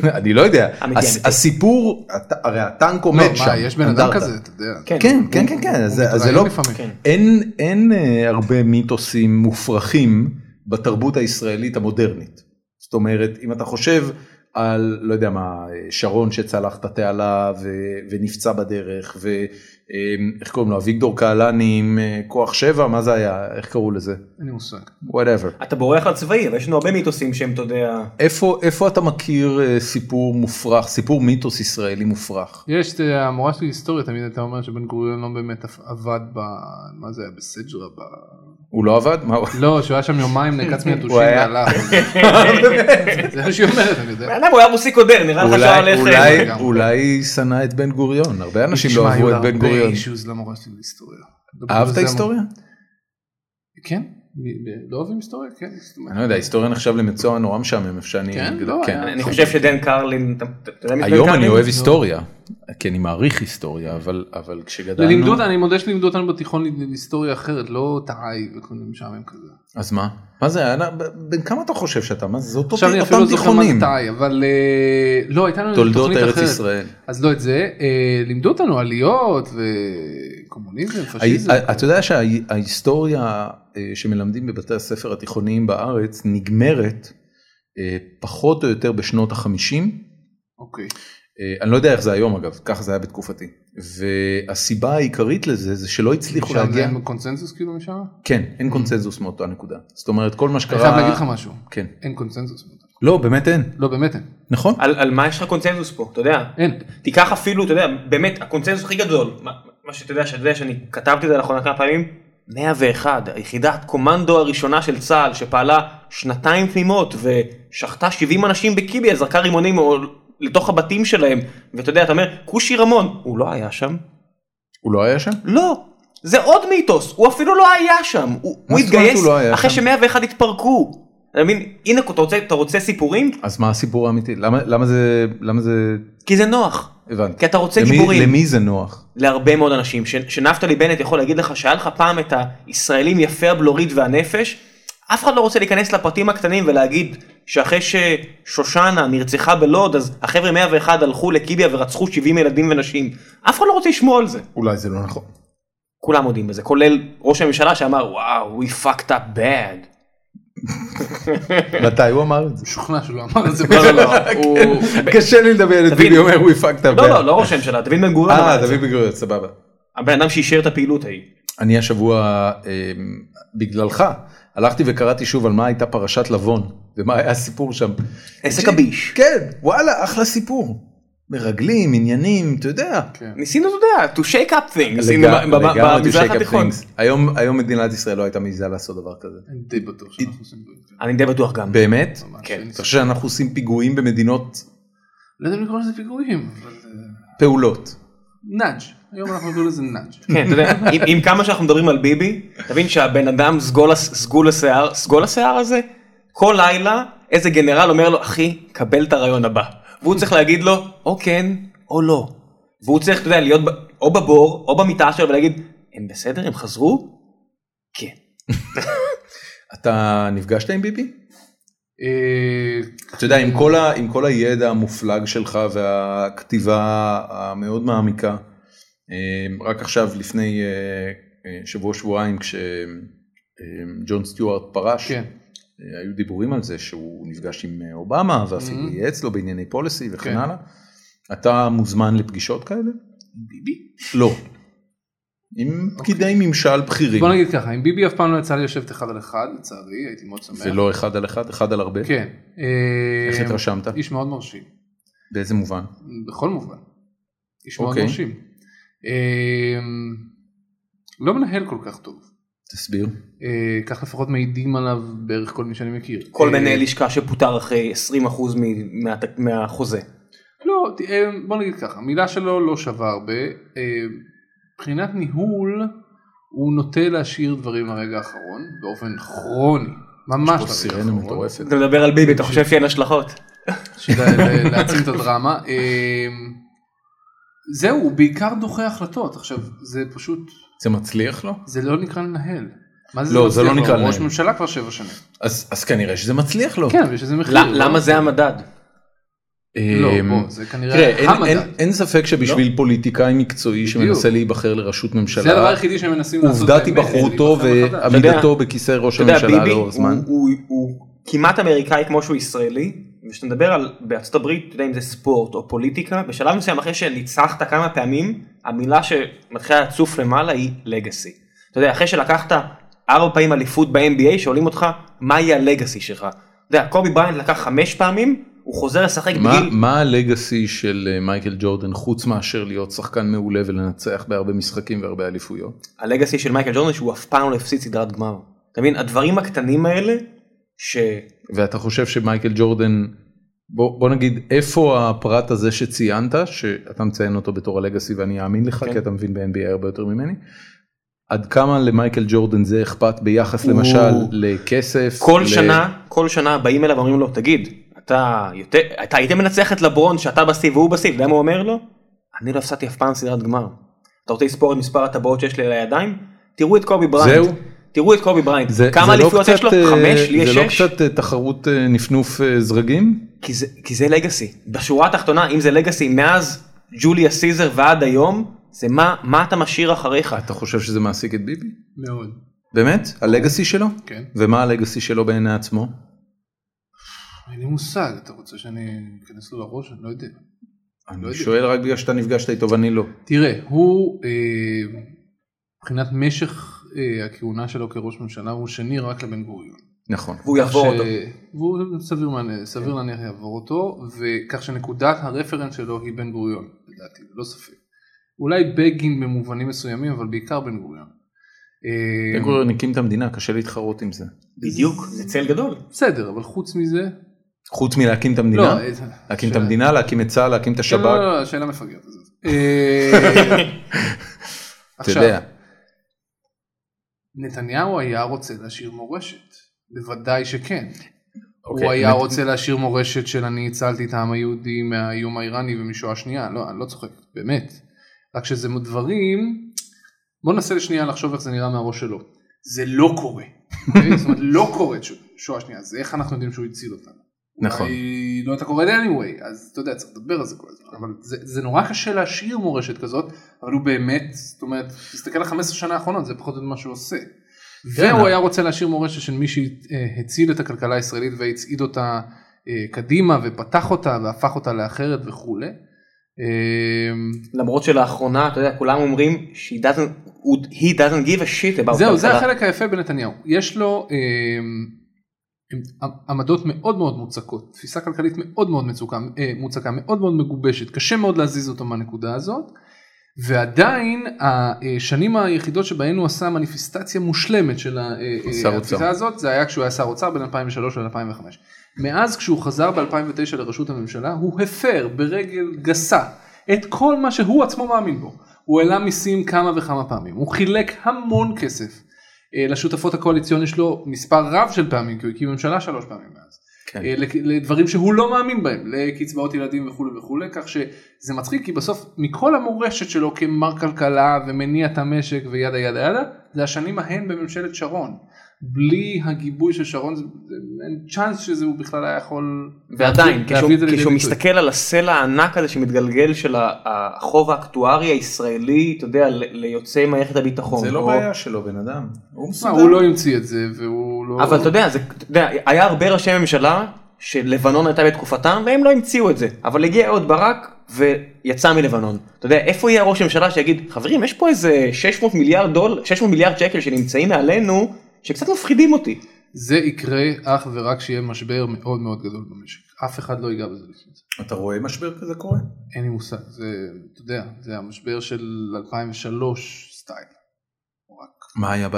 אני לא יודע.
אמיתי,
הס-
אמיתי.
הסיפור, הט- הרי הטנק
לא,
עומד שם.
מה, יש בן אדם
אנדרטה.
כזה, אתה יודע.
כן, כן, כן, כן,
הוא
אז- אז זה
מתראיין
לא...
לפעמים.
כן.
אין, אין אה, הרבה מיתוסים מופרכים בתרבות הישראלית המודרנית. זאת אומרת, אם אתה חושב על, לא יודע מה, אה, שרון שצלח את התעלה ו, ונפצע בדרך, ואיך קוראים לו, אביגדור קהלני עם אה, כוח שבע, מה זה היה? איך קראו לזה?
אין לי מושג.
וואטאבר.
אתה בורח לצבאי, אבל יש לנו הרבה מיתוסים שהם, אתה יודע...
איפה, איפה אתה מכיר אה, סיפור מופרך, סיפור מיתוס ישראלי מופרך?
יש, את אה, המורה שלי להיסטוריה תמיד הייתה אומרת שבן גוריון לא באמת עף- עבד ב... מה זה היה? בסג'רה? ב...
הוא לא עבד? מה הוא...
לא, שהוא היה שם יומיים, נקץ מהתושים
הוא היה-
והלך. זה מה שהיא אומרת, אני יודע.
בן אדם, הוא היה רוסי קודר, נראה לך שהיה
אולי,
הולך...
אולי,
גם.
אולי שנא את בן גוריון, הרבה אנשים
תשמע,
לא
היו
אהבו
לה
את בן
הרבה
גוריון.
issues למורה שלי להיסטוריה.
אהבת
זה-
היסטוריה?
כן. מ- לא אוהבים היסטוריה? כן. זאת אומרת.
אני לא יודע, היסטוריה נחשב למצוא נורא משעמם, איפה שאני...
כן? לא, היה-
אני חושב שדן קרלין, אתה אתה יודע מי זה דן
היום אני
קרלין?
אוהב היסטוריה, כי אני מעריך היסטוריה, אבל אבל
לימדו
כשגדלנו...
אותנו, אני מודה שלימדו אותנו בתיכון ל- היסטוריה אחרת, לא תע"י וכל מיני משעמם כזה.
אז מה? מה זה, אנא, ב- בן כמה אתה חושב שאתה? מה זה, זה אותו-
עכשיו אני אפילו
אותם
לא זוכר מה זה
תיכונים.
תע"י, אבל אה, לא, הייתה לנו איזה
תולדות
תוכנית
ארץ
אחרת.
ישראל.
אז לא את זה, אה, לימדו אותנו עליות וקומוניזם, פשיזם.
אה,
הי- אתה יודע שההיסטוריה שמלמדים בבתי הספר התיכוניים בארץ נגמרת אה, פחות או יותר בשנות החמישים.
אוקיי.
אה, אני לא יודע איך זה היום אגב, ככה זה היה בתקופתי. והסיבה העיקרית לזה זה שלא הצליחו
שם זה
להגיע,
היה קונצנזוס כאילו משם?
כן, אין קונצנזוס מאותה נקודה. זאת אומרת כל מה שקרה,
אני חייב להגיד לך משהו,
כן.
אין קונצנזוס.
לא באמת אין,
לא באמת אין.
נכון?
על על מה יש לך קונצנזוס פה, אתה יודע?
אין.
תיקח אפילו, אתה יודע, באמת, הקונצנזוס הכי גדול, מה מה שאתה יודע, שאתה יודע שאני כתבתי את זה לאחרונה כמה פעמים, 101, היחידת קומנדו הראשונה של צה"ל, שפעלה שנתיים תמימות ושחטה 70 אנשים בקיביה, זרקה רימונים או- לתוך הבתים שלהם, ואתה יודע, אתה אומר, כושי רמון, הוא לא היה שם.
הוא לא היה שם?
לא, זה עוד מיתוס, הוא אפילו לא היה שם, הוא הוא
זאת אומרת
התגייס
הוא לא היה
אחרי
שם?
ש-101 התפרקו. אתה מבין, הנה אתה רוצה- אתה רוצה סיפורים?
אז מה הסיפור האמיתי? למה למה זה, למה זה,
כי זה נוח,
הבנתי.
כי אתה רוצה
למי-
גיבורים.
למי זה נוח?
להרבה מאוד אנשים, ש- שנפתלי בנט יכול להגיד לך שהיה לך פעם את הישראלים יפי הבלורית והנפש, אף אחד לא רוצה להיכנס לפרטים הקטנים ולהגיד שאחרי ששושנה נרצחה בלוד אז החבר'ה 101 הלכו לקיביה ורצחו 70 ילדים ונשים, אף אחד לא רוצה לשמוע על זה.
אולי זה לא נכון.
כולם מודים בזה, כולל ראש הממשלה שאמר וואו, we fucked up bad.
מתי הוא אמר את זה?
משוכנע שהוא לא אמר את זה.
לא, לא, לא, הוא...
קשה לי לדבר על
דוד.
ביבי אומר we fucked up.
לא, לא, לא ראש הממשלה, דוד בן גוריון. אמר
אה,
את זה.
דוד בן גוריון, סבבה.
הבן אדם שאישר את הפעילות ההיא.
אני השבוע, אמ, בגללך, הלכתי וקראתי שוב על מה הייתה פרשת לבון, ומה היה הסיפור שם.
עסק הביש.
כן, וואלה, אחלה סיפור. מרגלים, עניינים, אתה יודע.
כן.
ניסינו, אתה יודע, to shake up things.
לגמרי,
הנה, ב- ב-
לגמרי to
במזרח
shake up
התיכון.
things. היום היום מדינת ישראל לא הייתה מעיזה לעשות דבר כזה.
אני די בטוח שאנחנו עושים את זה.
אני די בטוח גם.
באמת?
ממש,
כן.
אין לי
אתה
ספק.
חושב שאנחנו עושים פיגועים במדינות
לא יודע אם לקרוא לזה פיגועים, אבל... אה,
פעולות.
נאג', היום אנחנו קוראים לזה נאג'.
כן, אתה יודע, עם, עם כמה שאנחנו מדברים על ביבי, תבין שהבן אדם סגול, הס- סגול השיער, סגול השיער הזה, כל לילה איזה גנרל אומר לו, אחי, קבל את הרעיון הבא. והוא צריך להגיד לו, או כן, או לא. והוא צריך, אתה יודע, להיות ב, או בבור, או במיטה שלו, ולהגיד, הם בסדר, הם חזרו? כן.
אתה נפגשת עם ביבי?
אה,
אתה יודע, עם כל, ה, עם כל הידע המופלג שלך והכתיבה המאוד מעמיקה, אה, רק עכשיו, לפני אה, אה, שבוע-שבועיים, כשג'ון אמ, סטיוארט פרש,
כן.
אה, היו דיבורים על זה שהוא נפגש עם אה, אובמה, ואפילו
Mm-hmm.
Mhm.
ייעץ לו בענייני פוליסי וכן
כן.
הלאה. אתה מוזמן לפגישות כאלה?
ביבי?
לא. עם פקידי ממשל בכירים,
בוא נגיד ככה, עם ביבי אף פעם לא יצא לי לשבת אחד על אחד, לצערי, הייתי מאוד שמח.
לא-
ולא לא אחד על אחד, אחד על הרבה.
כן. אה,
איך התרשמת?
איש מאוד מרשים.
באיזה מובן?
בכל מובן. איש מאוד
אוקיי.
מרשים. אה, לא מנהל כל כך טוב.
תסביר.
אה, כך לפחות מעידים עליו בערך כל מי שאני מכיר.
כל
אה,
מנהל לשכה שפוטר אחרי 20% מ- מהת- מהחוזה.
לא, ת- אה, בוא נגיד ככה, המילה שלו לא שווה הרבה. אה, מבחינת ניהול, הוא נוטה להשאיר דברים לרגע האחרון, באופן כרוני. ממש
פה
לרגע
סירנה
האחרון.
מטורפת.
אתה מדבר על ביבי, אתה חושב שאין השלכות?
בשביל לה- להעצים את הדרמה. אה, זהו, הוא בעיקר דוחה החלטות. עכשיו, זה פשוט,
זה מצליח לו?
זה לא נקרא לנהל. מה
לא, זה לא
מצליח לו?
נקרא
הוא ראש
לנהל.
ממשלה כבר שבע שנים.
אז, אז כנראה שזה מצליח לו.
כן, אבל יש איזה מחיר.
ל-
לא?
למה זה המדד?
אמ,
לא, בוא, זה
תראה,
כנראה
אין, אין,
המדד.
אין ספק שבשביל פוליטיקאי מקצועי שמנסה להיבחר לראשות
זה הדבר
ממשלה,
היחידי שהם מנסים לעשות.
עובדת
באמת,
היבחרותו
להיבחר מחדש.
ועמידתו אה, בכיסא ראש
אתה יודע,
הממשלה
ביבי הוא,
לאורך זמן.
הוא, הוא כמעט אמריקאי כמו שהוא ישראלי, וכשאתה מדבר על בארצות הברית, אתה יודע אם זה ספורט או פוליטיקה, בשלב מסוים אחרי שניצחת כמה פעמים, המילה שמתחילה לצוף למעלה היא לגאסי. אתה יודע, אחרי שלקחת ארבע פעמים אליפות ב-NBA, שואלים אותך, מהי הלגאסי שלך? אתה יודע, קובי בריינד לקח חמש פעמים, הוא חוזר לשחק
מה,
בגיל...
מה הלגאסי של אה, מייקל ג'ורדן חוץ מאשר להיות שחקן מעולה ולנצח בהרבה משחקים והרבה אליפויות?
הלגאסי של מייקל ג'ורדן שהוא אף פעם לא הפסיד סדרת גמר. אתה מבין, הדברים הקטנים האלה, ש...
ואתה חושב שמייקל ג'ורדן, בוא, בוא נגיד איפה הפרט הזה שציינת, שאתה מציין אותו בתור הלגאסי ואני אאמין לך
כן.
כי אתה מבין ב-NBA הרבה יותר ממני, עד כמה למייקל ג'ורדן זה אכפת ביחס למשל
הוא-
לכסף?
כל
ל-
שנה, כל שנה באים אליו ואומרים לו, תגיד, אתה יותר, אתה היית מנצח את לברון שאתה בשיא והוא בשיא, אתה יודע מה הוא אומר לו? אני לא הפסדתי אף פעם סדרת גמר. אתה רוצה לספור את מספר הטבעות שיש לי על הידיים? תראו את קובי בריינט.
זהו?
תראו את קובי בריינט.
זה,
כמה
זה לא
אליפויות יש לו?
אה,
חמש? לי יש
זה לא
שש?
קצת אה, תחרות אה, נפנוף אה, זרגים?
כי זה- כי זה לגאסי. בשורה התחתונה, אם זה לגאסי מאז ג'וליה סיזר ועד היום, זה מה, מה אתה משאיר אחריך.
אתה חושב שזה מעסיק את ביבי?
מאוד,
באמת? הלגאסי שלו?
כן.
ומה הלגאסי שלו בעיני עצמו?
אין לי מושג, אתה רוצה שאני אכנס לו לראש? אני לא יודע. לא
אני
יודע.
שואל רק בגלל שאתה נפגשת איתו ואני לא.
תראה, הוא אה, מבחינת משך אה, הכהונה שלו כראש ממשלה הוא שני רק לבן גוריון.
נכון.
והוא יעבור
ש-
אותו. כן.
והוא סביר, מה- סביר להניח יעבור אותו, וכך שנקודת הרפרנס שלו היא בן גוריון, לדעתי, ללא ספק. אולי בגין במובנים מסוימים, אבל בעיקר בן גוריון. אה,
בן גוריון הקים את המדינה, קשה להתחרות עם זה.
בדיוק, זה צל גדול.
בסדר, אבל חוץ מזה...
חוץ מלהקים את המדינה?
לא,
להקים את
שאלה-
המדינה, להקים את צה"ל, להקים את
כן, לא,
השב"כ,
לא, לא, שאלה מפגרת. עזוב. אה,
אתה
עכשיו,
יודע.
נתניהו היה רוצה להשאיר מורשת, בוודאי שכן.
אוקיי,
הוא היה
נת-
רוצה להשאיר מורשת של אני הצלתי את העם היהודי מהאיום האיראני ומשואה שנייה, לא, אני לא צוחק, באמת. רק שזה דברים, בוא ננסה לשנייה לחשוב איך זה נראה מהראש שלו. זה לא קורה, אוקיי? זאת אומרת לא קורה ש- שואה שנייה, אז איך אנחנו יודעים שהוא הציל אותנו?
נכון.
אולי לא הייתה קורית anyway, אז אתה יודע, צריך לדבר על זה כל הזמן, אבל זה, זה נורא קשה להשאיר מורשת כזאת, כן, אבל הוא באמת, זאת אומרת, תסתכל על 15 שנה האחרונות, זה פחות או יותר מה שהוא עושה. והוא היה רוצה להשאיר מורשת של מי שהציל את הכלכלה הישראלית והצעיד אותה אה, קדימה ופתח אותה והפך אותה לאחרת וכולי. אה,
למרות שלאחרונה, אתה יודע, כולם אומרים שהיא doesn't, הוא- he doesn't give a shit about
זהו, זה
כלכלה.
החלק היפה בנתניהו. יש לו אה, עמדות מאוד מאוד מוצקות, תפיסה כלכלית מאוד מאוד מצוקה, אה, מוצקה, מאוד מאוד מגובשת, קשה מאוד להזיז אותו מהנקודה הזאת. ועדיין השנים היחידות שבהן הוא עשה מניפיסטציה מושלמת של ה- אה, אה,
שר אוצר.
התפיסה הזאת, זה היה כשהוא היה שר אוצר בין 2003 ל-2005. מאז כשהוא חזר ב-2009 לראשות הממשלה, הוא הפר ברגל גסה את כל מה שהוא עצמו מאמין בו. הוא העלה מיסים כמה וכמה פעמים, הוא חילק המון כסף אה, לשותפות הקואליציוניות שלו מספר רב של פעמים, כי הוא הקים ממשלה שלוש פעמים מאז.
כן.
אה, לק- לדברים שהוא לא מאמין בהם, לקצבאות ילדים וכולי וכולי, כך שזה מצחיק כי בסוף מכל המורשת שלו כמר כלכלה ומניע את המשק וידה ידה ידה, זה השנים ההן בממשלת שרון. בלי הגיבוי של שרון זה- זה- אין צ'אנס שזה הוא בכלל היה יכול
ועדיין,
להביא
כשהוא,
את זה לידי
כשהוא
ביטוי.
מסתכל על הסלע הענק הזה שמתגלגל של ה- החוב האקטוארי הישראלי, אתה יודע, ל- ליוצאי מערכת הביטחון.
זה
או-
לא בעיה שלו בן אדם. הוא
מה,
מסודר.
הוא לא המציא את זה והוא לא...
אבל אתה יודע, זה, אתה יודע, היה הרבה ראשי ממשלה שלבנון הייתה בתקופתם והם לא המציאו את זה, אבל הגיע אהוד ברק ויצא מלבנון. אתה יודע, איפה יהיה ראש ממשלה שיגיד, חברים, יש פה איזה 600 מיליארד דולר, 600 מיליארד שקל שנמצאים מעלינו, שקצת מפחידים אותי.
זה יקרה אך ורק כשיהיה משבר מאוד מאוד גדול במשק. אף אחד לא ייגע בזה לפני זה.
אתה רואה משבר כזה קורה?
אין לי מושג, זה, אתה יודע, זה המשבר של 2003 סטייל.
מה היה ב-2003?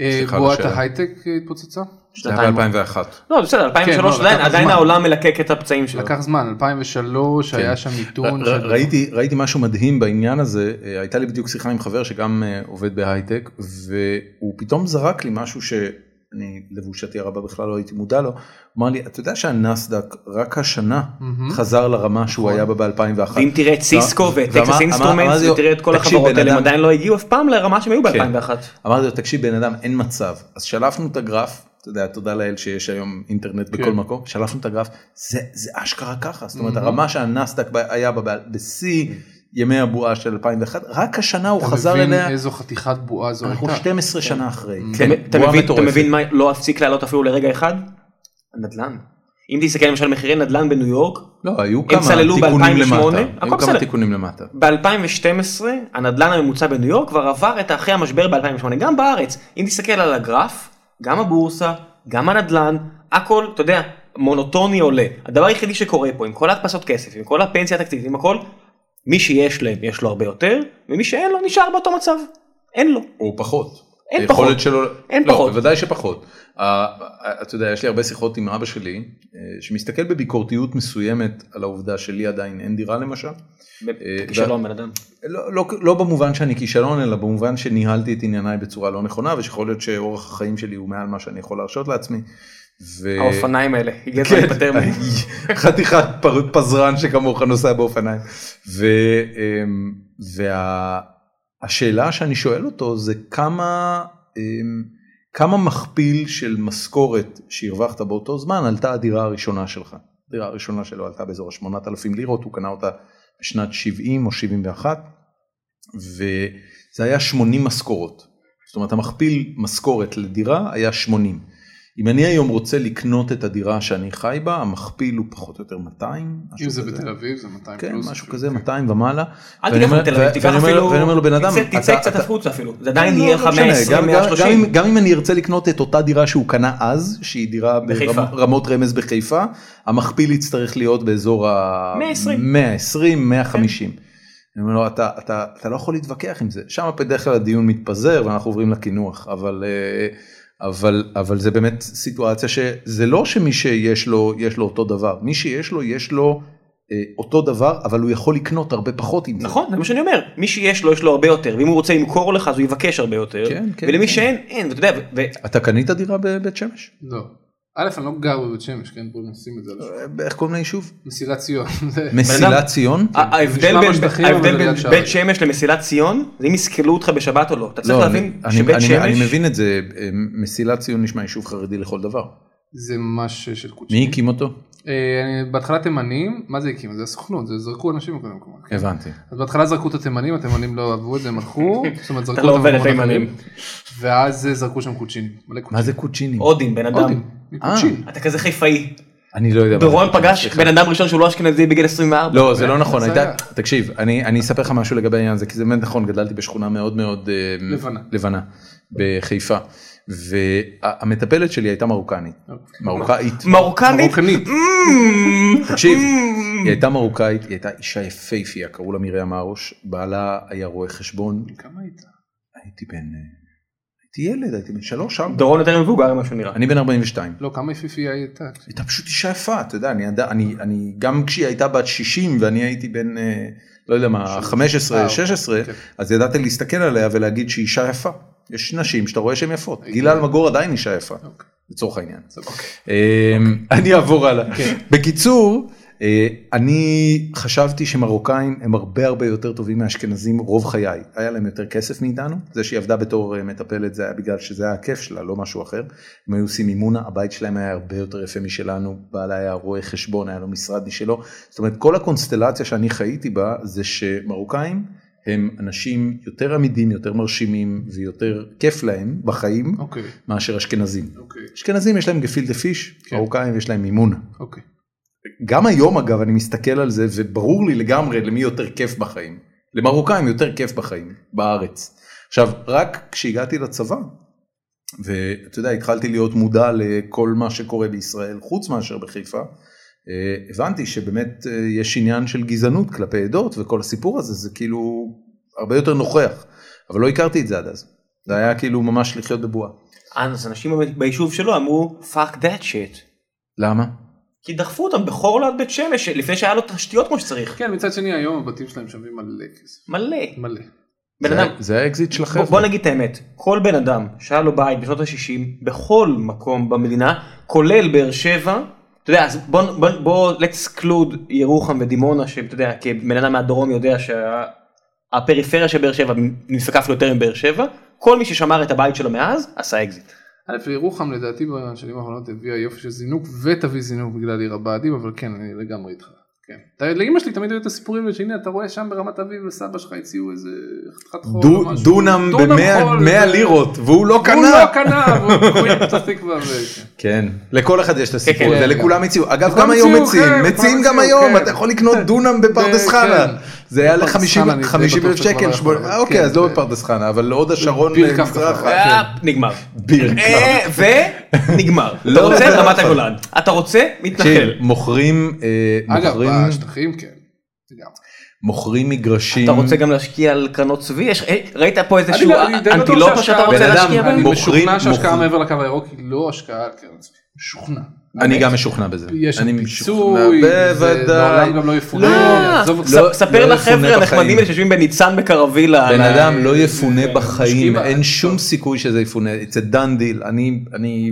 אה,
סליחה לא על
בועת
השאלה.
ההייטק אה, התפוצצה?
זה היה ב-2001.
לא, בסדר, 2003
כן, לא,
עדיין,
לקח
עדיין
זמן.
העולם מלקק את הפצעים שלו.
לקח זמן, 2003 היה שם מיתון.
לא. כן. ר-
של-
ר- ראיתי ראיתי משהו מדהים בעניין הזה אה, הייתה לי בדיוק שיחה עם חבר שגם אה, עובד בהייטק והוא פתאום זרק לי משהו שאני לבושתי הרבה בכלל לא הייתי מודע לו. הוא אמר לי אתה יודע שהנסדק רק השנה
מהמם. נכון.
חזר לרמה שהוא היה בה ב-2001.
ואם
לא,
תראה את סיסקו ואת
ואמר-
טקסס
אמר- אמר
אינסטרומנטס
לי,
ותראה את כל
תקשיב,
החברות
בן
האלה, הם
אדם-
עדיין לא הגיעו אף פעם לרמה
כן.
שהם היו ב-2001.
אמרתי לו תקשיב בן אדם אין מצב אז שלפנו את הגרף. אתה יודע, תודה לאל שיש היום אינטרנט בכל
כן.
מקום, שלפנו את הגרף, זה, זה אשכרה ככה, זאת אומרת
Mhm.
הרמה שהנסדק ב- היה בה ב- בשיא ימי הבועה של 2001, רק השנה הוא חזר
אתה
אליה.
מבין איזו חתיכת בועה זו
אנחנו
הייתה.
12 שנה אחרי.
אתה
כן,
מבין- אתה
בועה
מבין- אתה
מטורפת.
מבין מה לא הפסיק לעלות אפילו לרגע אחד? נדל"ן. אם תסתכל למשל מחירי נדל"ן בניו יורק,
לא, היו
הם
כמה
צללו
תיקונים
ב-2008,
למטה.
הכל
היו
בסדר.
כמה תיקונים למטה.
ב-2012 הנדל"ן הממוצע בניו יורק כבר עבר את אחרי המשבר ב-2008, גם בארץ. אם תסתכל על הגרף, גם הבורסה, גם הנדל"ן, הכל, אתה יודע, מונוטוני עולה. הדבר היחידי שקורה פה, עם כל ההדפסות כסף, עם כל הפנסיה התקציבית, עם הכל, מי שיש להם יש לו הרבה יותר, ומי שאין לו נשאר באותו מצב. אין לו.
או פחות.
אין
היכולת
פחות.
שלו...
אין
לא,
פחות.
בוודאי שפחות. ה- ה- אתה יודע, יש לי הרבה שיחות עם אבא שלי, אה, שמסתכל בביקורתיות מסוימת על העובדה שלי עדיין אין דירה למשל. אה,
שלום בן אדם.
לא, לא, לא במובן שאני כישלון, אלא במובן שניהלתי את ענייניי בצורה לא נכונה, ושיכול להיות שאורח החיים שלי הוא מעל מה שאני יכול להרשות לעצמי. ו...
האופניים האלה, הגיע הזמן להיפטר
אה, כן,
מהם.
חתיכת פר- פזרן שכמוך נוסע באופניים. והשאלה שאני שואל אותו זה כמה, אמ, כמה מכפיל של משכורת שהרווחת באותו זמן עלתה הדירה הראשונה שלך. הדירה הראשונה שלו עלתה באזור ה-8,000 לירות, הוא קנה אותה בשנת 70 או 71, וזה היה 80 משכורות. זאת אומרת המכפיל משכורת לדירה היה 80. אם אני היום רוצה לקנות את הדירה שאני חי בה, המכפיל הוא פחות או יותר 200. משהו
אם זה
כזה.
בתל אביב זה 200
כן,
פלוס.
משהו כזה 200 ומעלה.
אל
ואני
תיקח
אומר-
מתל אביב,
ו-
תיקח
ואני אומר-
אפילו,
ואני אומר לבן אדם,
תצא- תצא
אתה-
קצת
אתה-
החוצה אפילו, זה עדיין
לא,
יהיה
לא
לך
משנה,
120,
גם- גם- גם
130.
אם- גם אם אני ארצה לקנות את אותה דירה שהוא קנה אז, שהיא דירה
בחיפה.
ברמות רמז בחיפה, המכפיל יצטרך להיות באזור ה...
120. כן.
120, 150. אני אומר לו, אתה, אתה, אתה לא יכול להתווכח עם זה. שם בדרך כלל הדיון מתפזר ואנחנו עוברים לקינוח, אבל, אה, אבל, אבל זה באמת סיטואציה שזה לא שמי שיש לו, יש לו אותו דבר. מי שיש לו, יש לו אה, אותו דבר, אבל הוא יכול לקנות הרבה פחות עם זה.
נכון, זה מה שאני אומר, מי שיש לו יש לו הרבה יותר, ואם הוא רוצה למכור לך אז הוא יבקש הרבה יותר,
כן, כן,
ולמי
כן.
שאין, אין, ואתה יודע, ו- ו-
אתה קנית דירה בבית שמש?
לא. א', אני לא גר בבית שמש, כן, בואו נשים את זה. על השולחן.
אה, איך קוראים ליישוב?
מסילת ציון. זה-
מסילת ציון?
ה- ההבדל
נשמע
בין-
משטחים, אבל
ההבדל
זה
בין
ליד שערים.
בית שמש למסילת ציון, זה אם יסקלו אותך בשבת או לא, אתה צריך
לא,
להבין
אני-
שבית
אני- אני
שמש,
מבין את זה, אה, מסילת ציון נשמע יישוב חרדי לכל דבר.
זה ממש של קודש.
מי הקים אותו?
אה, אני- בהתחלה תימנים, מה זה הקימו? זה הסוכנות, זה זרקו אנשים מכל מיני מקומות.
הבנתי.
אז בהתחלה זרקו את התימנים, התימנים לא אהבו את זה, הם הלכו, זאת אומרת זרקו
אתה לא
אותם
עובד
במקומות
לתימנים.
אחרים. ואז אה, זרקו שם קוצ'ינים,
מה
מלא קוצ'ינים.
זה אה. קוצ'ינים?
הודים, בן אדם.
הודים, קוצ'ין.
אתה כזה חיפאי.
אני לא יודע. מה זה
דורון
קוצ'ינים,
פגש
סליחה.
בן אדם ראשון שהוא לא אשכנזי בגיל 24.
לא, זה לא נכון,
זה
הייתה,
היה.
תקשיב, אני אני אספר לך משהו לגבי העניין הזה, כי זה באמת נכון, גדלתי בשכונה מאוד מאוד אה,
לבנה.
לבנה בחיפה, והמטפלת שלי הייתה מרוקנית, מרוקאית,
מרוקנית?
מרוקנית.
Mm,
תקשיב,
mm.
היא הייתה מרוקאית, היא הייתה אישה יפייפייה, קראו לה מרים הרוש, בעלה היה רואה חשבון,
כמה היית?
הייתי בן, אה, הייתי ילד, הייתי בן שלוש, ארבע,
דורון יותר מבוגר ממה שהוא נראה.
אני בן 42.
לא, כמה יפיפייה הייתה?
הייתה פשוט אישה יפה, אתה יודע, אני, עד- אני, אני גם כשהיא הייתה בת 60 ואני הייתי בן, אה, לא יודע מה, 15,
אה,
16,
אוקיי.
אז ידעתי להסתכל עליה ולהגיד שהיא אישה יפה. יש נשים שאתה רואה שהן יפות. גילה אלמגור עדיין אישה יפה,
אה, אוקיי.
לצורך העניין.
אוקיי.
אה, אני אעבור הלאה. כן. בקיצור, אה, אני חשבתי שמרוקאים הם הרבה הרבה יותר טובים מאשכנזים רוב חיי. היה להם יותר כסף מאיתנו, זה שהיא עבדה בתור אה, מטפלת זה היה בגלל שזה היה הכיף שלה, לא משהו אחר. הם היו עושים אימונה, הבית שלהם היה הרבה יותר יפה משלנו, בעלה היה רואה חשבון, היה לו משרד משלו. זאת אומרת, כל הקונסטלציה שאני חייתי בה זה שמרוקאים הם אנשים יותר עמידים, יותר מרשימים ויותר כיף להם בחיים
אוקיי.
מאשר אשכנזים.
אוקיי.
אשכנזים יש להם גפילטה פיש,
כן.
מרוקאים יש להם מימון.
אוקיי.
גם היום אגב אני מסתכל על זה וברור לי לגמרי למי יותר כיף בחיים. למרוקאים יותר כיף בחיים בארץ. עכשיו רק כשהגעתי לצבא ואתה יודע התחלתי להיות מודע לכל מה שקורה בישראל חוץ מאשר בחיפה. אה, הבנתי שבאמת אה, יש עניין של גזענות כלפי עדות וכל הסיפור הזה זה כאילו הרבה יותר נוכח אבל לא הכרתי את זה עד אז. זה היה כאילו ממש לחיות בבועה.
אז אנשים ביישוב שלו אמרו fuck that shit.
למה?
כי דחפו אותם בחור ליד בית שמש לפני שהיה לו תשתיות כמו שצריך.
כן, מצד שני היום הבתים שלהם שווים מלא כסף.
מלא.
מלא.
בן
זה-
אדם,
זה האקזיט של
בוא-
החבר'ה.
בוא נגיד את האמת, כל בן אדם שהיה לו בית בשנות ה-60 בכל מקום במדינה, כולל באר שבע, אתה יודע, אז בוא, בוא, בוא let's exclude ירוחם ודימונה, שאתה יודע, כבן אדם מהדרום יודע שהפריפריה של באר שבע נדפקה אפילו יותר מבאר שבע, כל מי ששמר את הבית שלו מאז עשה אקזיט.
א', ירוחם לדעתי בשנים האחרונות הביאה יופי של זינוק ותביא זינוק בגלל עיר הבה"דים, אבל כן, אני לגמרי איתך. כן. אתה- לאמא שלי תמיד היו את הסיפורים האלה, שהנה אתה רואה שם ברמת אביב וסבא שלך הציעו איזה חתיכת חול
דו-
או משהו.
דונם
חול,
ב-100
ו-
לירות והוא לא
הוא
קנה.
לא קנה, והוא קנה בפתח תקווה. ו-
כן, לכל אחד יש את הסיפור
כן,
הזה,
כן.
לכולם הציעו, אגב
לכולם
גם היום
הציעו,
מציעים,
כן,
מציעים
לכולם
גם
הציעו,
היום,
כן.
אתה יכול לקנות דונם בפרדס
כן.
חנה, זה היה
בפרדס חנה אני
ל-50
די
50 אלף
בטוח שכבר
שקל,
לא
שמונה-
יכול,
אה,
אבל
אוקיי
כן,
אז לא
זה-
בפרדס חנה, אבל הוד השרון
ביר כף
מזרחה,
ככה.
אה, נגמר.
ביר כף.
אה, ונגמר. אתה
לא
רוצה רמת הגולן, אתה רוצה מתנחל.
תקשיב, כן, מוכרים, אה,
אגב,
מוכרים-
בשטחים כן. לגמרי.
מוכרים מגרשים,
אתה רוצה גם להשקיע על קרנות צבי? יש- אה, ראית פה
אני
איזשהו
לא- אני די בטוח
אנטילופה שאתה
שהשקעה-
רוצה
בן אדם,
להשקיע בה?
אני
מוכרים-
משוכנע שהשקעה
מוכרים.
מעבר לקו הירוק היא לא השקעה על קרן צבי. משוכנע.
אני
באמת.
גם משוכנע בזה,
יש
אני
שם
משוכנע,
פיצוי, זה
בוודאי,
לעולם גם לא יפונה.
לא,
עזוב אותך.
ס-
לא-
ספר
לא
לחבר'ה
יפונה
הנחמדים
בחיים.
האלה שיושבים בניצן בקרוויל.
בן
על ה-
אדם לא יפונה
אה,
בחיים,
משקיעים
אין
ב-
שום סיכוי שזה יפונה, it's a done deal. אני, אני,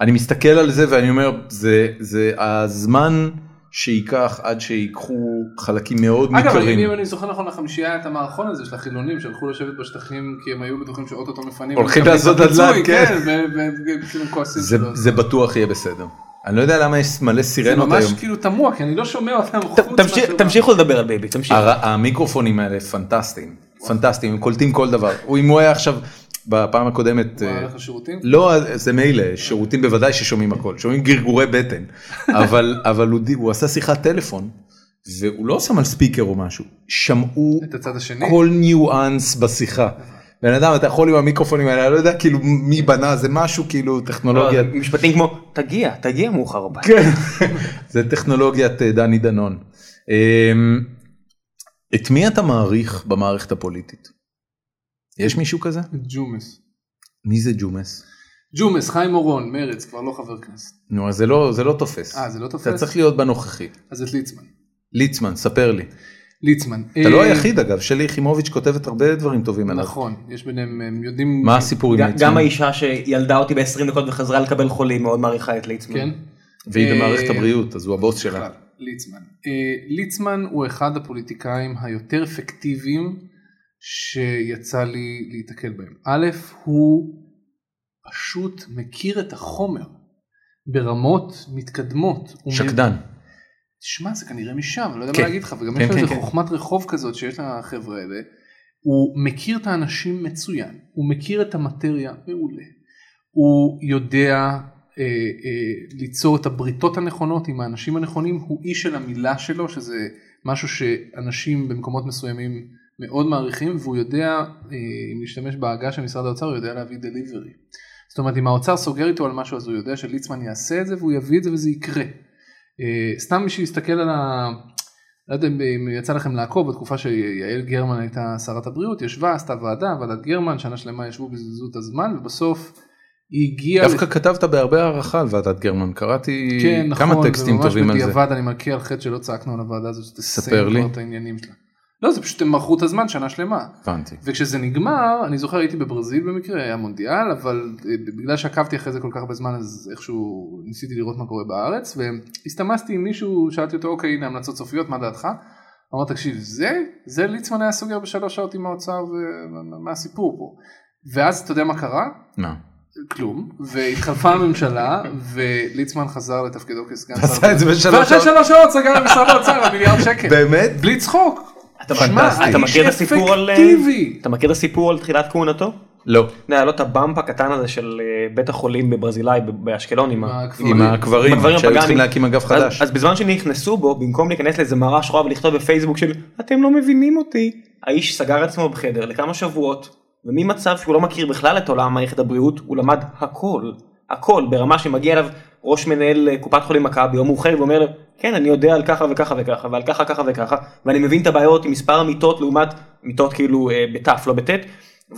אני מסתכל על זה ואני אומר, זה, זה הזמן שייקח עד שיקחו חלקים מאוד
אגב, אם
ניכרים.
אם אני זוכר נכון, לחמישייה היה את המערכון הזה של החילונים שהלכו לשבת בשטחים כי הם היו בטוחים שאו-טו-טו מפנים.
הולכים
והם מקבלים את
לעשות
הפיצוי,
נדל"ן, כן.
ו- ו- וכאילו הם כאילו כועסים
זה,
שלא.
זה בטוח יהיה בסדר. אני לא יודע למה יש מלא
לא, זה
סירנות
ממש
היום.
כאילו תמוה, כי אני לא שומע אותם חוץ.
ת- תמשיך-
מאשר-
תמשיכו לדבר על בייבי,
כאילו-
תמשיכו.
הר- המיקרופונים האלה פנטסטיים, פנטסטיים, הם קולטים כל דבר. הוא- אם הוא היה עכשיו, בפעם הקודמת,
הוא
אה,
היה לך שירותים?
לא, זה מילא, שירותים בוודאי ששומעים הכל, שומעים גרגורי בטן, אבל, אבל הוא, די- הוא עשה שיחת טלפון, והוא לא שם על ספיקר או משהו, שמעו
את הצד השני?
לא. כל ניואנס בשיחה. בן אדם, אתה יכול עם המיקרופונים האלה, אני לא יודע כאילו מי בנה, זה משהו כאילו
לא,
טכנולוגיה,
משפטים כמו תגיע, תגיע מאוחר הבא.
כן, זה טכנולוגיית אה, דני דנון. אמ, את מי אתה מעריך במערכת הפוליטית? יש מישהו כזה?
ג'ומס.
מי זה ג'ומס?
ג'ומס, חיים אורון, מרץ, כבר לא חבר כנסת.
נו, אז זה לא, זה לא תופס.
אה, זה לא תופס?
אתה צריך להיות בנוכחי.
אז את ליצמן.
ליצמן, ספר לי.
ליצמן.
אתה לא
אה,
היחיד אגב, שלי יחימוביץ' כותבת הרבה דברים טובים עליו.
נכון, יש ביניהם, הם יודעים...
מה הסיפור עם
ג-
ליצמן?
גם האישה שילדה אותי ב-20 דקות וחזרה לקבל חולים מאוד מעריכה את ליצמן.
כן?
והיא
אה,
במערכת הבריאות, אז הוא הבוס שלה.
כן.
בכלל, ליצמן. אה, ליצמן הוא אחד הפוליטיקאים היותר אפקטיביים שיצא לי להיתקל בהם. א', הוא פשוט מכיר את החומר. ברמות מתקדמות. הוא מ-
שקדן.
תשמע, זה כנראה משם, אני לא יודע
כן.
מה להגיד לך, וגם
כן,
יש לו
כן,
איזה
כן.
חוכמת רחוב כזאת שיש לחבר'ה האלה. הוא מכיר את האנשים מצוין, הוא מכיר את המטריה מעולה. הוא יודע אה, אה, ליצור את הבריתות הנכונות עם האנשים הנכונים, הוא איש של המילה שלו, שזה משהו שאנשים במקומות מסוימים מאוד מעריכים, והוא יודע, אה, אם להשתמש בעגה של משרד האוצר, הוא יודע להביא דליברי. זאת אומרת, אם האוצר סוגר איתו על משהו, אז הוא יודע שליצמן יעשה את זה, והוא יביא את זה וזה יקרה. אה, סתם בשביל להסתכל על ה... לא יודע אם- אם יצא לכם לעקוב בתקופה שיעל גרמן הייתה שרת הבריאות, ישבה, עשתה ועדה, ועדת גרמן, שנה שלמה ישבו בזריזות הזמן, ובסוף היא
כן.
הגיעה...
דווקא כתבת בהרבה הערכה על ועדת גרמן, קראתי
כן, נכון,
כמה טקסטים טובים על
וממש
זה.
בדיעבד אני מכה על חטא שלא צעקנו על הוועדה הזאת,
ספר
שתסיים
לי.
כבר את העניינים שלה. לא, זה פשוט הם מרחו את הזמן שנה שלמה.
הבנתי.
וכשזה נגמר, אני זוכר הייתי בברזיל במקרה, היה מונדיאל, אבל אה, בגלל שעקבתי אחרי זה כל כך הרבה זמן, אז איכשהו ניסיתי לראות מה קורה בארץ, והסתמסתי עם מישהו, שאלתי אותו, אוקיי, הנה המלצות סופיות, מה דעתך? הוא אמר, תקשיב, זה, זה ליצמן היה סוגר בשלוש שעות עם האוצר, ומה הסיפור פה? ואז אתה יודע מה קרה?
מה?
כלום, והתחלפה הממשלה, וליצמן חזר לתפקידו כסגן שר.
עשה את זה בשלוש
ואחרי
שעות.
שלוש שעות סגר עם משרד האוצר על מיליארד
כן.
שקל.
באמת?
בלי צחוק.
אתה
פנטסטי.
אתה
האיש
מכיר את הסיפור על... אה,
אפקטיבי.
אתה מכיר את הסיפור על תחילת כהונתו?
לא.
אתה יודע, היה לו את הבאמפ הקטן הזה של אה, בית החולים בברזילאי ב- באשקלון עם ה...
הקברים.
עם הקברים,
בקברים
שהיו צריכים
הפגאנים.
להקים אגף חדש.
אז, אז בזמן שנכנסו בו במקום להיכנס לאיזה מערה שחורה ולכתוב בפייסבוק של אתם לא מבינים אותי האיש סגר עצמו בחדר לכמה שבועות וממצב שהוא לא מכיר בכלל את עולם מערכת הבריאות הוא למד הכל הכל ברמה שמגיע אליו ראש מנהל אה, קופת חולים מכבי או מאוחר ואומר לו כן אני יודע על ככה וככה וככה ועל ככה ככה וככה ואני מבין את הבעיות עם מספר המיטות לעומת מיטות כאילו אה, בתף לא בטית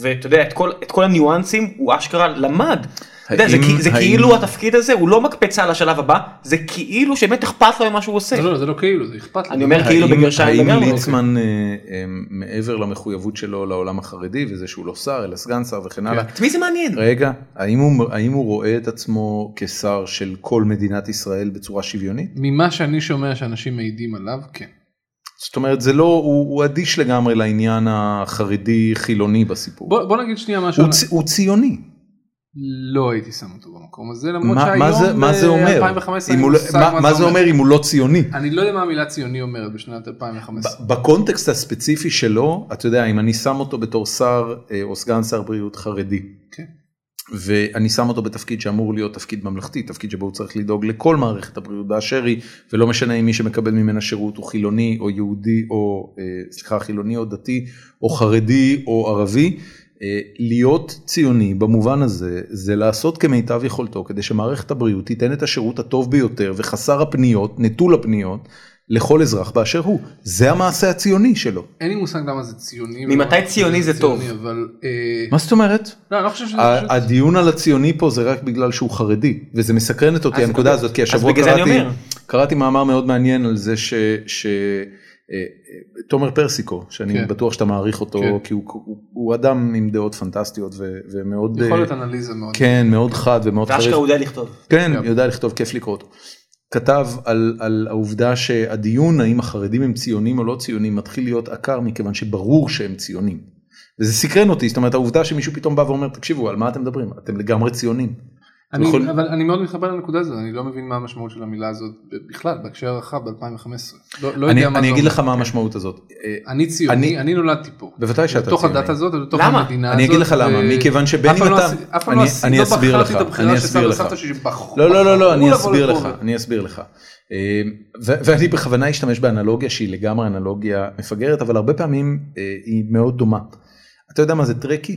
ואתה יודע את כל את כל הניואנסים הוא אשכרה למד. אתה יודע, זה
האם-
כי- זה
האם-
כאילו התפקיד הזה הוא לא מקפצה לשלב הבא זה כאילו שבאמת אכפת לו ממה שהוא עושה.
זה לא, זה לא כאילו, זה אכפת לי.
אני אומר כאילו
האם- האם
בגרשיים לגמרי.
ליצמן אה, אה, מעבר למחויבות שלו לעולם החרדי וזה שהוא לא שר אלא סגן שר וכן הלאה.
את מי זה מעניין?
רגע, האם הוא, האם הוא רואה את עצמו כשר של כל מדינת ישראל בצורה שוויונית?
ממה שאני שומע שאנשים מעידים עליו, כן.
זאת אומרת, זה לא, הוא, הוא אדיש לגמרי לעניין החרדי-חילוני בסיפור.
בוא בוא נגיד שנייה משהו.
הוא,
על-
צ, הוא ציוני.
לא הייתי שם אותו במקום הזה, למרות
מה, מה, זה,
שהיום
מה זה אומר?
ב-2015
אם הוא לא- מה, מה זה אומר אם הוא לא ציוני?
אני לא יודע מה המילה ציוני אומרת בשנת 2015.
ב- בקונטקסט הספציפי שלו, אתה יודע, אם אני שם אותו בתור שר אה, או סגן שר בריאות חרדי,
כן.
ואני שם אותו בתפקיד שאמור להיות תפקיד ממלכתי, תפקיד שבו הוא צריך לדאוג לכל מערכת הבריאות באשר היא, ולא משנה אם מי שמקבל ממנה שירות הוא חילוני או יהודי או, אה, סליחה, חילוני או דתי או חרדי או ערבי. אה, להיות ציוני במובן הזה זה לעשות כמיטב יכולתו כדי שמערכת הבריאות תיתן את השירות הטוב ביותר וחסר הפניות, נטול הפניות, לכל אזרח באשר הוא. זה המעשה הציוני שלו.
אין לי מושג למה זה ציוני.
ממתי
ולמה לא
ציוני זה טוב?
ציוני, אבל... אה,
מה זאת אומרת?
לא, אני לא חושב שזה
ה-
פשוט...
הדיון על הציוני פה זה רק בגלל שהוא חרדי וזה מסקרן את אותי
אז
הנקודה
בגלל-
הזאת כי
לא אז
השבוע
בגלל זה אני
קראתי
אומר.
קראתי מאמר מאוד מעניין על זה ש... ש... אה, אה, תומר פרסיקו שאני
כן.
בטוח שאתה מעריך אותו
כן.
כי הוא, הוא, הוא אדם עם דעות פנטסטיות ו, ומאוד
יכולת
אה,
אנליזה מאוד.
כן מאוד חד ומאוד חריף
ואשכרה הוא יודע לכתוב.
כן,
גם.
יודע לכתוב, כיף לקרוא אותו. כתב על, על העובדה שהדיון האם החרדים הם ציונים או לא ציונים מתחיל להיות עקר מכיוון שברור שהם ציונים. וזה סקרן אותי, זאת אומרת העובדה שמישהו פתאום בא ואומר תקשיבו על מה אתם מדברים אתם לגמרי ציונים.
אני,
יכול-
אבל אני מאוד מתחבר לנקודה הזאת, אני לא מבין מה המשמעות של המילה הזאת בכלל, בהקשר הרחב ב-2015. לא, לא
אני,
יודע מה
אני
זה
אגיד
אומר.
לך מה המשמעות הזאת. אה,
אני ציוני,
אני-
אני, נולדתי פה.
בוודאי שאתה
בתוך
ציוני.
הדת הזאת, בתוך
למה?
המדינה הזאת.
אני אגיד לך למה,
ו-
מכיוון שבין
אף
אם
פעם לא
אתה,
עשי- אף פעם לא
אני-
עשי-
אני
לא
אסביר
בחרתי
לך,
את הבחירה
אני
של
אסביר
סבא
לך,
וסבתא שלי שבחרו-
לא לא לא
בחרו
לא אני
לבוא
אסביר לך
לפה.
אני אסביר לך. אה, ו- ואני בכוונה אשתמש באנלוגיה שהיא לגמרי אנלוגיה מפגרת אבל הרבה פעמים אה, היא מאוד דומה. אתה יודע מה זה טרקי?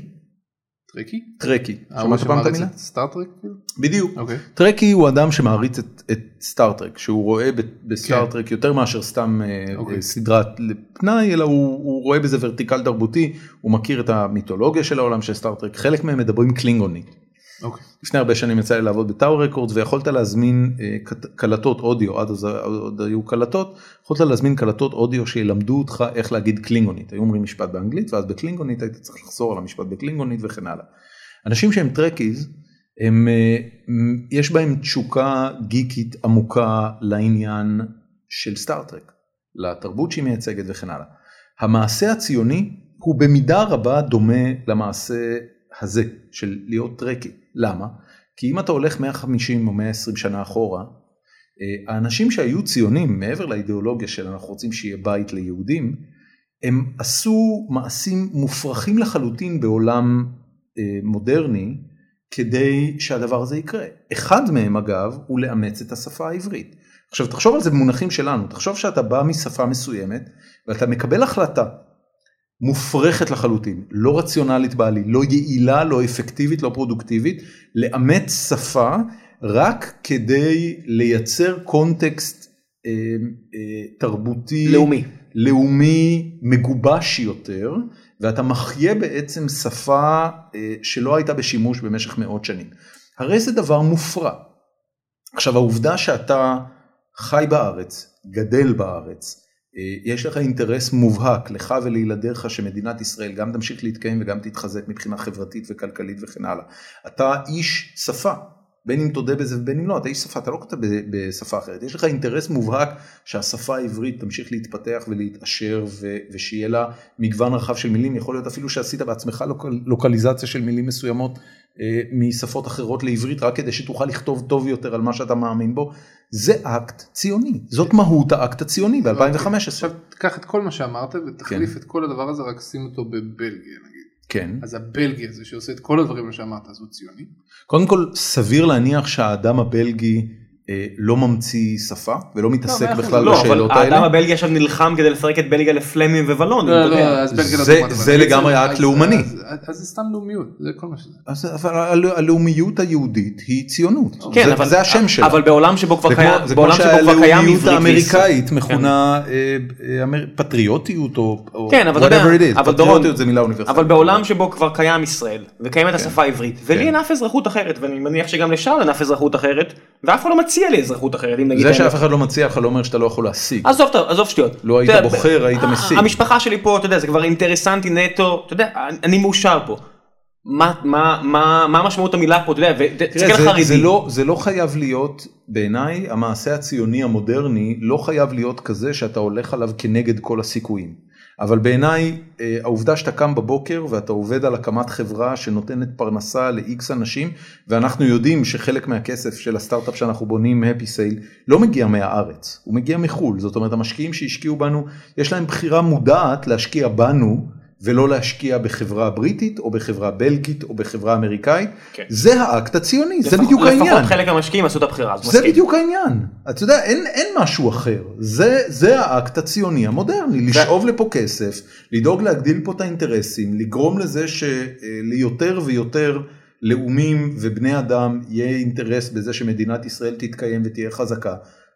טריקי?
טרקי.
ההוא
שמעת פעם את
שמעריץ
המילה?
את סטארטרק? כאילו?
בדיוק.
אוקיי.
טרקי הוא אדם שמעריץ את, את סטארטרק שהוא רואה ב- בסטארטרק יותר מאשר סתם אה,
אוקיי.
אה, סדרת פנאי אלא הוא, הוא רואה בזה ורטיקל תרבותי הוא מכיר את המיתולוגיה של העולם של סטארטרק חלק מהם מדברים קלינגונית.
אוקיי.
לפני הרבה שנים יצא לי לעבוד בטאור רקורד ויכולת להזמין אה, קט- קלטות אודיו עד אז עוד היו קלטות יכולת להזמין קלטות אודיו שילמדו אותך איך להגיד קלינגונית היו אומרים משפט באנגלית ואז בקלינגונית היית צריך לחזור על המשפט בקלינגונית וכן הלאה. אנשים שהם טרקיז הם אה, מ- יש בהם תשוקה גיקית עמוקה לעניין של סטארטרק לתרבות שהיא מייצגת וכן הלאה. המעשה הציוני הוא במידה רבה דומה למעשה הזה של להיות טרקי. למה? כי אם אתה הולך 150 או 120 שנה אחורה, אה, האנשים שהיו ציונים מעבר לאידיאולוגיה של אנחנו רוצים שיהיה בית ליהודים, הם עשו מעשים מופרכים לחלוטין בעולם אה, מודרני כדי שהדבר הזה יקרה. אחד מהם אגב הוא לאמץ את השפה העברית. עכשיו תחשוב על זה במונחים שלנו, תחשוב שאתה בא משפה מסוימת ואתה מקבל החלטה מופרכת לחלוטין, לא רציונלית בעליל, לא יעילה, לא אפקטיבית, לא פרודוקטיבית, לאמץ שפה רק כדי לייצר קונטקסט אה, אה, תרבותי,
לאומי.
לאומי מגובש יותר, ואתה מחיה בעצם שפה אה, שלא הייתה בשימוש במשך מאות שנים. הרי זה דבר מופרע. עכשיו העובדה שאתה חי בארץ, גדל בארץ, אה, יש לך אינטרס מובהק לך ולילדיך שמדינת ישראל גם תמשיך להתקיים וגם תתחזק מבחינה חברתית וכלכלית וכן הלאה. אתה איש שפה, בין אם תודה בזה ובין אם לא, אתה איש שפה, אתה לא כותב ב- בשפה אחרת, יש לך אינטרס מובהק שהשפה העברית תמשיך להתפתח ולהתעשר ו- ושיהיה לה מגוון רחב של מילים, יכול להיות אפילו שעשית בעצמך לוק- לוקליזציה של מילים מסוימות אה, משפות אחרות לעברית רק כדי שתוכל לכתוב טוב יותר על מה שאתה מאמין בו, זה אקט ציוני, זאת מהות האקט הציוני ב-2015.
עכשיו תיקח את כל מה שאמרת ותחליף את כל הדבר הזה רק שים אותו בבלגיה נגיד.
כן.
אז הבלגי הזה שעושה את כל הדברים שאמרת אז הוא ציוני.
קודם כל סביר להניח שהאדם הבלגי אה, לא ממציא שפה ולא מתעסק
מאה אחוז,
בכלל
לא, אבל
בשאלות האלה.
האדם הבלגי עכשיו נלחם כדי לפרק את בלגיה לפלמים ווולונים. אתה יודע.
אז בלגיה לא
זה-
דוגמה טובה.
זה לגמרי
אז-
אקט לאומני.
אז- אז- אז זה סתם לאומיות זה כל מה שזה.
אז אבל הלא- הלאומיות היהודית היא ציונות,
כן,
זה,
אבל-
זה השם שלה.
אבל בעולם שבו כבר
זה
קיים,
כמו, זה כמו
בעולם שבו כבר קיים עברית.
שהלאומיות
כן. לישראל.
האמריקאית מכונה אה, אה, אמר- פטריוטיות או, או
כן, אבל אתה
whatever
יודע,
it is,
אבל דורון,
פטריוטיות זה מילה אוניברסלית.
אבל בעולם שבו כבר קיים ישראל וקיימת
כן.
השפה העברית ולי אין אף אזרחות אחרת ואני מניח שגם לשאול אין אף אזרחות אחרת ואף אחד לא מציע לי אזרחות אחרת אם נגיד.
זה
את האמת.
שאף אחד לא מציע לך לא אומר שאתה לא יכול להשיג.
עזוב, טוב, עזוב שטויות.
לא היית
אתה יודע,
בוחר, היית
ה-
משיג.
המשפחה שלי פה, אתה יודע, זה כבר אינטרסנטי נטו, אתה יודע, אני מאושר פה. מה, מה, מה, מה משמעות המילה פה, אתה יודע,
תראה,
ותסתכל
זה,
חרדי.
זה, לא, זה לא חייב להיות, בעיניי, המעשה הציוני המודרני לא חייב להיות כזה שאתה הולך עליו כנגד כל הסיכויים. אבל בעיניי, אה, העובדה שאתה קם בבוקר ואתה עובד על הקמת חברה שנותנת פרנסה לאיקס אנשים, ואנחנו יודעים שחלק מהכסף של הסטארט-אפ שאנחנו בונים, happy sale, לא מגיע מהארץ, הוא מגיע מחו"ל. זאת אומרת, המשקיעים שהשקיעו בנו, יש להם בחירה מודעת להשקיע בנו. ולא להשקיע בחברה בריטית או בחברה בלגית או בחברה אמריקאית,
כן.
זה האקט הציוני, זה
לפחות-
בדיוק העניין.
לפחות חלק מהמשקיעים עשו את הבחירה, אז
זה
מסכים.
בדיוק העניין. אתה יודע, אין, אין משהו אחר. זה, זה האקט הציוני המודרני, לשאוב לפה כסף, לדאוג להגדיל פה את האינטרסים, לגרום לזה שליותר ויותר לאומים ובני אדם יהיה אינטרס בזה שמדינת ישראל תתקיים ותהיה חזקה.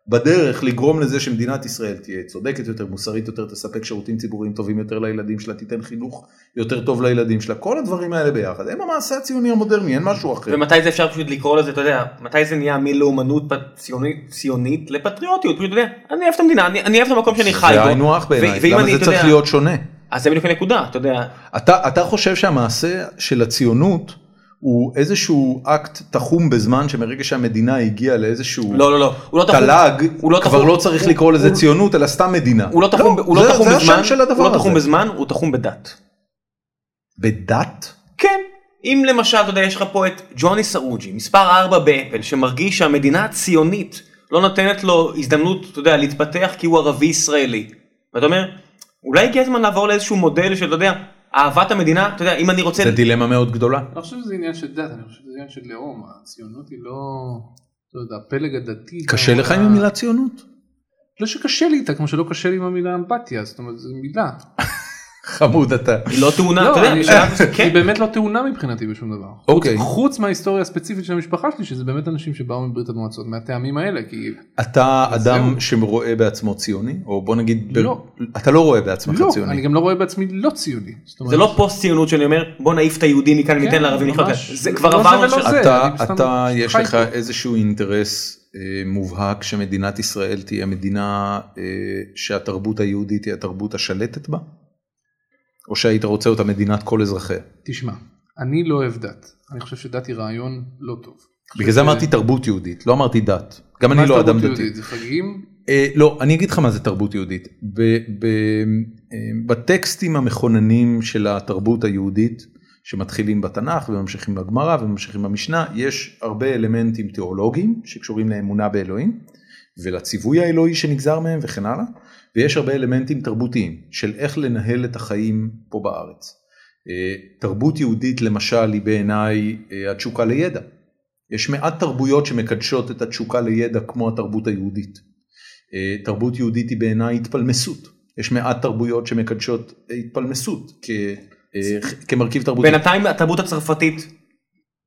בדרך לגרום לזה שמדינת ישראל תהיה צודקת יותר, מוסרית יותר, תספק שירותים ציבוריים טובים יותר לילדים שלה, תיתן חינוך יותר טוב לילדים שלה, כל הדברים האלה ביחד, הם המעשה הציוני המודרני, אין משהו אחר.
ומתי זה אפשר פשוט לקרוא לזה, אתה יודע, מתי זה נהיה מלאומנות פ- ציונית- ציונית לפטריוטיות, פשוט, אתה יודע, אני אוהב את המדינה, אני אני אוהב את המקום שאני חי
זה
בו.
היינו הך בעיניי,
ו- ואם
למה
אני,
זה
אתה
צריך
יודע-
להיות שונה?
אז זה בדיוק הנקודה, אתה יודע,
אתה, אתה חושב שהמעשה של הציונות הוא איזשהו אקט תחום בזמן שמרגע שהמדינה הגיעה לאיזשהו
לא, לא, לא, הוא לא תחום-
תל"ג,
הוא לא
כבר
תחום-
לא צריך
הוא-
לקרוא לזה
הוא-
ציונות אלא סתם מדינה.
הוא לא תחום ב- הוא לא
זה-
תחום
זה
בזמן,
השם של
הוא
הדבר
לא תחום
הזה.
בזמן, הוא תחום בדת.
בדת?
כן. אם למשל, אתה יודע, יש לך פה את ג'וני סעוג'י, מספר 4 באפל, שמרגיש שהמדינה הציונית לא נותנת לו הזדמנות, אתה יודע, להתפתח כי הוא ערבי ישראלי. ואתה אומר, אולי הגיע הזמן לעבור לאיזשהו מודל של, אתה יודע, אהבת המדינה, אתה יודע, אם אני רוצה...
זה דילמה מאוד גדולה.
אני לא חושב שזה עניין של דת אני חושב שזה עניין של לאום הציונות היא לא. לא יודע, הפלג הדתי.
קשה
לא-
לך
אה.
עם המילה ציונות?
לא שקשה לי איתה כמו שלא קשה לי עם המילה אמבטיה זאת אומרת זו מילה.
חמוד אתה.
היא לא תאונה, אתה
לא, אני-
יודע, שאלה-
היא
כן.
באמת לא טעונה מבחינתי בשום דבר.
אוקיי.
חוץ מההיסטוריה הספציפית של המשפחה שלי שזה באמת אנשים שבאו מברית המועצות מהטעמים האלה כי
אתה
זהו.
אדם שרואה בעצמו ציוני? או בוא נגיד, ב-
לא.
אתה לא רואה בעצמך
לא אני
ציוני.
גם לא רואה בעצמי לא ציוני. זאת אומרת,
זה לא פוסט ציונות שאני אומר, בוא נעיף את היהודים מכאן וניתן
כן,
לערבים לחיות.
ממש.
זה
לא
כבר
זה
עברנו
ולא
של...
זה.
אתה,
אני סתם
אתה
חי
יש לך
פה.
איזשהו אינטרס אה, מובהק שמדינת ישראל תהיה מדינה אה, שהתרבות היהודית היא התרבות השלטת בה? או שהיית רוצה אותה מדינת כל אזרחיה?
תשמע אני לא אוהב דת אני חושב שדת היא רעיון לא טוב.
בגלל זה אמרתי תרבות יהודית, לא אמרתי דת. גם אני
מה זה
לא אדם
תרבות
דתי.
יהודית? זה חגים
אה, לא, אני אגיד לך מה זה תרבות יהודית. ב, ב, אה, בטקסטים המכוננים של התרבות היהודית, שמתחילים בתנ"ך וממשיכים לגמרא וממשיכים במשנה, יש הרבה אלמנטים תיאולוגיים שקשורים לאמונה באלוהים ולציווי האלוהי שנגזר מהם וכן הלאה, ויש הרבה אלמנטים תרבותיים של איך לנהל את החיים פה בארץ. אה, תרבות יהודית למשל היא בעיניי אה, התשוקה לידע. יש מעט תרבויות שמקדשות את התשוקה לידע כמו התרבות היהודית. אה, תרבות יהודית היא בעיניי התפלמסות. יש מעט תרבויות שמקדשות התפלמסות כ, אה, כמרכיב תרבותי.
בינתיים התרבות הצרפתית,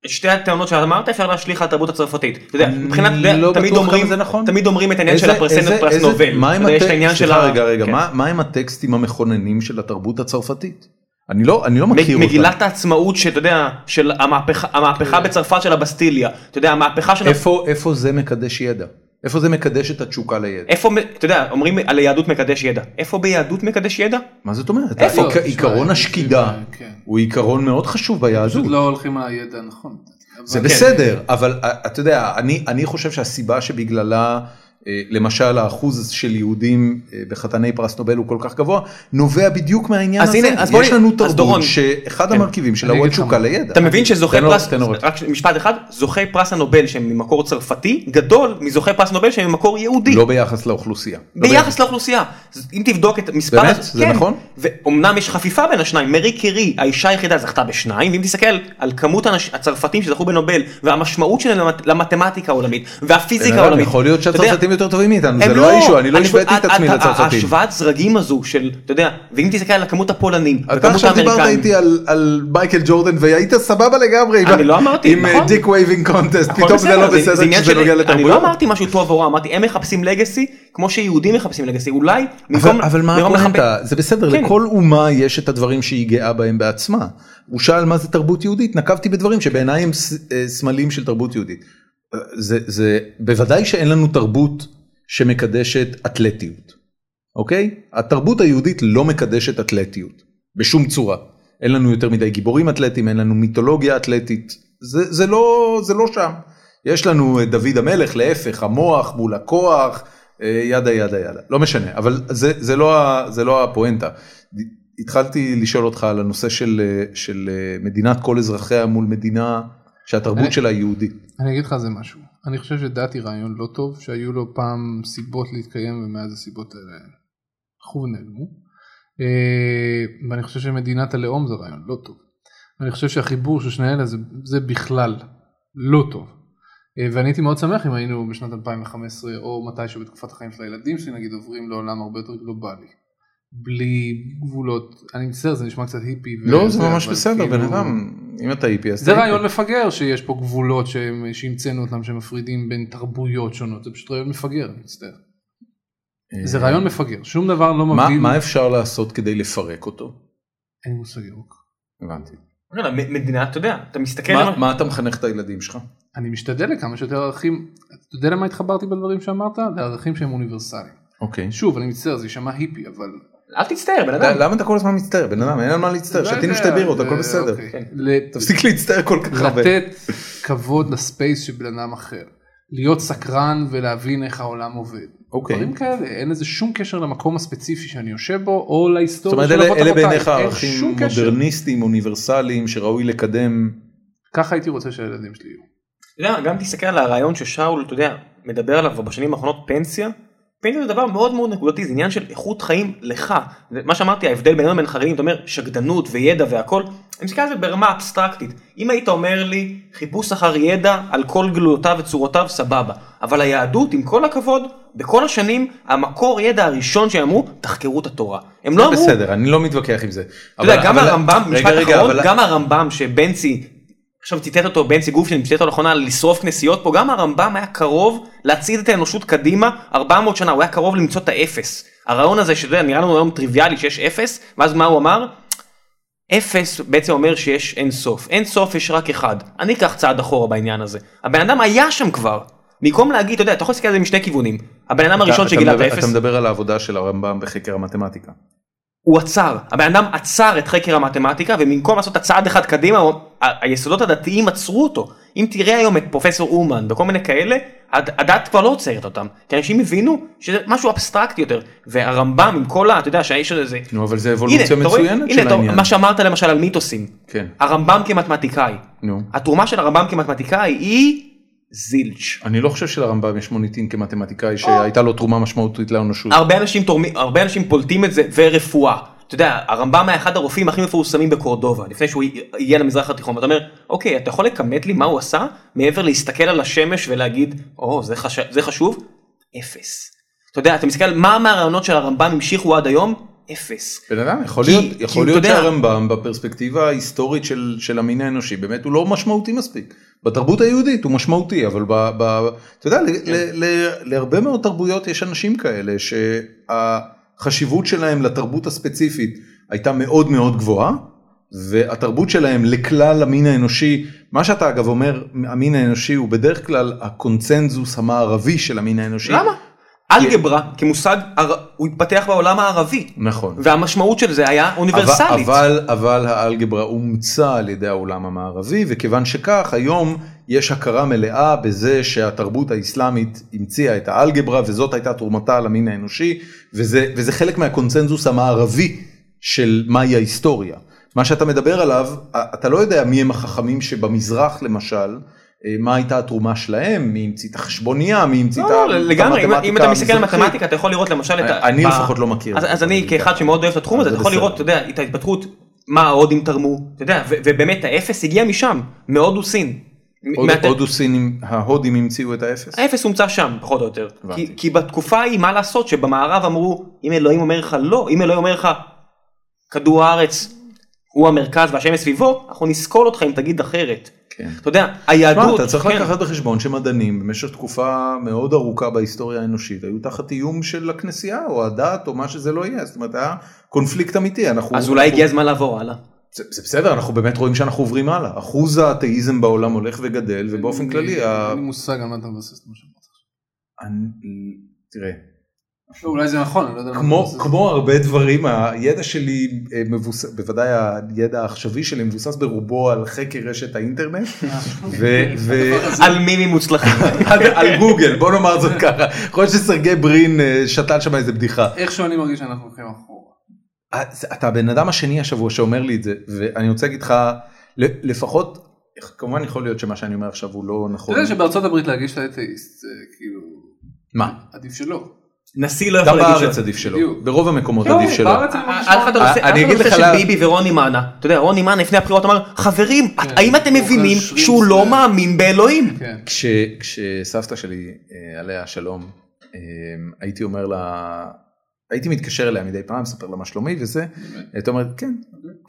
שתי הטענות שאמרת אפשר להשליך על התרבות הצרפתית. אתה יודע,
אני
מבחינת, אתה
לא
יודע, תמיד
בטוח כמה
אומרים,
זה נכון.
תמיד אומרים את העניין
איזה-
של הפרסנט
איזה-
פרס
איזה-
נובל.
מה עם
אתה יודע, יש את
הטקסט-
העניין של
סליחה,
ה-
רגע רגע
כן.
מה מה עם הטקסטים המכוננים של התרבות הצרפתית? אני לא אני לא מכיר אותם.
מגילת העצמאות שאתה יודע, של המהפכה- המהפכה בצרפת של הבסטיליה, אתה יודע, המהפכה של...
כן. איפה איפה זה מקדש ידע? איפה זה מקדש את התשוקה לידע?
איפה, אתה יודע, אומרים על היהדות מקדש ידע. איפה ביהדות מקדש ידע?
מה זאת אומרת?
איפה?
העיק- עיקרון
תשמע,
השקידה
אה, כן.
הוא עיקרון מאוד חשוב ביהדות.
פשוט לא הולכים על הידע הנכון.
זה
אבל- כן,
כן.
בסדר, אבל אה, אתה יודע, אני, אני חושב שהסיבה שבגללה, אה, למשל, האחוז של יהודים אה, בחתני פרס נובל הוא כל כך גבוה, נובע בדיוק מהעניין
אז
הזה.
הנה, אז בואי-
יש לנו
אז דורון-
תרבות שאחד
כן.
המרכיבים שלה
אני
הוא
אגיד לך
התשוקה
מה.
לידע.
אתה מבין שזוכה
תן לו-
פרס,
תן לו רק.
רק ש- משפט אחד, זוכה פרס הנובל שהם ממקור צרפתי, גדול מזוכה פרס נובל שהם ממקור יהודי.
לא ביחס לאוכלוסייה. לא
ביחס לאוכלוסייה, אז אם תבדוק את מספר, כן.
באמת? זה נכון?
ואומנם יש חפיפה בין השניים, מרי קירי, האישה היחידה זכתה בשניים, ואם תסתכל על כמות הנש... הצרפתים שזכו בנובל, והמשמעות שלהם למת... למתמטיקה העולמית,
בן
והפיזיקה
אדם,
העולמית,
יכול להיות
אתה יודע,
שהצרפתים יותר טובים מאיתנו, זה
הם
לא האישו, אני לא
אני
השוויתי את
חושב-
עצמי
ה- ה-
לצרפתים.
ההשוואת זרגים הזו של, אתה יודע, ואם תסתכל על הכמות הפולנים,
אתה
וכמות
עכשיו דיברת
האמריקאים,
איתי על- על מייקל ג'ורדן והיית סבבה לגמרי עם ה-
אני לא אמרתי,
עם אה,
נכון.
דיק וייבינג קונטסט,
הכל
פתאום זה לא בסדר
עניין
כשזה
של-
נוגע
אני לא
לתרבויות.
אמרתי משהו טוב או רע, אמרתי הם מחפשים לגאסי, כמו שיהודים מחפשים לגאסי, אולי, במקום-
אבל, אבל מה
במקום
הקונטה?
לחפש-
זה בסדר,
כן.
לכל אומה יש את הדברים שהיא גאה בהם בעצמה. הוא שאל מה זה תרבות יהודית, נקבתי בדברים שבעיניי הם ס- אה, סמלים של תרבות יהודית. אה, זה, זה בוודאי שאין לנו תרבות שמקדשת אתלטיות, אוקיי? התרבות היהודית לא מקדשת אתלטיות, בשום צורה. אין לנו יותר מדי גיבורים אתלטים, אין לנו מיתולוגיה אתלטית, זה, זה, לא, זה לא שם. יש לנו את דוד המלך, להפך, המוח מול הכוח, אה, ידה ידה ידה, לא משנה, אבל זה, זה, לא, ה- זה לא הפואנטה. התחלתי לשאול אותך על הנושא של, אה, של אה, מדינת כל אזרחיה מול מדינה שהתרבות
אני-
שלה היא יהודית.
אני אגיד לך זה משהו. אני חושב שדת היא רעיון לא טוב, שהיו לו פעם סיבות להתקיים ומאז הסיבות האלה חוב נעלמו. אה, ואני חושב שמדינת הלאום זה רעיון לא טוב. אני חושב שהחיבור של שני אלה זה, זה בכלל לא טוב. אה, ואני הייתי מאוד שמח אם היינו בשנת 2015 או מתישהו בתקופת החיים של הילדים שלי נגיד עוברים לעולם הרבה יותר גלובלי. בלי גבולות, אני מצטער זה נשמע קצת היפי.
לא, אה,
וזה, אבל כאילו-
אם אתה היפי אז
זה רעיון מפגר שיש פה גבולות שהם- שהמצאנו אותם שמפרידים בין תרבויות שונות זה פשוט רעיון מפגר אני מצטער. זה רעיון מפגר שום דבר לא מבדיל.
אה, מה אפשר לעשות כדי לפרק אותו?
אין לי מושג ירוק.
הבנתי.
לא, לא, מ- מדינה, אתה יודע, אתה
כן,
מסתכל,
מה-
על-
מה אתה מחנך את הילדים שלך?
אני משתדל לכמה שיותר ערכים אתה יודע למה התחברתי בדברים שאמרת לערכים שהם אוניברסליים.
אוקיי.
שוב אני מצטער זה יישמע היפי אבל.
אל תצטער, בן אדם.
למה אתה כל הזמן מצטער? בן אדם, אין על מה להצטער,
לא
שתינו
יודע,
שתי בירות,
זה-
הכל בסדר.
אוקיי.
כן.
ל-
אה, תפסיק להצטער כל כך הרבה.
לתת כבוד לספייס של בן אדם אחר. להיות סקרן ולהבין איך העולם עובד.
אוקיי.
דברים כאלה, אין לזה שום קשר למקום הספציפי שאני יושב בו, או
זאת
להיסטוריה
אומרת,
של
אלה
אבות
אלה
אבותיי,
בעיניך
אין
ערכים
שום קשר.
מודרניסטיים, אוניברסליים, שראוי לקדם.
ככה הייתי רוצה שהילדים שלי יהיו.
אתה יודע, גם תסתכל על הרעיון ששאול, אתה יודע, מדבר עליו כבר בשנים האחרונות, פנסיה. פנסיה זה דבר מאוד מאוד נקודתי, זה עניין של איכות חיים לך. זה מה שאמרתי, ההבדל בינינו לבין חרדים, אתה אומר, שגדנות וידע והכל, אני מסתכל על זה ברמה אבסטרקטית. אם היית אומר לי, חיפוש אחר ידע על כל גלויותיו וצורותיו, סבבה. אבל היהדות, עם כל הכבוד, בכל השנים, המקור ידע הראשון שהם אמרו, תחקרו את התורה. הם לא
זה
אמרו,
בסדר, אני לא מתווכח עם זה.
אתה יודע, גם הרמב"ם, משפט אחרון,
אבל-
גם הרמב"ם שבנצי, עכשיו ציטט אותו, בנצי גופשטיין ציטט אותו לאחרונה על לשרוף כנסיות פה, גם הרמב"ם היה קרוב להצעיד את האנושות קדימה 400 שנה, הוא היה קרוב למצוא את האפס. הרעיון הזה, שאתה יודע, נראה לנו היום טריוויאלי שיש אפס, ואז מה הוא אמר? אפס בעצם אומר שיש אין סוף, אין סוף יש רק אחד, אני אקח צעד אחורה בעניין הזה. הבן אדם היה שם כבר, במקום להגיד, אתה יודע, אתה יכול להסתכל על זה משני כיוונים, הבן אדם
אתה-
הראשון
אתה
שגילה את
מדבר-
האפס,
אתה מדבר על העבודה של הרמב"ם בחקר המתמטיקה.
הוא עצר, הבן אדם עצר את חקר המתמטיקה ובמקום לעשות את הצעד אחד קדימה, הוא- ה- היסודות הדתיים עצרו אותו. אם תראה היום את פרופסור אומן וכל מיני כאלה, הד- הדת כבר לא עוצרת אותם, כי אנשים הבינו שזה משהו אבסטרקטי יותר, והרמב"ם עם כל ה... אתה יודע שהאיש הזה...
נו, אבל זה אבולוציה
אתה רואה?
מצוינת
הנה,
של
אתה-
העניין.
מה שאמרת למשל על מיתוסים,
כן.
הרמב"ם כמתמטיקאי,
נו.
התרומה של הרמב"ם כמתמטיקאי היא זילץ'.
אני לא חושב שלרמב"ם יש מוניטין כמתמטיקאי שהייתה לו תרומה משמעותית לאנושות.
הרבה אנשים תורמים, הרבה אנשים פולטים את זה ורפואה. אתה יודע, הרמב"ם היה אחד הרופאים הכי מפורסמים בקורדובה, לפני שהוא הגיע למזרח התיכון, ואתה אומר, אוקיי, אתה יכול לכמת לי מה הוא עשה, מעבר להסתכל על השמש ולהגיד, או, זה, חש... זה חשוב? אפס. אתה יודע, אתה מסתכל על מה מהרעיונות של הרמב"ם המשיכו עד היום? אפס.
בן אדם, יכול
כי-
להיות,
כי
יכול
אתה
להיות
יודע-
שהרמב"ם בפרספקטיבה ההיסטורית של, של המין האנושי, באמת הוא לא משמעותי מספיק. בתרבות היהודית הוא משמעותי, אבל ב, ב, אתה יודע, ל,
כן.
ל, ל, להרבה מאוד תרבויות יש אנשים כאלה שהחשיבות שלהם לתרבות הספציפית הייתה מאוד מאוד גבוהה, והתרבות שלהם לכלל המין האנושי, מה שאתה אגב אומר, המין האנושי הוא בדרך כלל הקונצנזוס המערבי של המין האנושי.
למה? אלגברה כמושג הר... הוא התפתח בעולם הערבי
נכון.
והמשמעות של זה היה אוניברסלית.
אבל, אבל האלגברה אומצה על ידי העולם המערבי, וכיוון שכך, היום יש הכרה מלאה בזה שהתרבות האסלאמית המציאה את האלגברה, וזאת הייתה תרומתה למין האנושי, וזה, וזה חלק מהקונצנזוס המערבי של מהי ההיסטוריה. מה שאתה מדבר עליו, א- אתה לא יודע מי הם החכמים שבמזרח למשל. אה, מה הייתה התרומה שלהם, מי המציא את החשבונייה, מי המציא את
לא, לא, לגמרי, אם- אם אתה מסתכל על
המזרחית.
מתמטיקה אתה יכול לראות למשל את ה...
אני
ב-
לפחות לא מכיר.
אז- אז אני כאחד שמאוד אוהב את התחום
אז
הזה, אתה
זה
יכול
בסדר.
לראות, אתה יודע, את ההתפתחות, מה ההודים תרמו, אתה יודע, ו- ובאמת האפס הגיע משם, מהודו סין.
הוד-
מהת-
הודו סינים, ההודים המציאו את האפס?
האפס הומצא שם, פחות או יותר.
הבנתי.
כי- כי בתקופה ההיא, מה לעשות, שבמערב אמרו, אם אלוהים אומר לך לא, אם אלוהים אומר לך, כדור הארץ הוא המרכז והשמש סביבו, אנחנו נסקול אותך אם תגיד אחרת.
כן.
אתה יודע,
תשמע,
היהדות,
אתה צריך
כן.
לקחת בחשבון שמדענים במשך תקופה מאוד ארוכה בהיסטוריה האנושית היו תחת איום של הכנסייה או הדת או מה שזה לא יהיה, זאת אומרת היה קונפליקט אמיתי. אנחנו,
כן. אז אולי
אנחנו-
הגיע הזמן לעבור הלאה.
זה, זה בסדר, אנחנו באמת רואים שאנחנו עוברים הלאה. אחוז האתאיזם בעולם הולך וגדל ובאופן
אני-
כללי, ה...
אין לי מושג על מה אתה מבסס את מה שאמרת.
אני- תראה,
לא, אולי זה נכון, אני לא יודע. למה אתה
כמו,
מבסס את זה.
כמו הרבה דברים, הידע שלי אה, מבוסס, בוודאי הידע העכשווי שלי מבוסס ברובו על חקר רשת האינטרנט.
אה.
ו, ו,
על מימים מוצלחים.
על- על גוגל בוא נאמר זאת ככה יכול להיות שסרגי ברין אה, שתל שם איזה בדיחה.
איכשהו אני מרגיש שאנחנו הולכים אחורה.
אז אה, אתה הבן אדם השני השבוע שאומר לי את זה ואני רוצה להגיד לך ל- לפחות כמובן יכול להיות שמה שאני אומר עכשיו הוא לא
אתה
נכון.
יודע שבארצות הברית להגיש לאתאיסט, זה כאילו,
מה?
עדיף שלא.
נשיא לא
גם
יכול להגיד
בארץ
ש...
עדיף שלא
בדיוק. לא,
ברוב המקומות לא, עדיף שלא.
בארץ אני מרגיש
אף אחד לא
אה,
עושה, אף
אני
אחד לא
אגיד
עושה
לך
של
למה-
ביבי ורוני מאנה, אתה יודע רוני מאנה לפני הבחירות אמר חברים את-
כן,
האם אתם
הוא
מבינים
אוכל שרימפס
שהוא לא
ו-
מאמין באלוהים?
כן.
כש, כשסבתא שלי אה, עליה השלום אה, הייתי אומר לה הייתי מתקשר אליה מדי פעם מספר לה מה שלומי וזה הייתה אומרת כן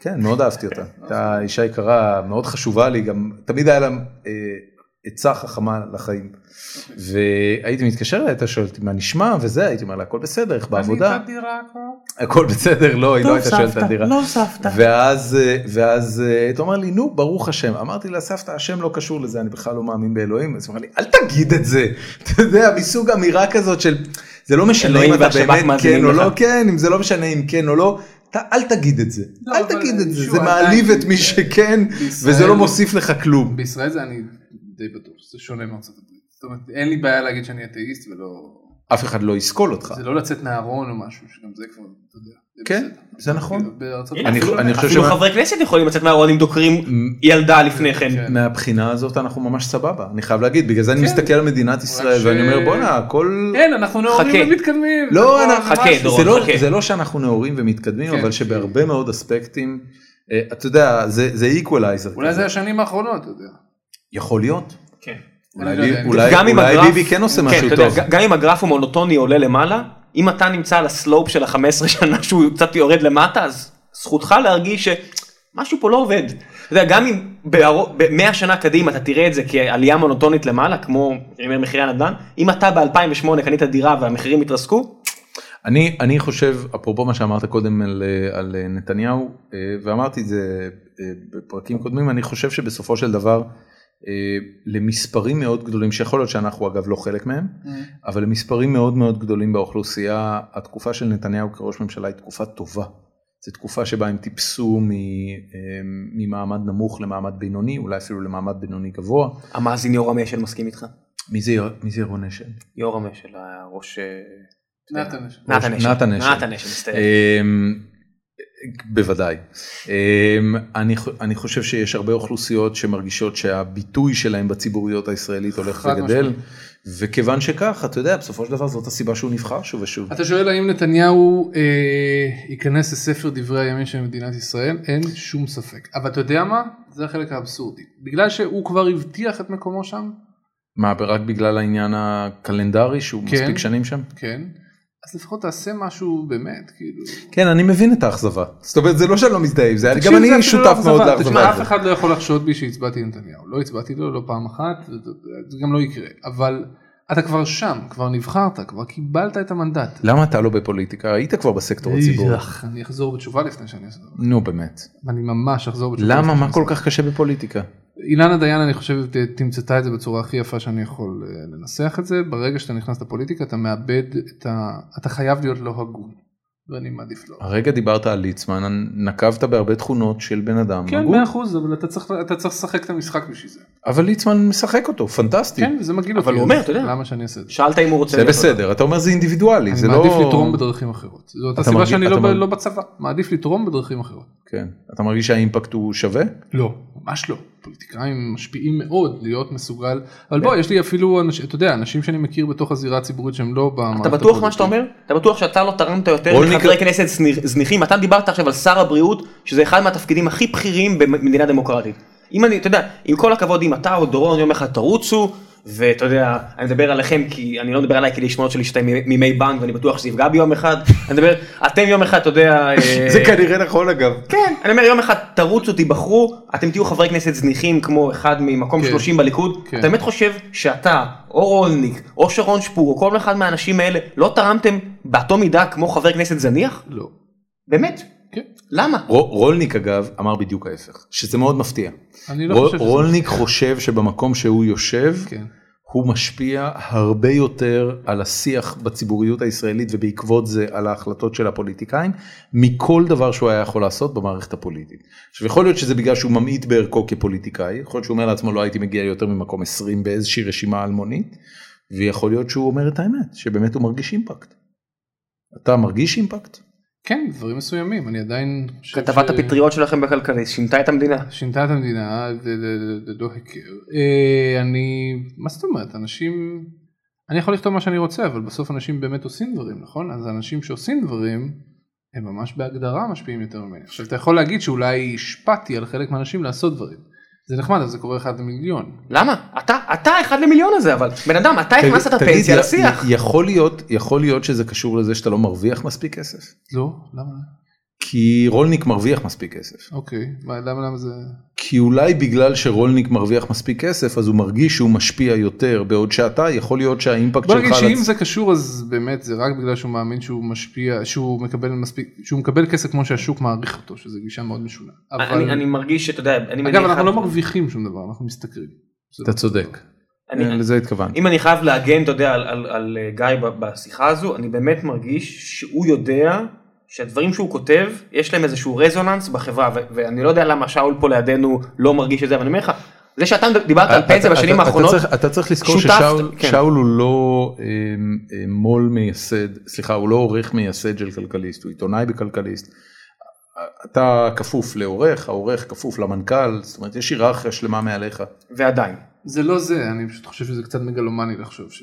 כן מאוד אהבתי אותה הייתה אישה יקרה מאוד חשובה לי גם תמיד היה לה אה, עצה חכמה לחיים והייתי מתקשר אליה הייתה שואלת אותי, מה נשמע וזה הייתי אומר לה הכל בסדר איך בעבודה הכל בסדר לא היא לא הייתה שואלת על דירה.
סבתא.
ואז אה, ואז אה, אתה אומר לי נו ברוך השם אמרתי לה סבתא השם לא קשור לזה אני בכלל לא מאמין באלוהים אז היא אמרה לי אל תגיד את זה אתה יודע מסוג אמירה כזאת של זה לא משנה
אלוהים
אם אתה
והשב"כ
באמת כן
מאזינים
או
לך."
לא כן אם זה לא משנה אם כן או לא אתה אל תגיד את זה
לא,
אל
אבל
תגיד את זה
שוב,
זה
עדיין
מעליב את מי
כן.
שכן
בישראל-
וזה לא מוסיף לך כלום
בישראל זה אני די בטוח, זה שונה מארצות הברית. זאת אומרת, אין לי בעיה להגיד שאני אתאיסט ולא...
אף אחד לא יסקול אותך
זה לא לצאת מהארון או משהו, שגם זה כבר, אתה יודע. זה
כן,
בסדר. כאילו,
זה נכון.
בארצות
הנה,
אני-
הברית-
אפילו-
אני חושב
אפילו
ש-
חברי כנסת יכולים לצאת מהארון אם דוקרים ילדה לפני כן.
כן.
מהבחינה הזאת אנחנו ממש סבבה אני חייב להגיד בגלל זה אני
כן.
מסתכל על מדינת ישראל
ש-
ואני אומר בואנה הכל
כן, אנחנו נאורים
חכה.
ומתקדמים. זה
לא,
כבר
אנחנו-
חכה,
משהו.
דורון,
זה לא-
חכה.
זה לא שאנחנו נאורים ומתקדמים,
כן.
אבל שבהרבה מאוד אספקטים, אה, אתה יודע, זה זה equalizer.
אולי
כזה.
זה השנים האחרונות, אתה יודע.
יכול להיות.
כן.
אולי
אני לא
בי-
יודע.
אולי-
גם אם
אולי
הגרף-
ביבי כן עושה
כן,
משהו
אתה יודע,
טוב.
ג- גם אם הגרף הוא מונוטוני עולה למעלה, אם אתה נמצא על הסלופ של ה-15 שנה שהוא קצת יורד למטה, אז זכותך להרגיש שמשהו פה לא עובד. אתה יודע, גם אם ב-100 שנה קדימה אתה תראה את זה כעלייה מונוטונית למעלה, כמו אני אומר, מחירי הנדל"ן, אם אתה ב-2008 קנית דירה והמחירים התרסקו,
אני אני חושב, אפרופו מה שאמרת קודם על, אה, על אה, נתניהו, אה, ואמרתי את זה אה, בפרקים קודמים, אני חושב שבסופו של דבר, אה, למספרים מאוד גדולים, שיכול להיות שאנחנו אגב לא חלק מהם,
אה,
אבל למספרים מאוד מאוד גדולים באוכלוסייה, התקופה של נתניהו כראש ממשלה היא תקופה טובה. זו תקופה שבה הם טיפסו מ- אה, ממעמד נמוך למעמד בינוני, אולי אפילו למעמד בינוני גבוה.
המאזין יורם אשל מסכים איתך?
מי זה, מי זה ירון אשל?
יורם אשל היה ראש... אה,
נתן אשל.
נתן אשל.
נתן אשל.
נתן אשל, מצטער.
אמ, בוודאי. אמ, אני, חו- אני חושב שיש הרבה אוכלוסיות שמרגישות שהביטוי שלהם בציבוריות הישראלית הולך
חד
וגדל,
משמעית.
וכיוון שכך, אתה יודע, בסופו של דבר זאת הסיבה שהוא נבחר שוב ושוב.
אתה שואל האם נתניהו אה, ייכנס לספר דברי הימים של מדינת ישראל? אין שום ספק. אבל אתה יודע מה? זה החלק האבסורדי. בגלל שהוא כבר הבטיח את מקומו שם,
מה, רק בגלל העניין הקלנדרי שהוא
כן.
מספיק שנים שם?
כן, אז לפחות תעשה משהו באמת, כאילו.
כן, אני מבין את האכזבה. זאת אומרת, זה לא שאני לא מזדהה עם זה,
תקשיב,
גם
זה
אני
אפילו
שותף
לא
מאוד
אכזבה. תשמע,
לאכזבה
אף
הזאת.
אחד לא יכול לחשוד בי שהצבעתי לנתניהו. לא הצבעתי לו, לא פעם אחת, זה גם לא יקרה. אבל אתה כבר שם, כבר נבחרת, כבר קיבלת את המנדט.
למה אתה לא בפוליטיקה? היית כבר בסקטור הציבורי.
איך, אני אחזור בתשובה לפני שאני אעשה דבר.
נו באמת.
אני ממש אחזור בתשובה.
למה?
לפני
מה
שאני
כל כך קשה בפוליטיקה?
אילנה דיין אני חושב ת- תמצתה את זה בצורה הכי יפה שאני יכול אה, לנסח את זה ברגע שאתה נכנס לפוליטיקה אתה מאבד את ה... אתה חייב להיות לא הגון ואני מעדיף לא.
הרגע דיברת על ליצמן, נקבת בהרבה תכונות של בן אדם.
כן
הגון. כן.
מאה אחוז אבל אתה צריך אתה צריך לשחק את המשחק בשביל זה.
אבל ליצמן משחק אותו, פנטסטי.
כן וזה מגעיל אותי.
אבל הוא
אז
אומר, אתה יודע.
למה שאני אעשה את זה.
שאלת אם הוא רוצה...
זה
להיות-
בסדר, אתה אומר זה אינדיבידואלי,
אני
זה לא...
מעדיף לתרום בדרכים אחרות. זאת
אתה
הסיבה
מרגיש-
שאני
אתה
לא ב-
מרגיש-
לא בצבא. מעדיף לתרום בדרכים אחרות.
כן. אתה מרגיש שהאימפקט הוא שווה?
לא, ממש לא. פוליטיקאים משפיעים מאוד להיות מסוגל, אבל
כן.
בוא, יש לי אפילו, אנשים, אתה יודע, אנשים שאני מכיר בתוך הזירה הציבורית שהם לא במערכת
אתה בטוח מה שאתה אומר? אתה בטוח שאתה לא תרמת יותר
רון
לחברי
ניקר-
כנסת זניר- זניחים? אתה דיברת עכשיו על שר הבריאות, שזה אחד מהתפקידים הכי בכירים במדינה דמוקרטית. אם אני, אתה יודע, עם כל הכבוד, אם אתה או דורון יום אחד תרוצו, ואתה יודע, אני מדבר עליכם כי אני לא מדבר עליי כי לי שמועות שלי שאתם מ- מימי בנק ואני בטוח שזה יפגע בי יום אחד, אני מדבר, אתם יום אחד, אתה יודע, אה,
כנראה נכון אגב.
כן, אני אומר יום אחד תרוצו, תיבחרו, אתם תהיו חברי כנסת זניחים כמו אחד ממקום
כן.
30 בליכוד,
כן.
אתה באמת חושב שאתה, או רולניק, או שרון שפור, או כל אחד מהאנשים האלה, לא תרמתם באותו מידה כמו חבר כנסת זניח?
לא.
באמת?
כן.
למה?
רולניק אגב אמר בדיוק ההפך, שזה מאוד מפתיע.
אני לא
רול-
חושב שזה...
רולניק חושב שבמקום שהוא יושב,
כן.
הוא משפיע הרבה יותר על השיח בציבוריות הישראלית ובעקבות זה על ההחלטות של הפוליטיקאים מכל דבר שהוא היה יכול לעשות במערכת הפוליטית. עכשיו יכול להיות שזה בגלל שהוא ממעיט בערכו כפוליטיקאי, יכול להיות שהוא אומר לעצמו לא הייתי מגיע יותר ממקום 20 באיזושהי רשימה אלמונית, ויכול להיות שהוא אומר את האמת, שבאמת הוא מרגיש אימפקט. אתה מרגיש אימפקט?
כן, דברים מסוימים, אני עדיין... חושב
כתבת
ש-
הפטריות שלכם בכלכליסט שינתה את המדינה.
שינתה את המדינה, זה- זה- זה- זה לא הכר. אה, אני... מה זאת אומרת, אנשים... אני יכול לכתוב מה שאני רוצה, אבל בסוף אנשים באמת עושים דברים, נכון? אז אנשים שעושים דברים, הם ממש בהגדרה משפיעים יותר ממני. עכשיו, אתה יכול להגיד שאולי השפעתי על חלק מהאנשים לעשות דברים. זה נחמד, אבל זה קורה אחד למיליון.
למה? אתה, אתה אחד למיליון הזה אבל. בן אדם, אתה הכנסת את
תגיד,
הפנסיה
י-
לשיח.
י- יכול להיות, יכול להיות שזה קשור לזה שאתה לא מרוויח מספיק כסף?
לא? למה?
כי רולניק מרוויח מספיק כסף.
אוקיי, מה- למה למה זה...
כי אולי בגלל שרולניק מרוויח מספיק כסף אז הוא מרגיש שהוא משפיע יותר בעוד שאתה יכול להיות שהאימפקט
בוא
שלך
נגיד
על
שאם
הצ-
זה קשור אז באמת זה רק בגלל שהוא מאמין שהוא משפיע שהוא מקבל מספיק שהוא מקבל כסף כמו שהשוק מעריך אותו שזה גישה מאוד משונה. אבל
אני, אני מרגיש שאתה יודע, אני
אגב
אני
אנחנו
אחד-
לא מרוויחים שום דבר אנחנו משתכרים. זה
אתה
לא-
צודק אה,
אני-
לזה התכוונתי
אם אני חייב להגן, אתה יודע, על, על, על אה, גיא ב- בשיחה הזו, אני באמת מרגיש שהוא יודע שהדברים שהוא כותב, יש להם איזשהו רזוננס בחברה, ו- ואני לא יודע למה שאול פה לידינו לא מרגיש את זה, אבל אני אומר לך, זה שאתה דיברת על פנסיה
אתה-
בשנים
אתה-
האחרונות,
אתה צריך- אתה צריך לזכור
שותף-
ששאול
כן.
שאול הוא לא אה, אה, מו"ל מייסד סליחה הוא לא עורך מייסד של כלכליסט הוא עיתונאי בכלכליסט. אתה כפוף לעורך העורך כפוף למנכ"ל זאת אומרת יש היררכיה שלמה מעליך.
ועדיין.
זה לא זה אני פשוט חושב שזה קצת מגלומני לחשוב ש...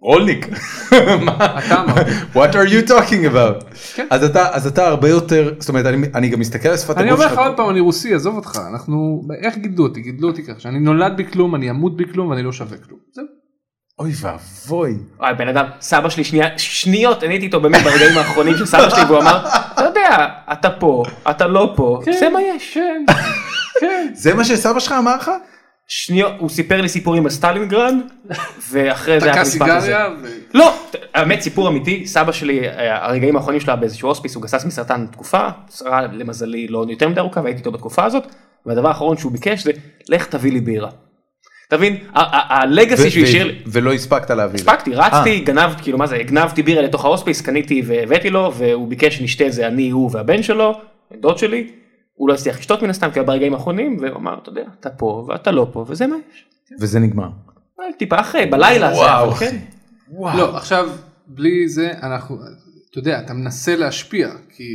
רולניק. מה?
אתה אמרת.
What are you talking about?
כן.
אז אתה אז אתה הרבה יותר זאת אומרת אני, אני גם מסתכל על שפת
אני
הגוף
אומר
שלך.
לך עוד פעם אני רוסי עזוב אותך אנחנו איך גידלו אותי גידלו אותי כך שאני נולד בכלום אני אמות בכלום ואני לא שווה כלום. זהו.
אוי ואבוי.
וואי, בן אדם, סבא שלי שנייה, שניות, אני הייתי איתו באמת ברגעים האחרונים של סבא שלי, והוא אמר, אתה יודע, אתה פה, אתה לא פה,
כן.
זה מה יש.
כן. כן.
זה מה שסבא שלך אמר לך?
שניות, הוא סיפר לי סיפורים על סטלינגרד, ואחרי זה היה את
תקע
המשפט הזה.
סיגריה ו...
לא, ת- האמת סיפור אמיתי, סבא שלי, אה, הרגעים האחרונים שלה באיזשהו הוספיס, הוא גסס מסרטן תקופה, שרה למזלי לא יותר מדי ארוכה והייתי איתו בתקופה הזאת, והדבר האחרון שהוא ביקש זה, לך תביא לי בירה. אתה מבין? הלגאסי שהוא השאיר לי.
ולא הספקת להביא. את זה.
הספקתי, רצתי, גנבתי, כאילו מה זה, גנבתי בירה לתוך ההוספיס, קניתי והבאתי לו, והוא ביקש שנשתה איזה אני, הוא והבן שלו, דוד שלי, הוא לא הצליח לשתות מן הסתם, כי היה ברגעים האחרונים, והוא אמר, אתה יודע, אתה פה ואתה לא פה, וזה מה יש.
וזה נגמר.
אה, טיפה אחרי, בלילה, זה,
וואו,
אבל
אחי.
כן.
וואו.
לא, עכשיו, בלי זה, אנחנו, אתה יודע, אתה מנסה להשפיע, כי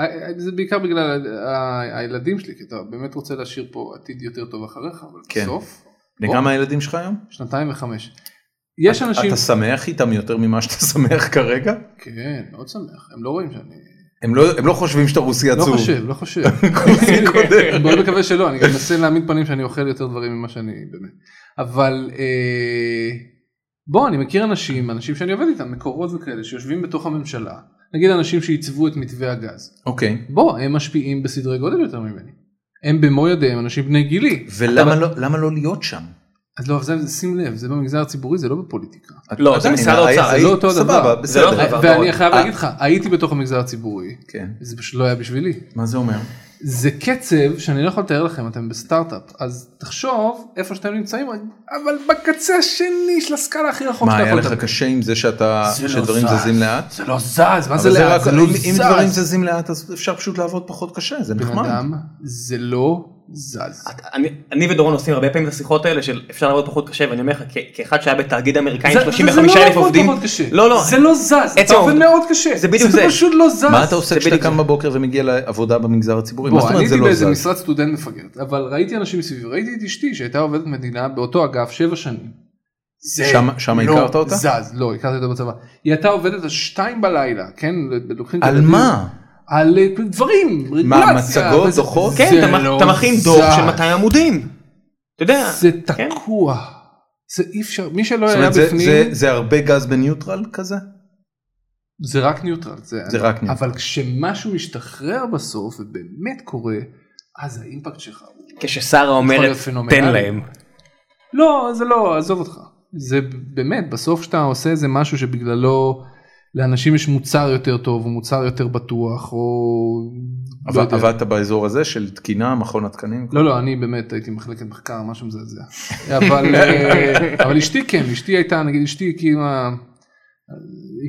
אה, זה בעיקר בגלל ה- ה- הילדים שלי, כי אתה באמת רוצה להשאיר פה עתיד יותר טוב אחריך, אבל
כן.
בסוף,
בני כמה הילדים שלך היום?
שנתיים וחמש. יש אנשים,
אתה שמח איתם יותר ממה שאתה שמח כרגע?
כן, מאוד שמח, הם לא רואים שאני,
הם לא, הם לא חושבים שאתה רוסי
לא
עצוב.
חושב, לא חושב. כן.
קודם.
בואי נקווה שלא, אני גם מנסה להעמיד פנים שאני אוכל יותר דברים ממה שאני באמת. אבל אה, בוא, אני מכיר אנשים, אנשים שאני עובד איתם, מקורות וכאלה, שיושבים בתוך הממשלה, נגיד אנשים שעיצבו את מתווה הגז.
אוקיי.
בוא, הם משפיעים בסדרי גודל יותר ממני. הם במו ידיהם אנשים בני גילי.
ולמה לא, למה לא להיות שם?
אז לא, זה, שים לב, זה במגזר הציבורי, זה לא בפוליטיקה.
לא, זה
עדיין,
משרד
הי-
האוצר,
הי-
זה לא אותו
סבבה,
דבר.
זה לא אותו
בסדר.
דבר.
ואני חייב
אה.
להגיד לך, הייתי בתוך המגזר הציבורי,
כן.
זה פשוט לא היה בשבילי.
מה זה אומר?
זה קצב שאני לא יכול לתאר לכם אתם בסטארט-אפ אז תחשוב איפה שאתם נמצאים אבל בקצה השני של הסקאלה הכי רחוק
מה,
שאתה
היה
יכול
לך
לדבר.
קשה עם זה שאתה,
זה לא
שדברים
זז.
זזים לאט?
זה לא זז מה
אבל
זה לאט
רק-
זה לא
אם- אם
זז
דברים זזים לאט אז אפשר פשוט לעבוד פחות קשה, זה נכון.
בן
נחמד.
אדם זה לא זז
את- אני- אני ודורון עושים הרבה פעמים את השיחות האלה של אפשר לעבוד פחות קשה ואני אומר לך כ- כאחד שהיה בתאגיד אמריקאי עם
זה- זה
35
לא
אלף
לעבוד
עובדים,
מאוד קשה.
לא לא,
זה לא זז
אוקיי.
עצם
אתה עובד
העובדה-
מאוד קשה
זה בדיוק זה.
פשוט לא זז
מה אתה עושה
זה
כשאתה
בדיוק
קם
זה.
בבוקר ומגיע לעבודה במגזר הציבורי? מה זאת
בוא, אני
אומרת זה
הייתי
לא
באיזה
זז?
משרד סטודנט מפגרת אבל ראיתי אנשים סביבי ראיתי את אשתי שהייתה עובדת מדינה באותו אגף שבע שנים. זה
שם- שם
לא
הכרת אותה?
זז לא הכרתי אותה בצבא. היא הייתה עובדת עד שתיים בלילה כן לוקחים את
על
הילדים.
מה?
על אה, דברים רגולציה.
מצגות,
וזה-
דוחות?
כן,
זה
אתה מ-
לא
אתה מכין
זז.
דוח של 200 עמודים, אתה יודע,
זה
כן.
תקוע. זה אי אפשר מי שלא
זאת
היה
אומרת, זה- זה-
בפנים
זה הרבה גז בניוטרל כזה?
זה רק ניוטרל
זה רק ניוטרל.
אבל כשמשהו משתחרר בסוף ובאמת קורה אז האימפקט שלך הוא
כששרה
יכול
אומרת
להיות פנומנלי.
תן להם,
לא זה לא עזוב אותך זה באמת בסוף שאתה עושה איזה משהו שבגללו לאנשים יש מוצר יותר טוב או מוצר יותר בטוח או לא
עבד-
יודע.
עבדת באזור הזה של תקינה, מכון התקנים?
לא לא אני באמת הייתי מחלקת מחקר משהו מזעזע אבל אה, אבל אשתי כן אשתי הייתה נגיד אשתי הקימה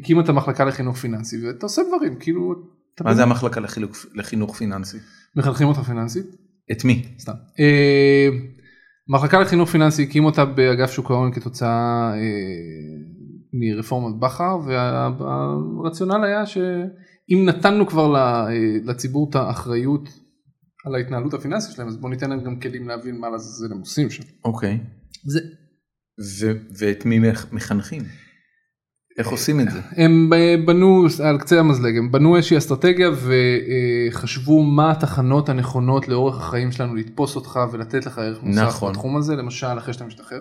הקימה את המחלקה לחינוך פיננסי ואתה עושה דברים כאילו אתה
מה זה
באמת-
המחלקה לחילוק- לחינוך פיננסי?
מחנכים אותך פיננסית
את מי?
סתם. אה, מחלקה לחינוך פיננסי הקים אותה באגף שוק ההון כתוצאה אה, מרפורמת בכר והרציונל היה שאם נתנו כבר ל- אה, לציבור את האחריות על ההתנהלות הפיננסית שלהם אז בוא ניתן להם גם כלים להבין מה לזה הם עושים שם.
אוקיי.
זה-
ו- ואת מי מח- מחנכים? איך עושים את זה?
הם ב- בנו על קצה המזלג הם בנו איזושהי אסטרטגיה וחשבו מה התחנות הנכונות לאורך החיים שלנו לתפוס אותך ולתת לך ערך מוסף
נכון.
בתחום הזה למשל אחרי שאתה משתחרר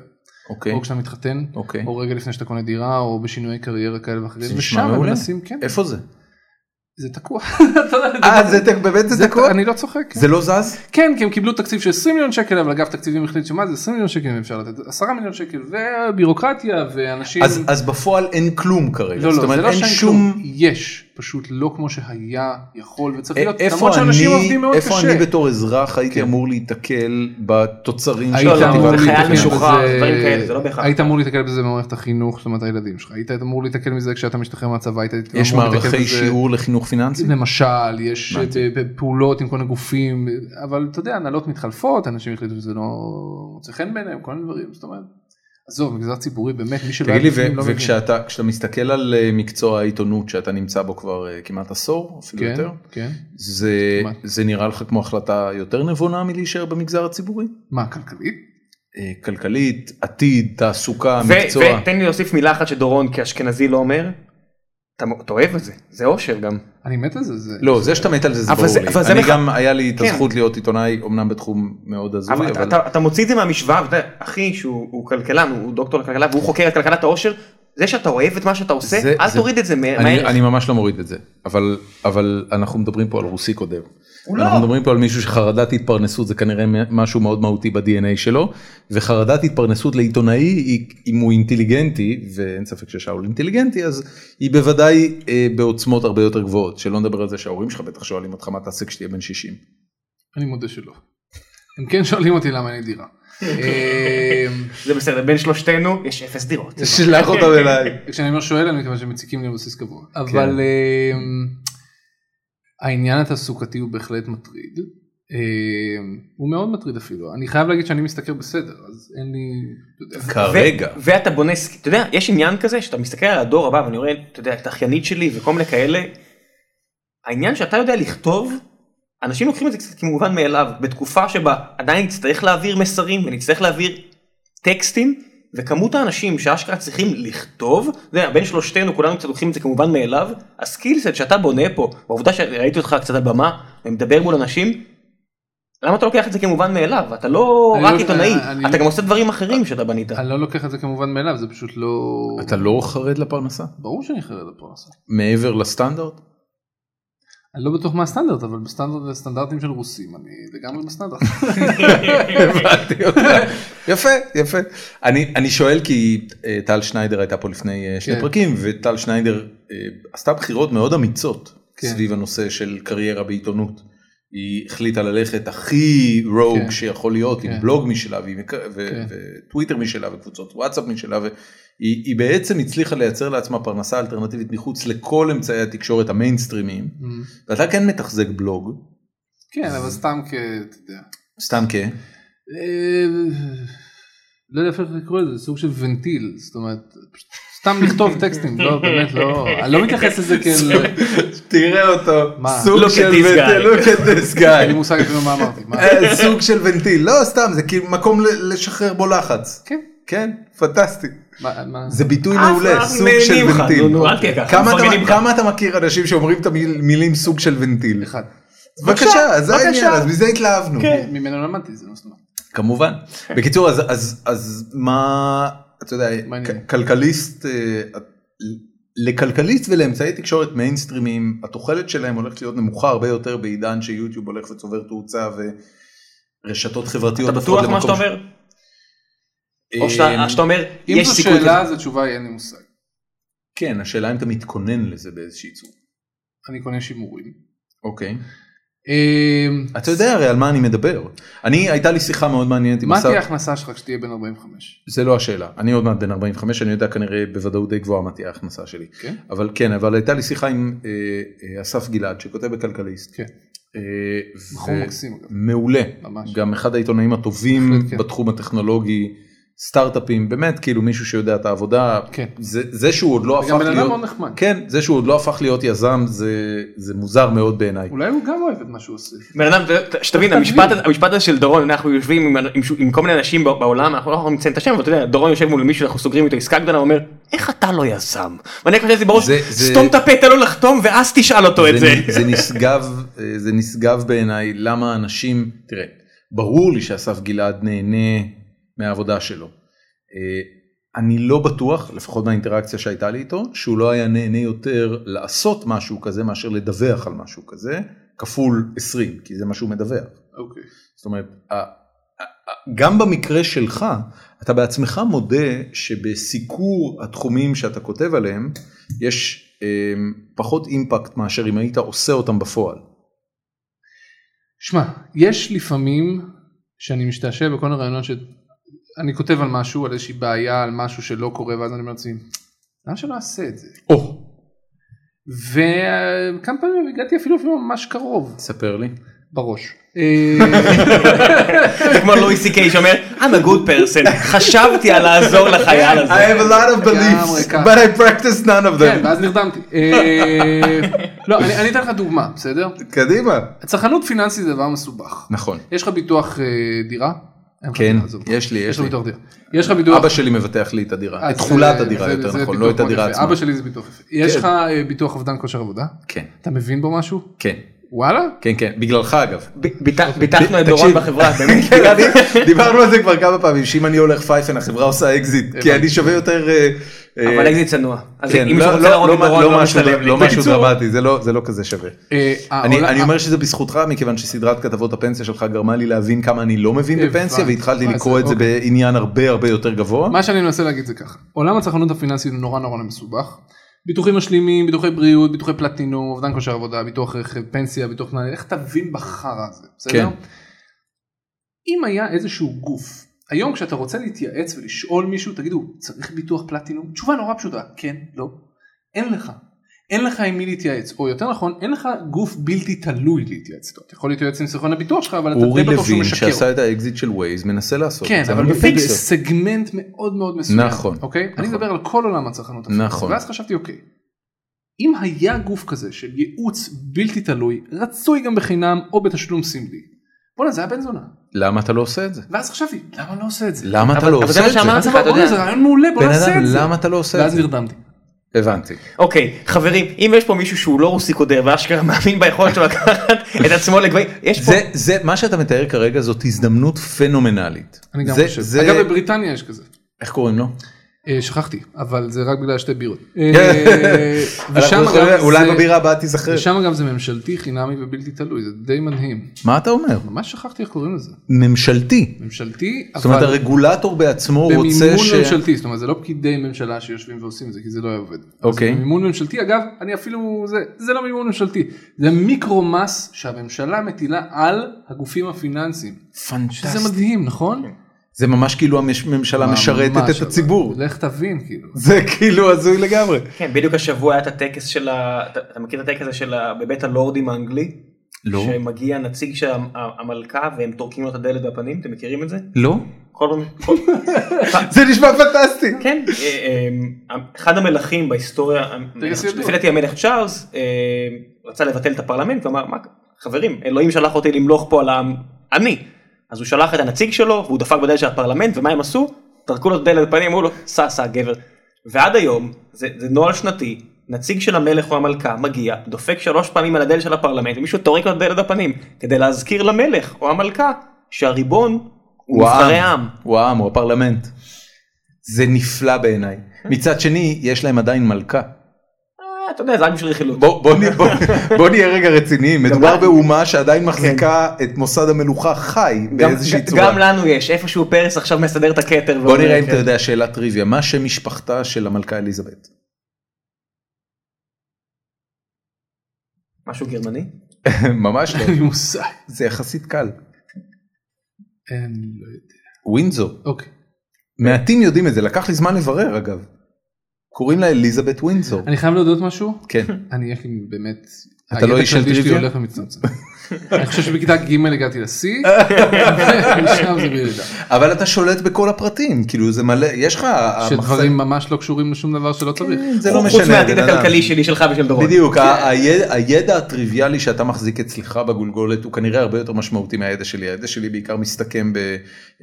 אוקיי.
או כשאתה מתחתן
אוקיי.
או רגע לפני שאתה קונה דירה או בשינויי קריירה כאלה ואחרים
זה נשמע
ושם הם
מעולה.
מנסים כן
איפה זה?
זה תקוע. אתה יודע,
אה, זה ת- באמת זה תקוע?
אני לא צוחק
זה לא זז?
כן כי הם קיבלו תקציב של 20 מיליון שקל אבל אגף תקציבים החליט שמה זה 20 מיליון שקל אם אפשר לתת 10 מיליון שקל ובירוקרטיה ואנשים
אז- אז בפועל אין כלום כרגע.
כאילו- לא
זאת
לא זה
אומרת,
לא
אין
שאין
שום...
כלום יש פשוט לא כמו שהיה יכול וצריך להיות
אה, איפה
למרות שאנשים עובדים
אני,
מאוד
איפה
קשה.
אני בתור אזרח הייתי
כן.
אמור להיתקל בתוצרים
היית
של
לא, לא,
אמור
החטיבה
זה חייל
להתקל
להתייחס?
משוחרר.
בזה-
דברים כאלה, זה לא בהכרח.
היית אמור להתקל בזה במערכת החינוך זאת אומרת הילדים שלך היית אמור להתקל מזה כשאתה משתחרר מהצבא היית
יש
אמור להתקל
מערכי
בזה- לא,
שיעור לחינוך פיננסי?
למשל יש
הבנתי.
אה, ב- פעולות עם כל מיני גופים אבל אתה יודע הנהלות מתחלפות אנשים החליטו שזה לא מוצא חן בעיניהם כל מיני דברים זאת אומרת. עזוב מגזר ציבורי באמת מי שלא
תגיד לי,
היה בפנים
ו-
לא מבין.
וכשאתה כשאתה מסתכל על אה, מקצוע העיתונות שאתה נמצא בו כבר אה, כמעט עשור, אפילו
כן,
יותר,
כן.
זה,
כמעט.
זה נראה לך כמו החלטה יותר נבונה מלהישאר במגזר הציבורי?
מה כלכלית?
אה, כלכלית, עתיד, תעסוקה,
ו-
מקצוע.
ותן לי להוסיף מילה אחת שדורון כאשכנזי לא אומר, אתה מ- אתה אוהב את זה, זה אושר גם,
אני מת על זה זה
לא, זה שאתה מת על זה זה
אבל
ברור
זה-
לי.
אבל זה
אני
מח-
גם היה לי את
כן.
הזכות להיות עיתונאי, אמנם בתחום מאוד הזוי,
אבל אתה-
אבל...
אתה- אתה מוציא את זה מהמשוואה, ואתה יודע, אחי שהוא הוא כלכלן, הוא דוקטור לכלכלה והוא חוקר את כלכלת האושר, זה שאתה אוהב את מה שאתה עושה,
זה-
אל
זה-
תוריד את זה מה-
אני,
מהערך.
אני ממש לא מוריד את זה, אבל, אבל אנחנו מדברים פה על רוסי קודם.
הוא
אנחנו
לא.
מדברים פה על מישהו שחרדת התפרנסות זה כנראה משהו מאוד מהותי ב-DNA שלו, וחרדת התפרנסות לעיתונאי, היא, אם הוא אינטליגנטי, ואין ספק ששאול אינטליגנטי, אז היא בוודאי אה, בעוצמות הרבה יותר גבוהות, שלא נדבר על זה שההורים שלך בטח שואלים אותך מה תעשה כשתהיה בן 60.
אני מודה שלא. הם כן שואלים אותי למה אין לי דירה. אה,
זה בסדר, בין שלושתנו יש אפס דירות.
שלח אותם אליי.
כשאני אומר שואל אני מקווה שמציקים לי על בסיס קבוע
כן.
אבל אמ, העניין התעסוקתי הוא בהחלט מטריד. אמ, הוא מאוד מטריד אפילו אני חייב להגיד שאני משתכר בסדר אז אין לי אתה יודע,
כרגע.
ו- ואתה בונה, סק- אתה יודע, יש עניין כזה שאתה מסתכל על הדור הבא ואני רואה, אתה יודע, את האחיינית שלי וכל מיני כאלה. העניין שאתה יודע לכתוב, אנשים לוקחים את זה קצת כמובן מאליו, בתקופה שבה עדיין נצטרך להעביר מסרים ונצטרך להעביר טקסטים, וכמות האנשים שאשכרה צריכים לכתוב, אתה יודע, בין שלושתנו כולנו קצת לוקחים את זה כמובן מאליו, הסקילסט שאתה בונה פה, העובדה שראיתי אותך קצת על במה ומדבר מול אנשים, למה אתה לוקח את זה כמובן מאליו? אתה לא
אני
רק
לא-
עיתונאי,
אני-
אתה גם עושה דברים אחרים שאתה בנית.
אני לא לוקח את זה כמובן מאליו זה פשוט לא
כן. אתה לא חרד לפרנסה?
ברור שאני חרד לפרנסה.
מעבר לסטנדרט?
אני לא בטוח מה הסטנדרט אבל בסטנדרט- בסטנדרטים של רוסים אני לגמרי בסטנדרט.
הבנתי אותך. יפה, יפה. אני, אני שואל כי אה, טל שניידר הייתה פה לפני אה, שני
כן.
פרקים, וטל שניידר אה, עשתה בחירות מאוד אמיצות
כן.
סביב הנושא של קריירה בעיתונות. היא החליטה ללכת הכי רוג
כן.
שיכול להיות, עם
כן.
בלוג משלה, ועם, ו- ו-
כן.
וטוויטר משלה, וקבוצות וואטסאפ משלה, והיא היא בעצם הצליחה לייצר לעצמה פרנסה אלטרנטיבית מחוץ לכל אמצעי התקשורת המיינסטרימיים. ואתה כן מתחזק בלוג,
אמ, כן אבל סתם כ... אתה יודע.
סתם כ...
אה, לא יודע איך לקרוא לזה, סוג של ונטיל, זאת אומרת, פשוט סתם לכתוב טקסטים, לא, באמת, לא, אני לא מתייחס לזה כאל,
תראה אותו,
מה?
סוג
Look
של
at this
ונטיל,
guy.
look at this
אין לי
guy,
מושג אפילו מה אמרתי, מה,
אה, סוג של ונטיל, לא סתם, זה כאילו מקום ל- לשחרר בו לחץ,
כן,
כן, פנטסטי,
מה, מה,
זה ביטוי
אף
מעולה,
אחד
סוג
נהנים
של
אה, לך,
ונטיל,
נו, נו, אל תהיה ככה,
כמה
אנחנו
אתה-
מבינים לך.
כמה אתה מכיר אנשים שאומרים את המילים סוג של ונטיל,
אחד,
בבקשה,
בבקשה, כן.
זה העניין,
בבקשה.
אז מזה התלהבנו,
ממנו למדתי את זה, מה זאת אומרת,
כמובן,
כן.
בקיצור, אז- אז- אז מה, אתה יודע,
מעניין.
כ- כלכליסט, אה, לכלכליסט ולאמצעי תקשורת מיינסטרימיים התוחלת שלהם הולכת להיות נמוכה הרבה יותר בעידן שיוטיוב הולך וצובר תאוצה ורשתות חברתיות.
אתה
הופכות
בטוח מה
למקום
שאתה
ש-
אומר? או
אה,
שאתה שאתה אומר,
אם
יש
זו
סיכוי כזה.
שאלה, אז התשובה היא אין לי מושג,
כן השאלה אם אתה מתכונן לזה באיזושהי צורה.
אני קונה שימורים,
אוקיי.
אה,
אתה יודע הרי על מה אני מדבר. אני הייתה לי שיחה מאוד מעניינת עם
מה
השר.
תהיה ההכנסה שלך כשתהיה בן 45,
זה לא השאלה. אני עוד מעט בן 45 אני יודע כנראה בוודאות די גבוהה מה תהיה ההכנסה שלי.
כן,
אבל כן אבל הייתה לי שיחה עם אה, אה, אסף גלעד שכותב בכלכליסט.
כן.
אה,
בחור
ו-
מקסים, אגב,
מעולה.
ממש,
גם אחד העיתונאים הטובים
בהחלט כן.
בתחום הטכנולוגי, סטארט-אפים, באמת כאילו מישהו שיודע את העבודה,
כן,
זה, זה שהוא עוד לא הפך
וגם בן אדם מאוד
להיות,
נחמד,
כן, זה שהוא עוד לא הפך להיות יזם זה, זה מוזר מאוד בעיניי.
אולי הוא גם אוהב את מה שהוא עושה,
בן אדם, ת- שתבין, המשפט הזה- המשפט הזה של דורון, אנחנו יושבים עם- עם ש- עם כל מיני אנשים בע- בעולם, אנחנו לא יכולים לציין את השם, אבל אתה יודע, דורון יושב מול מישהו, אנחנו סוגרים איתו עסקה גדולה, הוא אומר, איך אתה לא יזם? ואני חושב שזה בראש,
זה- זה-
סתום את הפה, תן לו לחתום, ואז תשאל אותו את זה.
נ- זה נשגב, אה, זה נשגב בעיניי למה אנשים, תראה, ברור לי שאסף גלעד נהנה מהעבודה שלו. אה, אני לא בטוח, לפחות מהאינטראקציה שהייתה לי איתו, שהוא לא היה נהנה יותר לעשות משהו כזה מאשר לדווח על משהו כזה, כפול 20, כי זה מה שהוא מדווח.
אוקיי,
זאת אומרת, ה- ה- ה- גם במקרה שלך, אתה בעצמך מודה שבסיקור התחומים שאתה כותב עליהם, יש אמ, פחות אימפקט מאשר אם היית עושה אותם בפועל.
שמע, יש לפעמים שאני משתעשע בכל הרעיונות שאני כותב על משהו, על איזושהי בעיה, על משהו שלא קורה, ואז אני אומר לעצמי, למה שלא אעשה את זה?
או,
וכמה פעמים הגעתי אפילו אפילו ממש קרוב
ספר לי.
בראש. אה,
זה כמו לואי סי קיי שאומר, I'm a good person, חשבתי על לעזור לחייל הזה.
have a lot of
לגמרי ככה.
I practice none of
כן, ואז נרדמתי. אה, לא, אני אני אתן לך דוגמה, בסדר?
קדימה.
הצרכנות פיננסית זה דבר מסובך.
נכון.
יש לך ביטוח אה, דירה? אין לך
כן,
דירה, עזוב.
יש לי,
יש
יש
לך
לי.
ביטוח דירה. יש לך ביטוח...
אבא שלי מבטח לי את הדירה, את
אז,
תכולת
אה,
הדירה
זה-
יותר
זה
נכון,
ביטוח
לא את הדירה
מאוד יפה.
עצמה.
אבא שלי זה ביטוח יפה. יש
כן.
לך אה, ביטוח אובדן כושר עבודה?
כן,
אתה מבין בו משהו?
כן,
וואלה?
כן, כן, בגללך אגב.
ב- ביט- ביטחנו את דורון
תקשיב.
בחברה, באמת.
כן, אני- דיברנו על זה כבר כמה פעמים שאם אני הולך פייפן החברה עושה אקזיט כי אני שווה יותר. אה, אה,
אבל אקזיט צנוע. אז
כן,
אם
לא-
מישהו
לא-
רוצה להרוג
לא
את
מה-
דורון,
לא
לא
משהו-
משתלם לי.
לא משהו
בקיצור-
דרמטי זה לא זה לא כזה שווה.
אה,
אני
העולם-
אני אומר שזה בזכותך מכיוון שסדרת כתבות הפנסיה שלך גרמה לי להבין כמה אני לא מבין
הבנתי.
בפנסיה והתחלתי
מה זה,
לקרוא את זה
אוקיי.
בעניין הרבה הרבה יותר גבוה.
מה שאני מנסה להגיד זה ככה, עולם הצרכנות הפיננסית הוא נורא נורא מסובך. ביטוחים משלימים, ביטוחי בריאות, ביטוחי פלטינום, אובדן כושר עבודה, ביטוח רכב, פנסיה, ביטוח תנאי, איך תבין בחרא הזה, בסדר?
כן.
אם היה איזשהו גוף היום כשאתה רוצה להתייעץ ולשאול מישהו, תגידו, צריך ביטוח פלטינום? תשובה נורא פשוטה, כן, לא. אין לך. אין לך עם מי להתייעץ, או יותר נכון, אין לך גוף בלתי תלוי להתייעץ איתו. אתה יכול להתייעץ עם סוכן הביטוח שלך, אבל אתה
אורי
די בטוח שהוא
לוין
משקר.
שעשה את האקזיט של ווייז מנסה לעשות
כן,
את זה
אבל
הוא
בפיקסר.
בפיקסר.
סגמנט מאוד מאוד מסוים.
נכון,
אוקיי? נכון. אני
נכון.
מדבר על כל עולם הצרכנות. הפיננסית.
נכון.
ואז חשבתי, אוקיי, אם היה גוף כזה של ייעוץ בלתי תלוי, רצוי גם בחינם או בתשלום סמלי, בואנה זה היה בן זונה.
למה אתה לא עושה את זה?
ואז חשבתי, למה אני לא עושה את זה?
למה אתה
אבל-
לא
אבל
עושה
זה מה
את זה?
שאמרתי.
ואז אמרתי,
אתה יודע.
"אוי, זה רעיון מעולה, בוא
בן
נעשה
אדם
את זה.
למה אתה לא עושה את
ואז
זה?
נרדמתי.
הבנתי.
אוקיי, חברים, אם יש פה מישהו שהוא לא רוסי קודר ואשכרה מאמין ביכולת שלו לקחת את עצמו לגבי... יש פה...
זה זה מה שאתה מתאר כרגע זאת הזדמנות פנומנלית.
אני גם
זה-
חושב.
זה-
אגב בבריטניה יש כזה.
איך קוראים לו?
אה, שכחתי, אבל זה רק בגלל שתי בירות. אה, ושם
כן. אנחנו יכולים-
אגב
אולי
זה-
בבירה הבאה תיזכר.
ושם אגב זה ממשלתי, חינמי ובלתי תלוי, זה די מדהים.
מה אתה אומר?
ממש שכחתי איך קוראים לזה.
ממשלתי.
ממשלתי,
זאת אומרת
אבל
הרגולטור בעצמו
במימון
רוצה ש...
ממשלתי, זאת אומרת זה לא פקידי ממשלה שיושבים ועושים את זה, כי זה לא יעבוד.
אוקיי.
אז במימון ממשלתי, אגב, אני אפילו, זה, זה לא מימון ממשלתי, זה מיקרו-מס שהממשלה מטילה על הגופים הפיננסיים.
פנטסטי.
שזה מדהים, נכון?
זה ממש כאילו המש- הממשלה משרתת
ממש,
את
אבל
הציבור.
לך תבין, כאילו.
זה כאילו הזוי לגמרי.
כן, בדיוק השבוע היה את הטקס של ה... אתה- אתה מכיר את הטקס הזה של ה... בבית הלורדים האנגלי?
לא.
שמגיע נציג של המ- ה- המלכה והם טורקים לו את הדלת בפנים, אתם מכירים את זה?
לא?
כל פעם... כל-
זה נשמע פנטסטי.
כן, אה, אה, אחד המלכים בהיסטוריה, המלך-
ידוע.
לפי דעתי המלך צ'ארלס, אה, רצה לבטל את הפרלמנט ואמר, "מה, חברים, אלוהים שלח אותי למלוך פה על העם, אני. אז הוא שלח את הנציג שלו והוא דפק בדלת של הפרלמנט, ומה הם עשו? טרקו לו את הדלת בפנים, אמרו לו, סע, סע, גבר. ועד היום, זה זה נוהל שנתי. נציג של המלך או המלכה מגיע, דופק שלוש פעמים על הדלת של הפרלמנט ומישהו טורק לו את הדלת בפנים כדי להזכיר למלך או המלכה שהריבון הוא נבחרי העם.
הוא העם, הוא הפרלמנט. זה נפלא בעיניי.
כן.
מצד שני, יש להם עדיין מלכה.
אה, אתה יודע, זה רק בשביל רכילות.
בוא, בוא, נ- בוא, בוא נהיה רגע רציניים, מדובר
גם- כן.
באומה שעדיין מחזיקה את מוסד המלוכה חי
גם-
באיזושהי
ג-
צורה.
גם לנו יש, איפשהו פרס עכשיו מסדר את הכתר.
בוא
ואומר,
נראה אם
כן.
אתה יודע שאלת טריוויה, מה שם משפחתה של המלכה אליזבת?
משהו גרמני?
ממש לא,
אין לי מושג.
זה יחסית קל.
אין, לא יודע.
ווינזו,
אוקיי.
מעטים יודעים את זה, לקח לי זמן לברר אגב. קוראים לה אליזבת ווינזו.
אני חייב להודות משהו?
כן,
אני יש לי באמת...
אתה
הידע
לא איש של
הכללי שלי
טריוויה?
הולך ומצטמצם. אני חושב שבכיתה ג' הגעתי לשיא, ומשם זה בירידה.
אבל אתה שולט בכל הפרטים, כאילו זה מלא, יש לך...
שדברים ממש לא קשורים לשום דבר שלא צריך.
המחסן- זה לא משנה.
חוץ מהעתיד
בן אדם.
הכלכלי שלי, שלך ושל דורון.
בדיוק, ה- הידע- הידע הטריוויאלי שאתה מחזיק אצלך בגולגולת הוא כנראה הרבה יותר משמעותי מהידע שלי. הידע שלי בעיקר מסתכם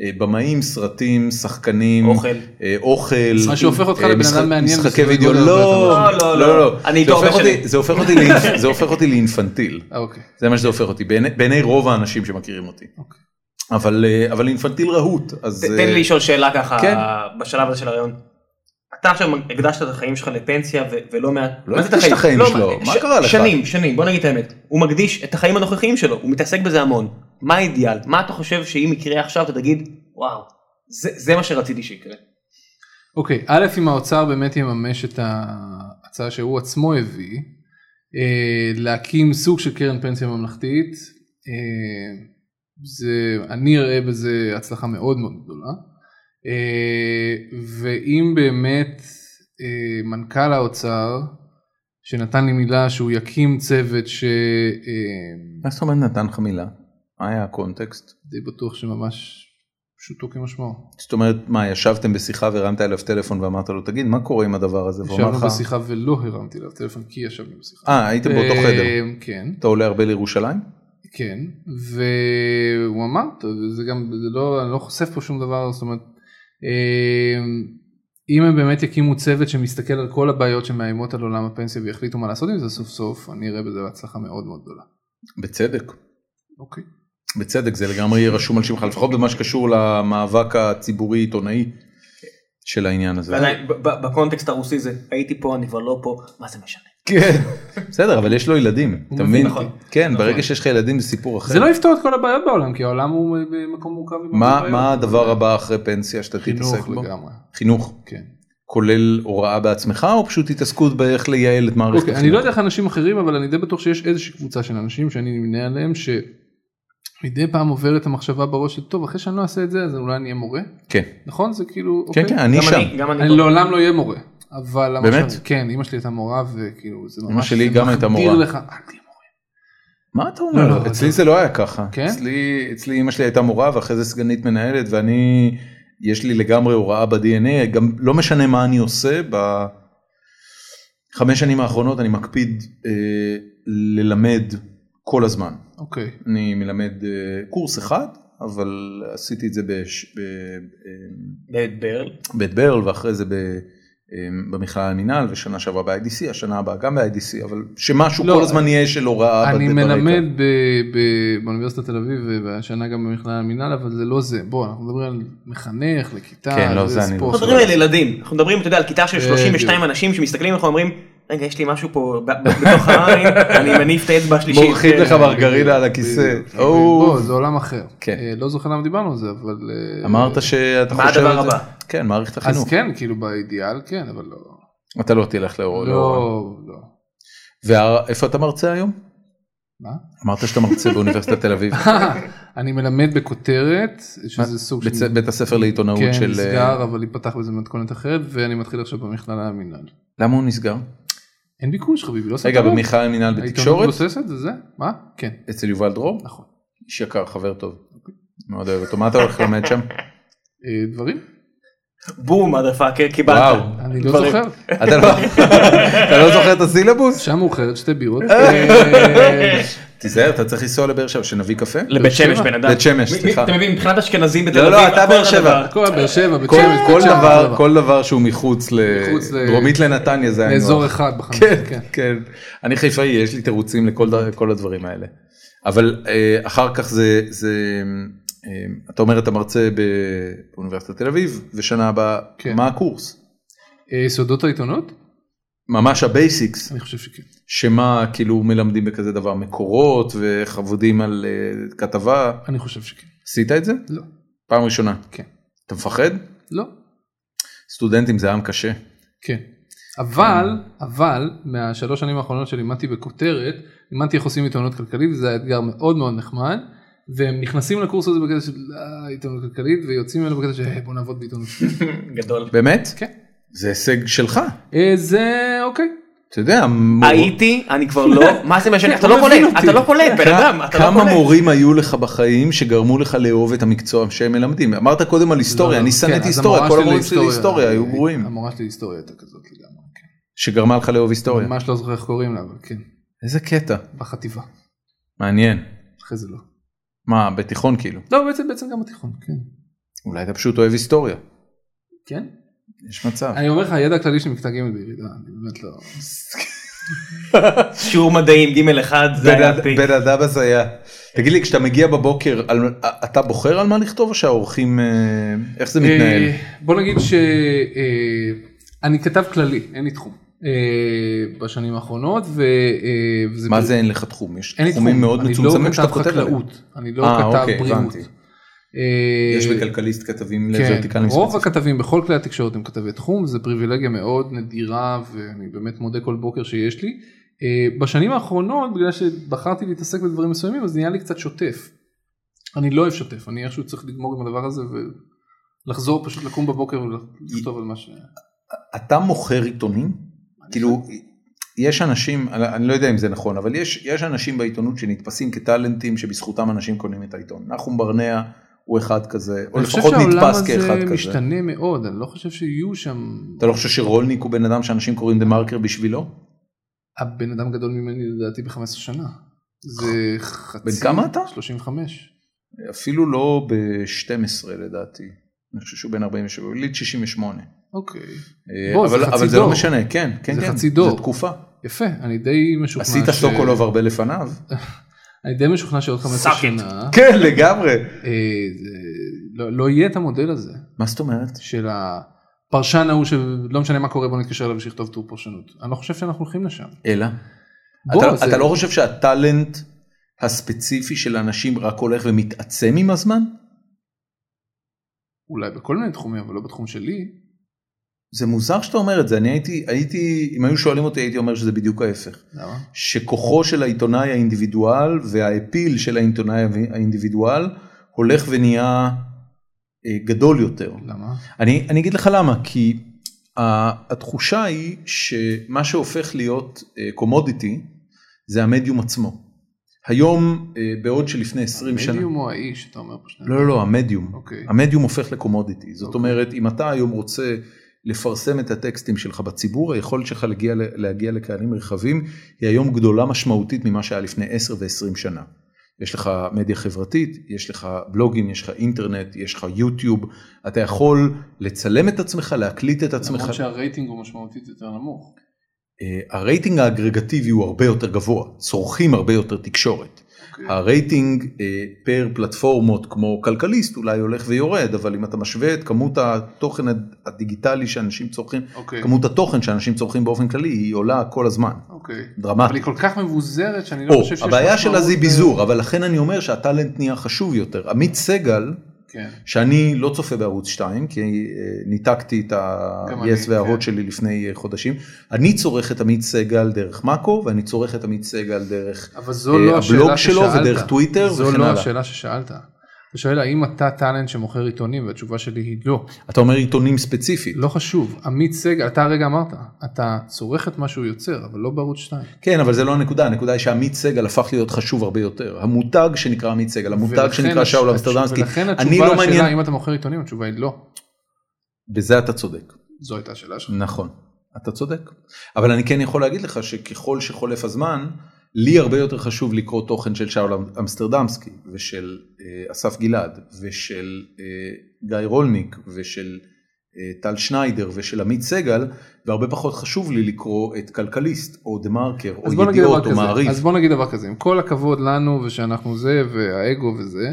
בבמאים, סרטים, שחקנים,
אוכל.
אה, אוכל,
מה שהופך אותך
אה,
לבן
משחק-
אדם מעניין
משחקי
בסדרי
וידאו,
גודל
לא,
הרבה
לא,
יותר
לא,
גדולים.
לא,
אני
זה
איתו הרבה
הופך אותי-
שנים.
זה הופך אותי לאינפ- זה הופך אותי לאינפנטיל,
אה, אוקיי.
זה מה שזה הופך אותי, בעיני- בעיני רוב האנשים שמכירים אותי.
אוקיי.
אבל אה, אבל אינפנטיל רהוט, אז...
ת-
אה,
תן לי לשאול שאלה ככה,
כן.
בשלב הזה של הרעיון. אתה עכשיו הקדשת את החיים שלך לפנסיה ו- ולא מעט,
לא
מה זה את
הקדשתי את החיים
לא,
שלו, מה
ש-
קרה לך?
שנים, שנים, בוא נגיד את האמת. הוא מקדיש את החיים הנוכחיים שלו, הוא מתעסק בזה המון. מה האידיאל? מה אתה חושב שאם יקרה עכשיו אתה תגיד, וואו, זה- זה מה שרציתי שיקרה.
אוקיי, א', אם האוצר באמת יממש את ההצעה שהוא עצמו הביא, אה, להקים סוג של קרן פנסיה ממלכתית, אה, זה, אני אראה בזה הצלחה מאוד מאוד גדולה, אה, ואם באמת אה, מנכ"ל האוצר, שנתן לי מילה שהוא יקים צוות ש... אה,
מה זאת אומרת נתן לך מילה? מה היה הקונטקסט?
די בטוח שממש פשוטו כמשמעו.
זאת אומרת, מה, ישבתם בשיחה והרמת אליו טלפון ואמרת לו, תגיד, מה קורה עם הדבר הזה? והוא אמר
ישבנו
לך,
בשיחה ולא הרמתי אליו טלפון כי ישבנו בשיחה.
אה, הייתם באותו
אה,
חדר.
כן,
אתה עולה הרבה לירושלים?
כן, והוא אמר, "טוב, זה גם, זה לא, אני לא חושף פה שום דבר, זאת אומרת, אה, אם הם באמת יקימו צוות שמסתכל על כל הבעיות שמאיימות על עולם הפנסיה ויחליטו מה לעשות עם זה סוף סוף, אני אראה בזה הצלחה מאוד מאוד גדולה.
בצדק.
אוקיי.
בצדק, זה לגמרי יהיה רשום על שמך, לפחות במה שקשור למאבק הציבורי עיתונאי של העניין הזה.
ועדיין, ב- ב- בקונטקסט הרוסי זה, הייתי פה, אני כבר לא פה, מה זה משנה?
כן. בסדר, אבל יש לו ילדים, אתה מבין?
נכון.
כן, ברגע שיש לך ילדים זה סיפור אחר.
זה לא יפתור את כל הבעיות בעולם, כי העולם הוא במקום מורכב. עם הרבה
מה
בעיות.
מה הדבר הבא אחרי פנסיה שאתה תתעסק
לא, חינוך לא.
בו?
לגמרי,
חינוך.
כן.
כולל הוראה בעצמך, או פשוט התעסקות באיך לייעל את מערכת
אוקיי, אני לא
החינוך?
יודע איך אנשים אחרים אבל אני די בטוח שיש איזושהי קבוצה של אנשים שאני נמנה עליהם ש... מדי פעם עוברת המחשבה בראש של טוב אחרי שאני לא אעשה את זה אז אולי אני אהיה מורה
כן,
נכון זה כאילו
כן,
אוקיי.
כן, אני
גם
שם.
גם אני
אני
פה.
לעולם לא אהיה מורה אבל
באמת?
המחשב- כן אמא שלי הייתה מורה וכאילו זה ממש
שלי
זה
גם הייתה
מחדיר
מורה.
לך, "אל תהיה מורה".
מה אתה
לא,
אומר?
לא,
אצלי
לא.
זה לא היה ככה.
כן?
אצלי, אצלי אימא שלי הייתה מורה ואחרי זה סגנית מנהלת ואני, יש לי לגמרי הוראה ב-DNA, גם לא משנה מה אני עושה, בחמש שנים האחרונות אני מקפיד אה, ללמד כל הזמן.
אוקיי
אני מלמד אה, קורס אחד, אבל עשיתי את זה בש, ב, אה,
ב- ברל.
בית ברל ואחרי זה ב, אמ, במכללה למינהל ושנה שעברה ב-IDC, השנה הבאה גם ב-IDC, אבל שמשהו
לא,
כל הזמן יהיה של הוראה
אני
ב- ברקע.
מלמד ב- ב- באוניברסיטת תל אביב והשנה גם במכללה למינהל אבל זה לא זה בוא אנחנו מדברים על מחנך לכיתה
כן, לא, זה אני
ספורט.
אנחנו מדברים על ילדים, אנחנו מדברים, אתה יודע, על כיתה של 32
בדיוק.
אנשים שמסתכלים עליך ואומרים, רגע, יש לי משהו פה ב- ב- בתוך העין, אני מניף את האצבע השלישית.
מורחים לך
אה,
מרגרינה על הכיסא.
בדיוק.
או,
בוא, זה עולם אחר.
כן.
אה, לא זוכר למה דיברנו על זה, אבל... אה,
אמרת שאתה
מה
חושב
הדבר
על זה?
הבא?
כן, מערכת
אז
החינוך.
כן, כאילו באידיאל כן, אבל לא.
אתה לא תלך לאור. לאור.
לא, לא.
ואיפה אתה מרצה היום?
מה?
אמרת שאתה מרצה באוניברסיטת תל אביב.
אני מלמד בכותרת, שזה סוג
בית-
של...
בית הספר לעיתונאות
כן,
של... אה,
נסגר, אבל ייפתח בזה מתכונת אחרת, ואני מתחיל עכשיו במכללה למינהל.
למה הוא נסגר?
אין ביקוש חביבי, לא
רגע,
לב?
במכלל מינהל
העיתונות
בתקשורת,
מבוססת זה זה? מה? כן,
אצל יובל דרור,
נכון.
איש יקר, חבר טוב.
אוקיי.
מאוד אוהב אותו. מה אתה הולך ללמד שם?
אה, דברים?
בום, מודרפאקר, קיבלת.
וואו,
אני לא
דברים.
זוכר.
אתה לא, אתה לא זוכר את הסילבוס?
שעה מאוחרת, שתי בירות. אה,
תיזהר, אתה צריך לנסוע לבאר שבע, שנביא קפה?
כן,
לבית שמש
שבע?
בן אדם.
בית שמש,
מי- מי-
סליחה.
אתה מבין, מבחינת אשכנזים בתל
לא,
אביב,
לא, אתה
הכל
באר
אותו
שבע.
דבר.
הכל באר שבע, בית
כל-
שמש,
כל
בית שמש,
דבר,
אותו דבר.
כל דבר שהוא מחוץ ל...
כן, מחוץ ל-
דרומית לנתניה זה היה
לאזור
נוח.
אחד בחמש.
כן,
כן.
כן. אני חיפאי, יש לי תירוצים לכל ד- כל הדברים האלה. אבל אה, אחר כך זה, זה, אה, אתה אומר אתה מרצה באוניברסיטת תל אביב, ושנה הבאה,
כן.
מה הקורס?
אה, סודות העיתונות?
ממש הבייסיקס.
אני חושב שכן.
שמה כאילו מלמדים בכזה דבר מקורות וחבודים על אה, כתבה
אני חושב שכן.
עשית את זה
לא.
פעם ראשונה
כן.
אתה מפחד
לא.
סטודנטים זה עם קשה
כן. אבל, אבל, מהשלוש שנים האחרונות שלימדתי בכותרת, לימדתי איך עושים עיתונות כלכלית, וזה היה אתגר מאוד מאוד נחמד, והם נכנסים לקורס הזה בקטע של "אה, עיתונות כלכלית, ויוצאים ממנו בקטע של "אה, בוא נעבוד בעיתונות.
גדול.
באמת
כן.
זה הישג שלך
אה, זה אוקיי.
אתה יודע מור...
הייתי, אני כבר לא, מה זה משנה, אתה לא
לא
קולט,
מבין אותי.
אתה לא קולט, בן אדם, אתה לא
כמה
קולט.
מורים היו לך בחיים שגרמו לך לאהוב את המקצוע שהם מלמדים אמרת קודם על היסטוריה
לא,
אני
כן,
שנאתי
אז
היסטוריה
המורה
כל המורים שלי להיסטוריה
אה,
היו גרועים
המורה שלי להיסטוריה הייתה כזאת לגמרי. כן.
שגרמה לך לאהוב היסטוריה
ממש לא זוכר איך קוראים לה, אבל כן.
איזה קטע
בחטיבה.
מעניין
אחרי זה לא.
מה בתיכון כאילו
לא, בעצם, בעצם גם בתיכון, כן.
אולי אתה פשוט אוהב היסטוריה
כן?
יש מצב
אני אומר לך, הידע הכללי של מקטע ג' בירידה, אני באמת לא...
שיעור מדעים, ג' אחד, זה היה
בן-
הפיק.
בן אדם הזיה. תגיד לי, כשאתה מגיע בבוקר, על- אתה בוחר על מה לכתוב או שהאורחים, אה, איך זה מתנהל?
אה, בוא נגיד שאני כתב כללי, אין לי תחום, אה, בשנים האחרונות, ו... אה, וזה
מה
ב-
זה אין לך תחום? יש
אין לי
תחומים
תחום.
מאוד
אני לא
מצומצמים
כתב
שאתה כותב עליהם.
חקלאות, אני לא
אה,
כתב
אוקיי,
בריאות.
הבנתי.
אה,
יש בכלכליסט כתבים
כן,
לוורטיקלים
רוב
ספציפיים.
הכתבים בכל כלי התקשורת הם כתבי תחום, זו פריבילגיה מאוד נדירה ואני באמת מודה כל בוקר שיש לי. אה, בשנים האחרונות, בגלל שבחרתי להתעסק בדברים מסוימים, אז נהיה לי קצת שוטף. אני לא אוהב שוטף, אני איכשהו צריך לגמור עם הדבר הזה ולחזור, פשוט לקום בבוקר ולכתוב על מה ש...
אתה מוכר עיתונים? כאילו, יש אנשים, אני- אני לא יודע אם זה נכון, אבל יש יש אנשים בעיתונות שנתפסים כטאלנטים שבזכותם אנשים קונים את העיתון. נחום ברנע הוא אחד כזה, או
אני חושב
לפחות
שהעולם
נתפס כאחד
הזה
כזה.
משתנה מאוד, אני לא חושב שיהיו שם...
אתה לא חושב שרולניק הוא בן אדם שאנשים קוראים דה מרקר בשבילו?
הבן אדם גדול ממני לדעתי ב-15 שנה. זה חצי...
בן כמה אתה?
35.
אפילו לא ב-12 לדעתי, אני חושב שהוא בן 47, הוא יליד 68.
אוקיי.
אה,
בוא, זה
אבל,
חצי
אבל זה לא
דור.
משנה, כן, כן,
זה
כן,
חצי דור.
זה תקופה.
יפה, אני די משוכנע
עשית סוקולוב הרבה לפניו?
אה. אני די משוכנע שעוד 15
Suck it.
שנה
כן, לגמרי.
אה, זה- לא- לא יהיה את המודל הזה
מה זאת אומרת?
של הפרשן ההוא שלא משנה מה קורה בוא נתקשר אליו ושיכתוב טור פרשנות. אני לא חושב שאנחנו הולכים לשם.
אלא?
בוא,
אתה,
זה-
אתה לא חושב שהטאלנט הספציפי של אנשים רק הולך ומתעצם עם הזמן?
אולי בכל מיני תחומים אבל לא בתחום שלי.
זה מוזר שאתה אומר את זה, אני הייתי, הייתי, אם היו שואלים אותי הייתי אומר שזה בדיוק ההפך.
למה?
שכוחו של העיתונאי האינדיבידואל והאפיל של העיתונאי האינדיבידואל הולך ונהיה אה, גדול יותר.
למה?
אני, אני אגיד לך למה, כי ה- התחושה היא שמה שהופך להיות קומודיטי זה המדיום עצמו. היום, אה, בעוד שלפני 20 שנה...
המדיום הוא האיש, אתה אומר פה שנייה.
לא, לא, לא, המדיום.
אוקיי.
המדיום הופך לקומודיטי. זאת
אוקיי.
אומרת, אם אתה היום רוצה לפרסם את הטקסטים שלך בציבור, היכולת שלך להגיע, להגיע לקהלים רחבים היא היום גדולה משמעותית ממה שהיה לפני 10 ו-20 שנה. יש לך מדיה חברתית, יש לך בלוגים, יש לך אינטרנט, יש לך יוטיוב, אתה יכול לצלם את עצמך, להקליט את עצמך.
למרות שהרייטינג הוא משמעותית יותר נמוך.
אה, הרייטינג האגרגטיבי הוא הרבה יותר גבוה, צורכים הרבה יותר תקשורת.
אוקיי.
הרייטינג אה, פר פלטפורמות כמו כלכליסט אולי הולך ויורד, אבל אם אתה משווה את כמות התוכן הד- הדיגיטלי שאנשים צורכים,
אוקיי.
כמות התוכן שאנשים צורכים באופן כללי היא עולה כל הזמן,
אוקיי. אבל
דרמטית.
היא כל כך מבוזרת שאני לא
או,
חושב שיש
הבעיה שלה זה
משמעות, אה,
ביזור, אבל לכן אני אומר שהטאלנט נהיה חשוב יותר. עמית סגל,
כן.
שאני לא צופה בערוץ 2 כי אה, ניתקתי את
גם
ה-yes
אני,
וההוט
כן.
שלי לפני אה, חודשים. אני צורך את עמית סגל דרך מאקו ואני צורך את עמית סגל דרך
אבל זו לא
אה,
השאלה
הבלוג
ששאלת.
שלו ודרך טוויטר
זו
וכן
לא
הלאה.
השאלה ששאלת. אתה שואל האם אתה טאלנט שמוכר עיתונים והתשובה שלי היא לא.
אתה אומר עיתונים ספציפית.
לא חשוב. עמית סגל, אתה הרגע אמרת, אתה צורך את מה שהוא יוצר אבל לא בערוץ 2.
כן אבל זה לא הנקודה הנקודה היא שעמית סגל הפך להיות חשוב הרבה יותר המותג שנקרא עמית סגל המותג
ולכן
שנקרא
הש-
שאול
הש-
אמסטרדמסקי
ולכן
אני
התשובה
לא מעניין
לשאלה אם אתה מוכר עיתונים התשובה היא לא.
בזה אתה צודק
זו הייתה השאלה שלך.
נכון אתה צודק אבל אני כן יכול להגיד לך שככל שחולף הזמן לי הרבה יותר חשוב לקרוא תוכן של שאול אמ- אמסטרדמסקי ושל אה, אסף גלעד ושל אה, גיא רולניק ושל אה, טל שניידר ושל עמית סגל והרבה פחות חשוב לי לקרוא את כלכליסט או דה מרקר או
אז בוא נגיד דבר
ידיעות או
כזה, אז
מעריב.
בוא נגיד דבר כזה, עם כל הכבוד לנו ושאנחנו זה והאגו וזה,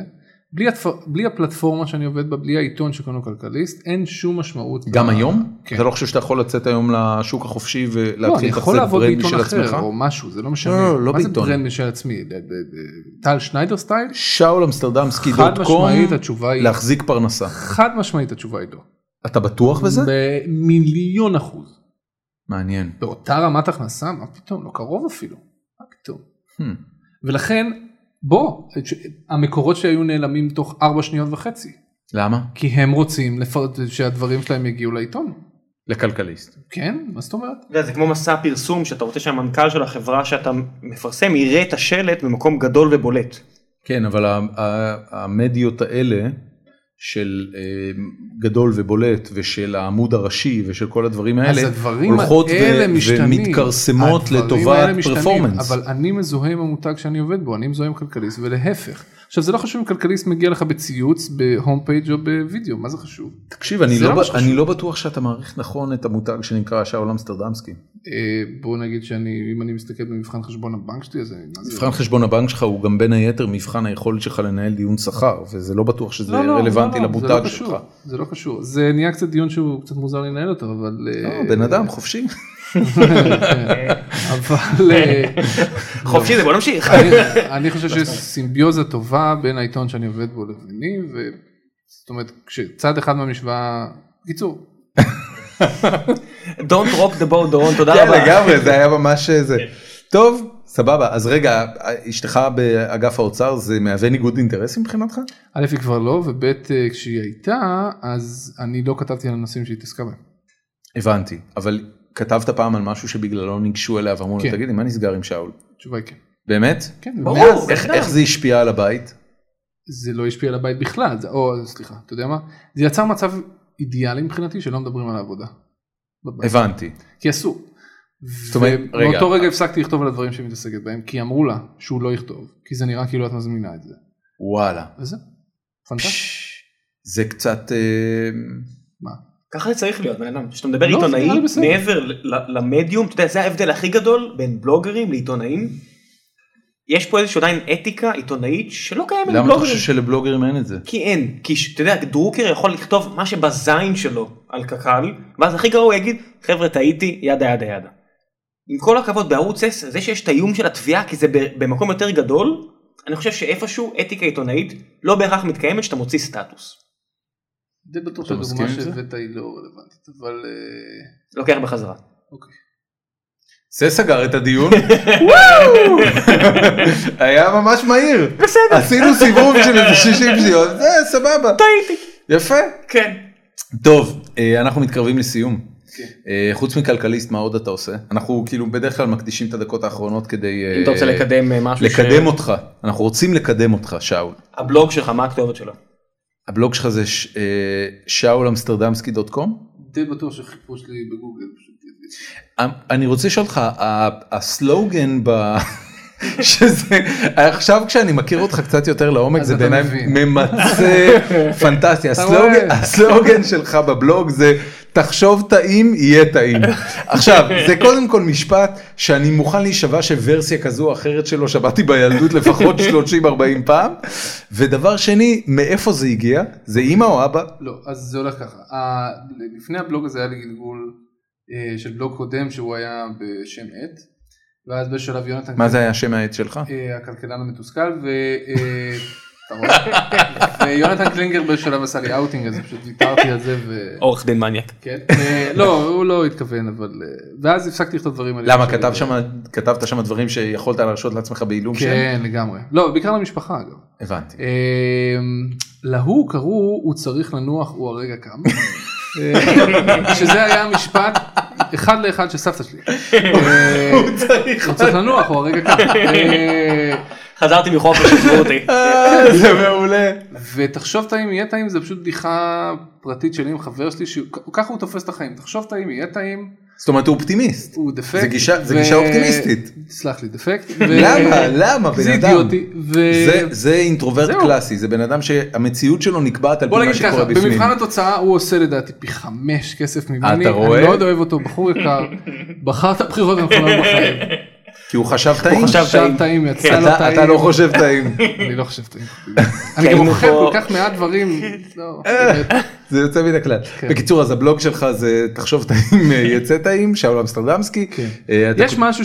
בלי, התפ... בלי הפלטפורמה שאני עובד בה, בלי העיתון שקוראים לו כלכליסט, אין שום משמעות.
גם
ב-
היום?
כן.
אתה לא חושב שאתה יכול לצאת היום לשוק החופשי
לא, אני
ולהתחיל
יכול
לתחזק
לעבוד
ברנד
בעיתון
משל
אחר
עצמך?
או משהו, זה לא משנה.
לא, לא
מה זה
בעיתון.
ברנד משל עצמי? ד- ד- ד- טל שניידר סטייל?
שאול אמסטרדמסקי
חד
דוט קום
משמעית התשובה היא,
להחזיק פרנסה.
חד משמעית התשובה היא לא.
אתה בטוח בזה?
במיליון אחוז.
מעניין.
באותה רמת הכנסה? מה פתאום? לא קרוב אפילו. מה פתאום?
Hmm.
ולכן בוא ש- המקורות שהיו נעלמים תוך ארבע שניות וחצי
למה?
כי הם רוצים לפרט שהדברים שלהם יגיעו לעיתון
לכלכליסט.
כן מה זאת אומרת
אתה יודע, זה כמו מסע פרסום שאתה רוצה שהמנכ"ל של החברה שאתה מפרסם יראה את השלט במקום גדול ובולט.
כן, אבל ה- ה- המדיות האלה של אה, גדול ובולט ושל העמוד הראשי ושל כל הדברים האלה,
אז הדברים
הולכות
האלה
ו-
משתנים
ומתכרסמות
הדברים
לטובת
האלה משתנים,
פרפורמנס.
אבל אני מזוהה עם המותג שאני עובד בו אני מזוהה עם כלכליסט ולהפך עכשיו זה לא חשוב אם כלכליסט מגיע לך בציוץ בהום פייג' או בווידאו מה זה חשוב
תקשיב, אני
זה
לא,
מה
ב-
שחשוב.
אני לא בטוח שאתה מעריך נכון את המותג שנקרא שאול אמסטרדמסקי.
אה, בוא נגיד שאני אם אני מסתכל במבחן חשבון הבנק שלי אז אני מה זה-
מבחן חשבון הבנק שלך הוא גם בין היתר מבחן היכולת שלך לנהל דיון שכר, וזה לא בטוח שזה
לא, לא,
רלוונטי
לא, לא, זה לא
למותג
קשור,
שלך.
זה לא קשור זה נהיה קצת דיון שהוא קצת מוזר לי לנהל אותו אבל
לא,
אה,
בן אדם חופשי.
אבל אה,
חופשי זה בוא נמשיך.
אני- אני חושב שיש סימביוזה טובה בין העיתון שאני עובד בו לביני ו- זאת אומרת כשצד אחד מהמשוואה קיצור
Don't rock the boat דורון תודה
כן,
רבה.
לגמרי, זה היה ממש אה, זה.
כן.
טוב, סבבה. אז רגע, אשתך באגף האוצר זה מהווה ניגוד אינטרס מבחינתך?
א' היא כבר לא וב' אה, כשהיא הייתה אז אני לא כתבתי על הנושאים שהיא התעסקה בהם.
הבנתי, אבל כתבת פעם על משהו שבגללו ניגשו אליה ואמרו לו,
כן.
תגיד לי, מה נסגר עם שאול?
התשובה היא כן.
באמת?
כן,
ברור.
מאז
איך-
בטח.
איך זה השפיע על הבית?
זה לא השפיע על הבית בכלל זה- או סליחה אתה יודע מה זה יצר מצב אידיאלי מבחינתי שלא מדברים על העבודה. בבית.
הבנתי.
כי אסור.
זאת אומרת, רגע.
באותו רגע הפסקתי לכתוב על הדברים שהיא מתעסקת בהם, כי אמרו לה שהוא לא יכתוב, כי זה נראה כאילו את מזמינה את זה.
וואלה.
וזה, פנטסטי.
פש, זה קצת... אה,
מה?
ככה זה צריך להיות בן אדם. כשאתה מדבר
לא, זה
עיתונאי
נראה לי בסדר.
מעבר ל- ל- למדיום אתה יודע זה ההבדל הכי גדול בין בלוגרים לעיתונאים. יש פה איזושהי עדיין אתיקה עיתונאית שלא קיימת
למה אתה
בבלוגרים.
חושב שלבלוגרים אין את זה?
כי אין, כי ש- אתה יודע, דרוקר יכול לכתוב מה שבזין שלו על קק"ל, ואז הכי גרוע הוא יגיד, חבר'ה טעיתי, ידה ידה ידה. עם כל הכבוד בערוץ 10, זה שיש את האיום של התביעה כי זה ב- במקום יותר גדול, אני חושב שאיפשהו אתיקה עיתונאית לא בהכרח מתקיימת כשאתה מוציא סטטוס.
די בטוח
אתה מסכים
שהדוגמה
עם זה?
שהבאת היא לא רלוונטית, אבל... אה,
לוקח בחזרה.
אוקיי.
זה סגר את הדיון. וואו! היה ממש מהיר.
בסדר.
עשינו סיבוב של איזה 60 שניות, זה סבבה.
טעיתי.
יפה.
כן.
טוב, אה, אנחנו מתקרבים לסיום.
כן.
אה, חוץ מכלכליסט, מה עוד אתה עושה? אנחנו כאילו בדרך כלל מקדישים את הדקות האחרונות כדי... אה,
אם אתה רוצה לקדם אה, משהו ש-
לקדם אותך. אנחנו רוצים לקדם אותך, שאול.
הבלוג שלך, מה הכתובת שלו?
הבלוג שלך זה ש- אה, שאולאמסטרדמסקי.קום?
די בטוח שחיפוש שלי בגוגל פשוט יביא.
אה, אני רוצה לשאול אותך, ה- הסלוגן ב... שזה עכשיו כשאני מכיר אותך קצת יותר לעומק
אז
זה
אתה
בעיניי
מבין.
ממצה פנטסטי הסלוגן,
רואה?
הסלוגן שלך בבלוג זה תחשוב טעים יהיה טעים עכשיו זה קודם כל משפט שאני מוכן להישבע שוורסיה כזו או אחרת שלו שמעתי בילדות לפחות 30-40 פעם ודבר שני מאיפה זה הגיע זה אמא או אבא
לא, אז זה הולך ככה. ה- לפני הבלוג הזה היה לי גלגול אה, של בלוג קודם שהוא היה בשם עט, ואז בשלב יונתן...
מה זה היה שם העט שלך
אה, הכלכלן המתוסכל, ו... אה, אתה רואה? ויונתן קלינגר בשלב עשה לי אאוטינג, אז פשוט ויתרתי על זה ו...
עורך דין מניאק.
כן. אה, לא, הוא לא התכוון, אבל... אה, ואז הפסקתי לכתוב דברים על...
למה
אמא שלי.
כתב שמה, כתבת שם דברים שיכולת להרשות לעצמך בעילום שם?
כן, לגמרי. לא, בעיקר למשפחה, אגב.
הבנתי.
אמ, להוא קראו הוא צריך לנוח הוא הרגע קם. אה, שזה היה משפט אחד לאחד של סבתא שלי. אה, הוא צריך לנוח הוא הרגע קם. אה,
חזרתי מחופש, עזבו אותי.
אה, זה מעולה.
ותחשוב טעים יהיה טעים זה פשוט בדיחה פרטית שלי עם חבר שלי שככה הוא תופס את החיים תחשוב טעים יהיה טעים
זאת אומרת הוא אופטימיסט.
הוא דפקט.
זה גישה- זה
ו-
גישה אופטימיסטית.
סלח לי דפקט. ו-
למה? למה? בן
זה
אדם.
אידיוטי. ו-
זה- זה אינטרוברט
זהו.
קלאסי, זה בן אדם שהמציאות שלו נקבעת על פי מה
בוא נגיד ככה,
שקורה בפנים.
במבחן התוצאה הוא עושה לדעתי פי חמש כסף ממני,
אתה רואה?
אני מאוד אוהב אותו, בחור יקר, בחר את הבחירות הנכונות לא בחיים,
כי הוא חשב טעים.
חשב-
עכשיו
טעים.
טעים, יצא
אתה-
לו טעים,
אתה לא חושב טעים.
אני לא חושב טעים,
כי
אני גם
היינו
אוכל
פה-
כל כך מעט דברים, לא, באמת.
זה יוצא מן הכלל.
כן.
בקיצור, אז הבלוג שלך זה תחשוב טעים, אה, יצא טעים, שאול אמסטרדמסקי.
כן.
אה, אתה-
יש משהו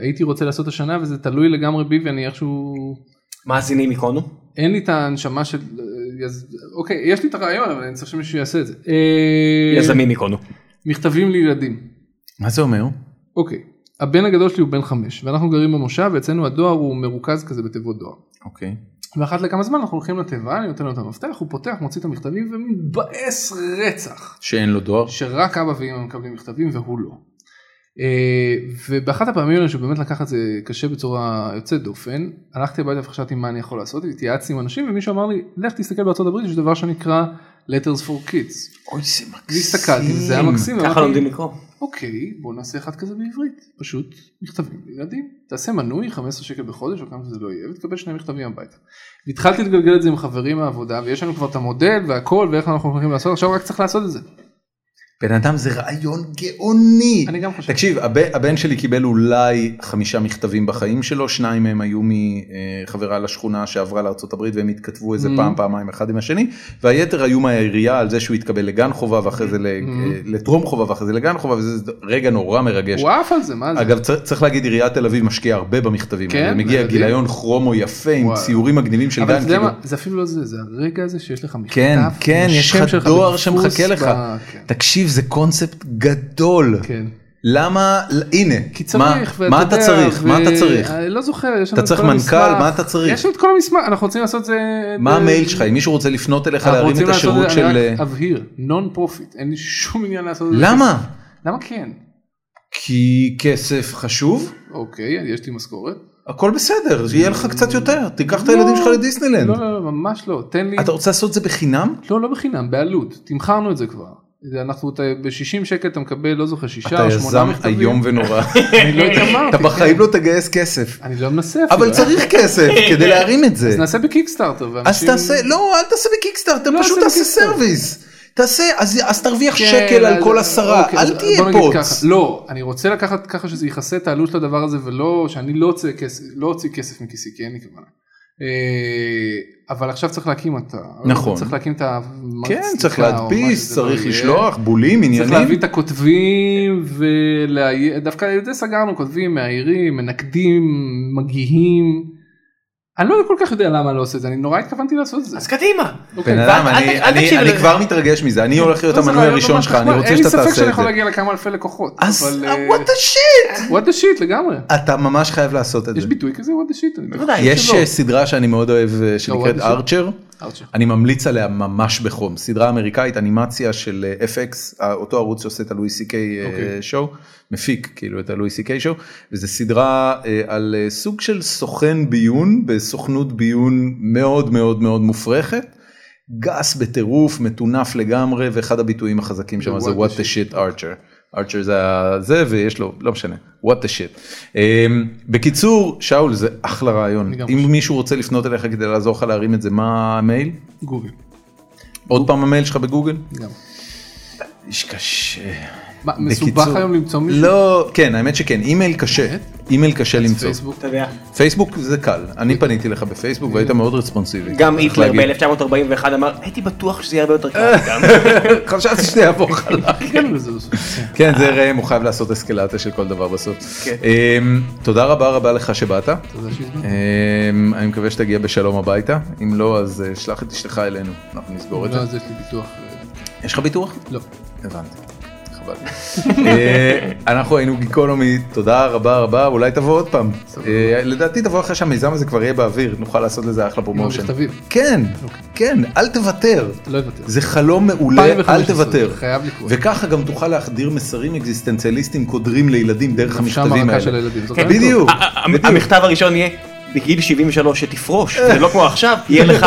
שהייתי רוצה לעשות השנה וזה תלוי לגמרי בי ואני איכשהו,
מאזינים יקונו?
אין לי את ההנשמה של, אז- אוקיי, יש לי את הרעיון אבל אני צריך שמישהו יעשה את זה, אה,
יזמים יקונו.
מכתבים לילדים.
מה זה אומר?
אוקיי, הבן הגדול שלי הוא בן חמש, ואנחנו גרים במושב, ואצלנו הדואר הוא מרוכז כזה בתיבות דואר.
אוקיי.
ואחת לכמה זמן אנחנו הולכים לתיבה, אני נותן לו את המפתח, הוא פותח, מוציא את המכתבים ומתבאס רצח,
שאין לו דואר?
שרק אבא ואמא מקבלים מכתבים והוא לא. אה, ובאחת הפעמים האלה שבאמת לקח את זה קשה בצורה יוצאת דופן, הלכתי הביתה וחשבתי מה אני יכול לעשות, התייעצתי עם אנשים ומישהו אמר לי, לך תסתכל בארצות הברית, יש דבר שנקרא letters for kids.
אוי, זה מקסים.
והסתכלתי וזה היה מקסים.
ככה
ואמרתי,
לומדים לקרוא.
אוקיי, בוא נעשה אחד כזה בעברית, פשוט מכתבים לילדים. תעשה מנוי 15 שקל בחודש, או כמה שזה לא יהיה, ותקבל שני מכתבים הביתה. והתחלתי לגלגל את זה עם חברים מהעבודה, ויש לנו כבר את המודל והכל, ואיך אנחנו הולכים לעשות, עכשיו רק צריך לעשות את זה.
בן אדם זה רעיון גאוני.
אני גם חושב.
תקשיב, הבן, הבן שלי קיבל אולי חמישה מכתבים בחיים שלו, שניים מהם היו מחברה לשכונה שעברה לארה"ב והם התכתבו איזה
Mhm.
פעם, פעמיים אחד עם השני, והיתר היו מהעירייה על זה שהוא התקבל לגן חובה ואחרי זה ל-
Mhm.
לטרום חובה ואחרי זה לגן חובה, וזה רגע נורא מרגש.
הוא עף על זה, מה זה?
אגב צר- צריך להגיד עיריית תל אביב משקיעה הרבה במכתבים,
כן,
האלה. מגיע
מדהים.
גיליון כרומו יפה עם
וואו.
ציורים מגניבים של
אבל
גן,
אתה יודע
כאילו,
מה, זה אפילו לא זה, זה הרגע הזה שיש לך מכתב,
כן, כן,
עם
יש
השם
לך
שלך
דואר
בדפוס
שמחכה לך.
ב- כן,
תקשיב זה קונספט גדול,
כן.
למה, הנה,
כי
מה-
צריך, ואתה
מה אתה
יודע,
צריך, מה אתה
ו-
צריך,
אני לא זוכר, יש לנו
אתה
את
צריך
כל
מנכ"ל?
המסמך.
מה אתה צריך?
יש לנו את כל המסמך, אנחנו רוצים לעשות זה... אה,
מה
ב-
המייל שלך אם מישהו רוצה לפנות אליך
אנחנו
להרים
רוצים
את
לעשות
השירות
את זה,
של אה,
אני רק אבהיר, נון פרופיט, אין לי שום עניין לעשות את זה.
למה
למה כן?
כי כסף חשוב
אוקיי, יש לי משכורת.
הכל בסדר זה יהיה לך קצת יותר תיקח את הילדים שלך לדיסנילנד
לא, לא, לא, ממש לא, תן לי,
אתה רוצה לעשות את זה בחינם
לא, לא בחינם, בעלות, תמחרנו את זה כבר. זה אנחנו, ב-60 שקל אתה מקבל, לא זוכר, שישה
אתה
או שמונה
יזם
מכתבים.
איום ונורא
אני לא התאמרתי,
אתה
כן.
בחיים לא תגייס כסף
אני לא מנסה אפילו.
אבל צריך כסף כדי להרים את זה
אז נעשה בקיקסטארטר.
אז
ואנשים-
תעשה לא אל תעשה בקיקסטארטר
לא,
פשוט
זה
תעשה
בקיקסטארטר.
סרוויס. תעשה אז, אז תרוויח
כן,
שקל על
אז-
כל עשרה
אוקיי, אז
אל תהיה
בוא נגיד
פוץ.
ככה, לא, אני רוצה לקחת ככה שזה יכסה את העלות של הדבר הזה ולא, שאני לא אוציא כסף, לא אוציא כסף מכיסי, כי אין לי כוונה. אה, אבל עכשיו צריך להקים אותה.
נכון.
צריך להקים את ה...
כן
סליחה,
צריך
או מה
להדפיס
שזה לא
צריך
יהיה.
לשלוח בולים
צריך להביא
עניינים.
את הכותבים ולה... דווקא את זה סגרנו, כותבים, מאיירים, מנקדים, מגיהים. אני לא כל כך יודע למה אני לא עושה את זה, אני נורא התכוונתי לעשות את זה.
אז קדימה.
אוקיי.
בן אדם,
ואל-
אני-
אל- אל
אני-
תקשיב
אני
לזה.
כבר מתרגש מזה, אני הולך להיות
לא, זה
המנוי
רעיון
הראשון
ממש
שלך, אני
נחמד.
רוצה שאתה
אין לי
תעשה
ספק שאני
את
יכול
זה.
להגיע לכמה אלפי לקוחות.
אז
אבל,
אה,
אה,
what the shit!
what the shit לגמרי.
אתה ממש חייב לעשות את
יש
זה.
ביטוי כזה what the shit? אני לא יודע.
בוודאי,
יש
שלא.
אה, סדרה שאני מאוד אוהב אה,
לא, what
שנקראת
the shit?
ארצ'ר.
ארצ'ר.
אני ממליץ עליה ממש בחום, סדרה אמריקאית, אנימציה של אה, FX, אה, אותו ערוץ שעושה את הלואי סי קיי
אוקיי.
שואו, מפיק כאילו את הלואי סי קיי שואו, וזו סדרה אה, על אה, סוג של סוכן ביון בסוכנות ביון מאוד מאוד מאוד מופרכת, גס בטירוף, מטונף לגמרי, ואחד הביטויים החזקים שם
זה
זה
what the
what the shit archer. ארצ'ר זה ה- זה ויש לו לא משנה what the shit. אה, בקיצור שאול זה אחלה רעיון
אני גם
אם מישהו רוצה לפנות אליך כדי לעזור לך להרים את זה מה המייל
גוגל.
עוד פעם המייל שלך בגוגל?
גם.
איש קשה.
מה, מסובך
בקיצור-
היום למצוא מישהו?
לא, כן, האמת שכן, אימייל קשה.
באמת?
אימייל קשה למצוא.
פייסבוק.
אתה יודע.
פייסבוק זה קל, אני פניתי לך בפייסבוק והיית מאוד רספונסיבי.
גם
צריך
היטלר
להגיד.
ב-1941 אמר, הייתי בטוח שזה יהיה הרבה יותר קל. גם."
חשבתי שזה יעבור חלק.
כן, אבל זה לא סופר.
כן, זה ראם, הוא חייב לעשות אסקלציה של כל דבר בסוף.
כן.
אמ, תודה רבה רבה לך שבאת.
תודה שהזמנת.
אמ, אני מקווה שתגיע בשלום הביתה, אם לא אז אה, שלח את אשתך אלינו, אנחנו נסגור את זה.
לא, אז יש לי ביטוח. אה,
יש לך ביטוח?
לא.
הבנתי. חבל. אה, אנחנו היינו גיקונומי, תודה רבה רבה, אולי תבוא עוד פעם.
סבבה.
אה, לדעתי תבוא אחרי שהמיזם הזה כבר יהיה באוויר, נוכל לעשות לזה אחלה פרומושן.
המכתבים.
כן,
אוקיי.
כן, אל תוותר.
לא אוותר.
זה חלום מעולה, אל
2015,
תוותר.
חייב לקרות.
וככה גם תוכל להחדיר מסרים אקזיסטנציאליסטים קודרים לילדים דרך
שם
המכתבים
המכה של
האלה.
הילדים. אה, זאת
כן.
אומרת,
בדיוק,
ה- ה- המכתב הראשון יהיה, בגיל 73 שתפרוש, זה לא כמו עכשיו, יהיה לך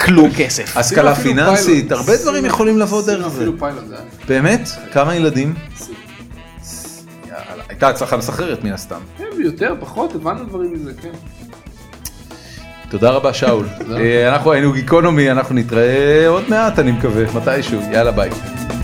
כלום כסף.
השכלה
אפילו
פיננסית,
פיילוט.
הרבה דברים יכולים לבוא דרך זה.
אפילו פיילוט זה היה.
באמת? כמה ילדים? יאללה, הייתה הצלחה מסחררת מן הסתם.
כן, יותר, פחות, הבנו דברים מזה, כן.
תודה רבה שאול.
תודה.
אה, אנחנו היינו גיקונומי, אנחנו נתראה עוד מעט אני מקווה, מתישהו, יאללה ביי.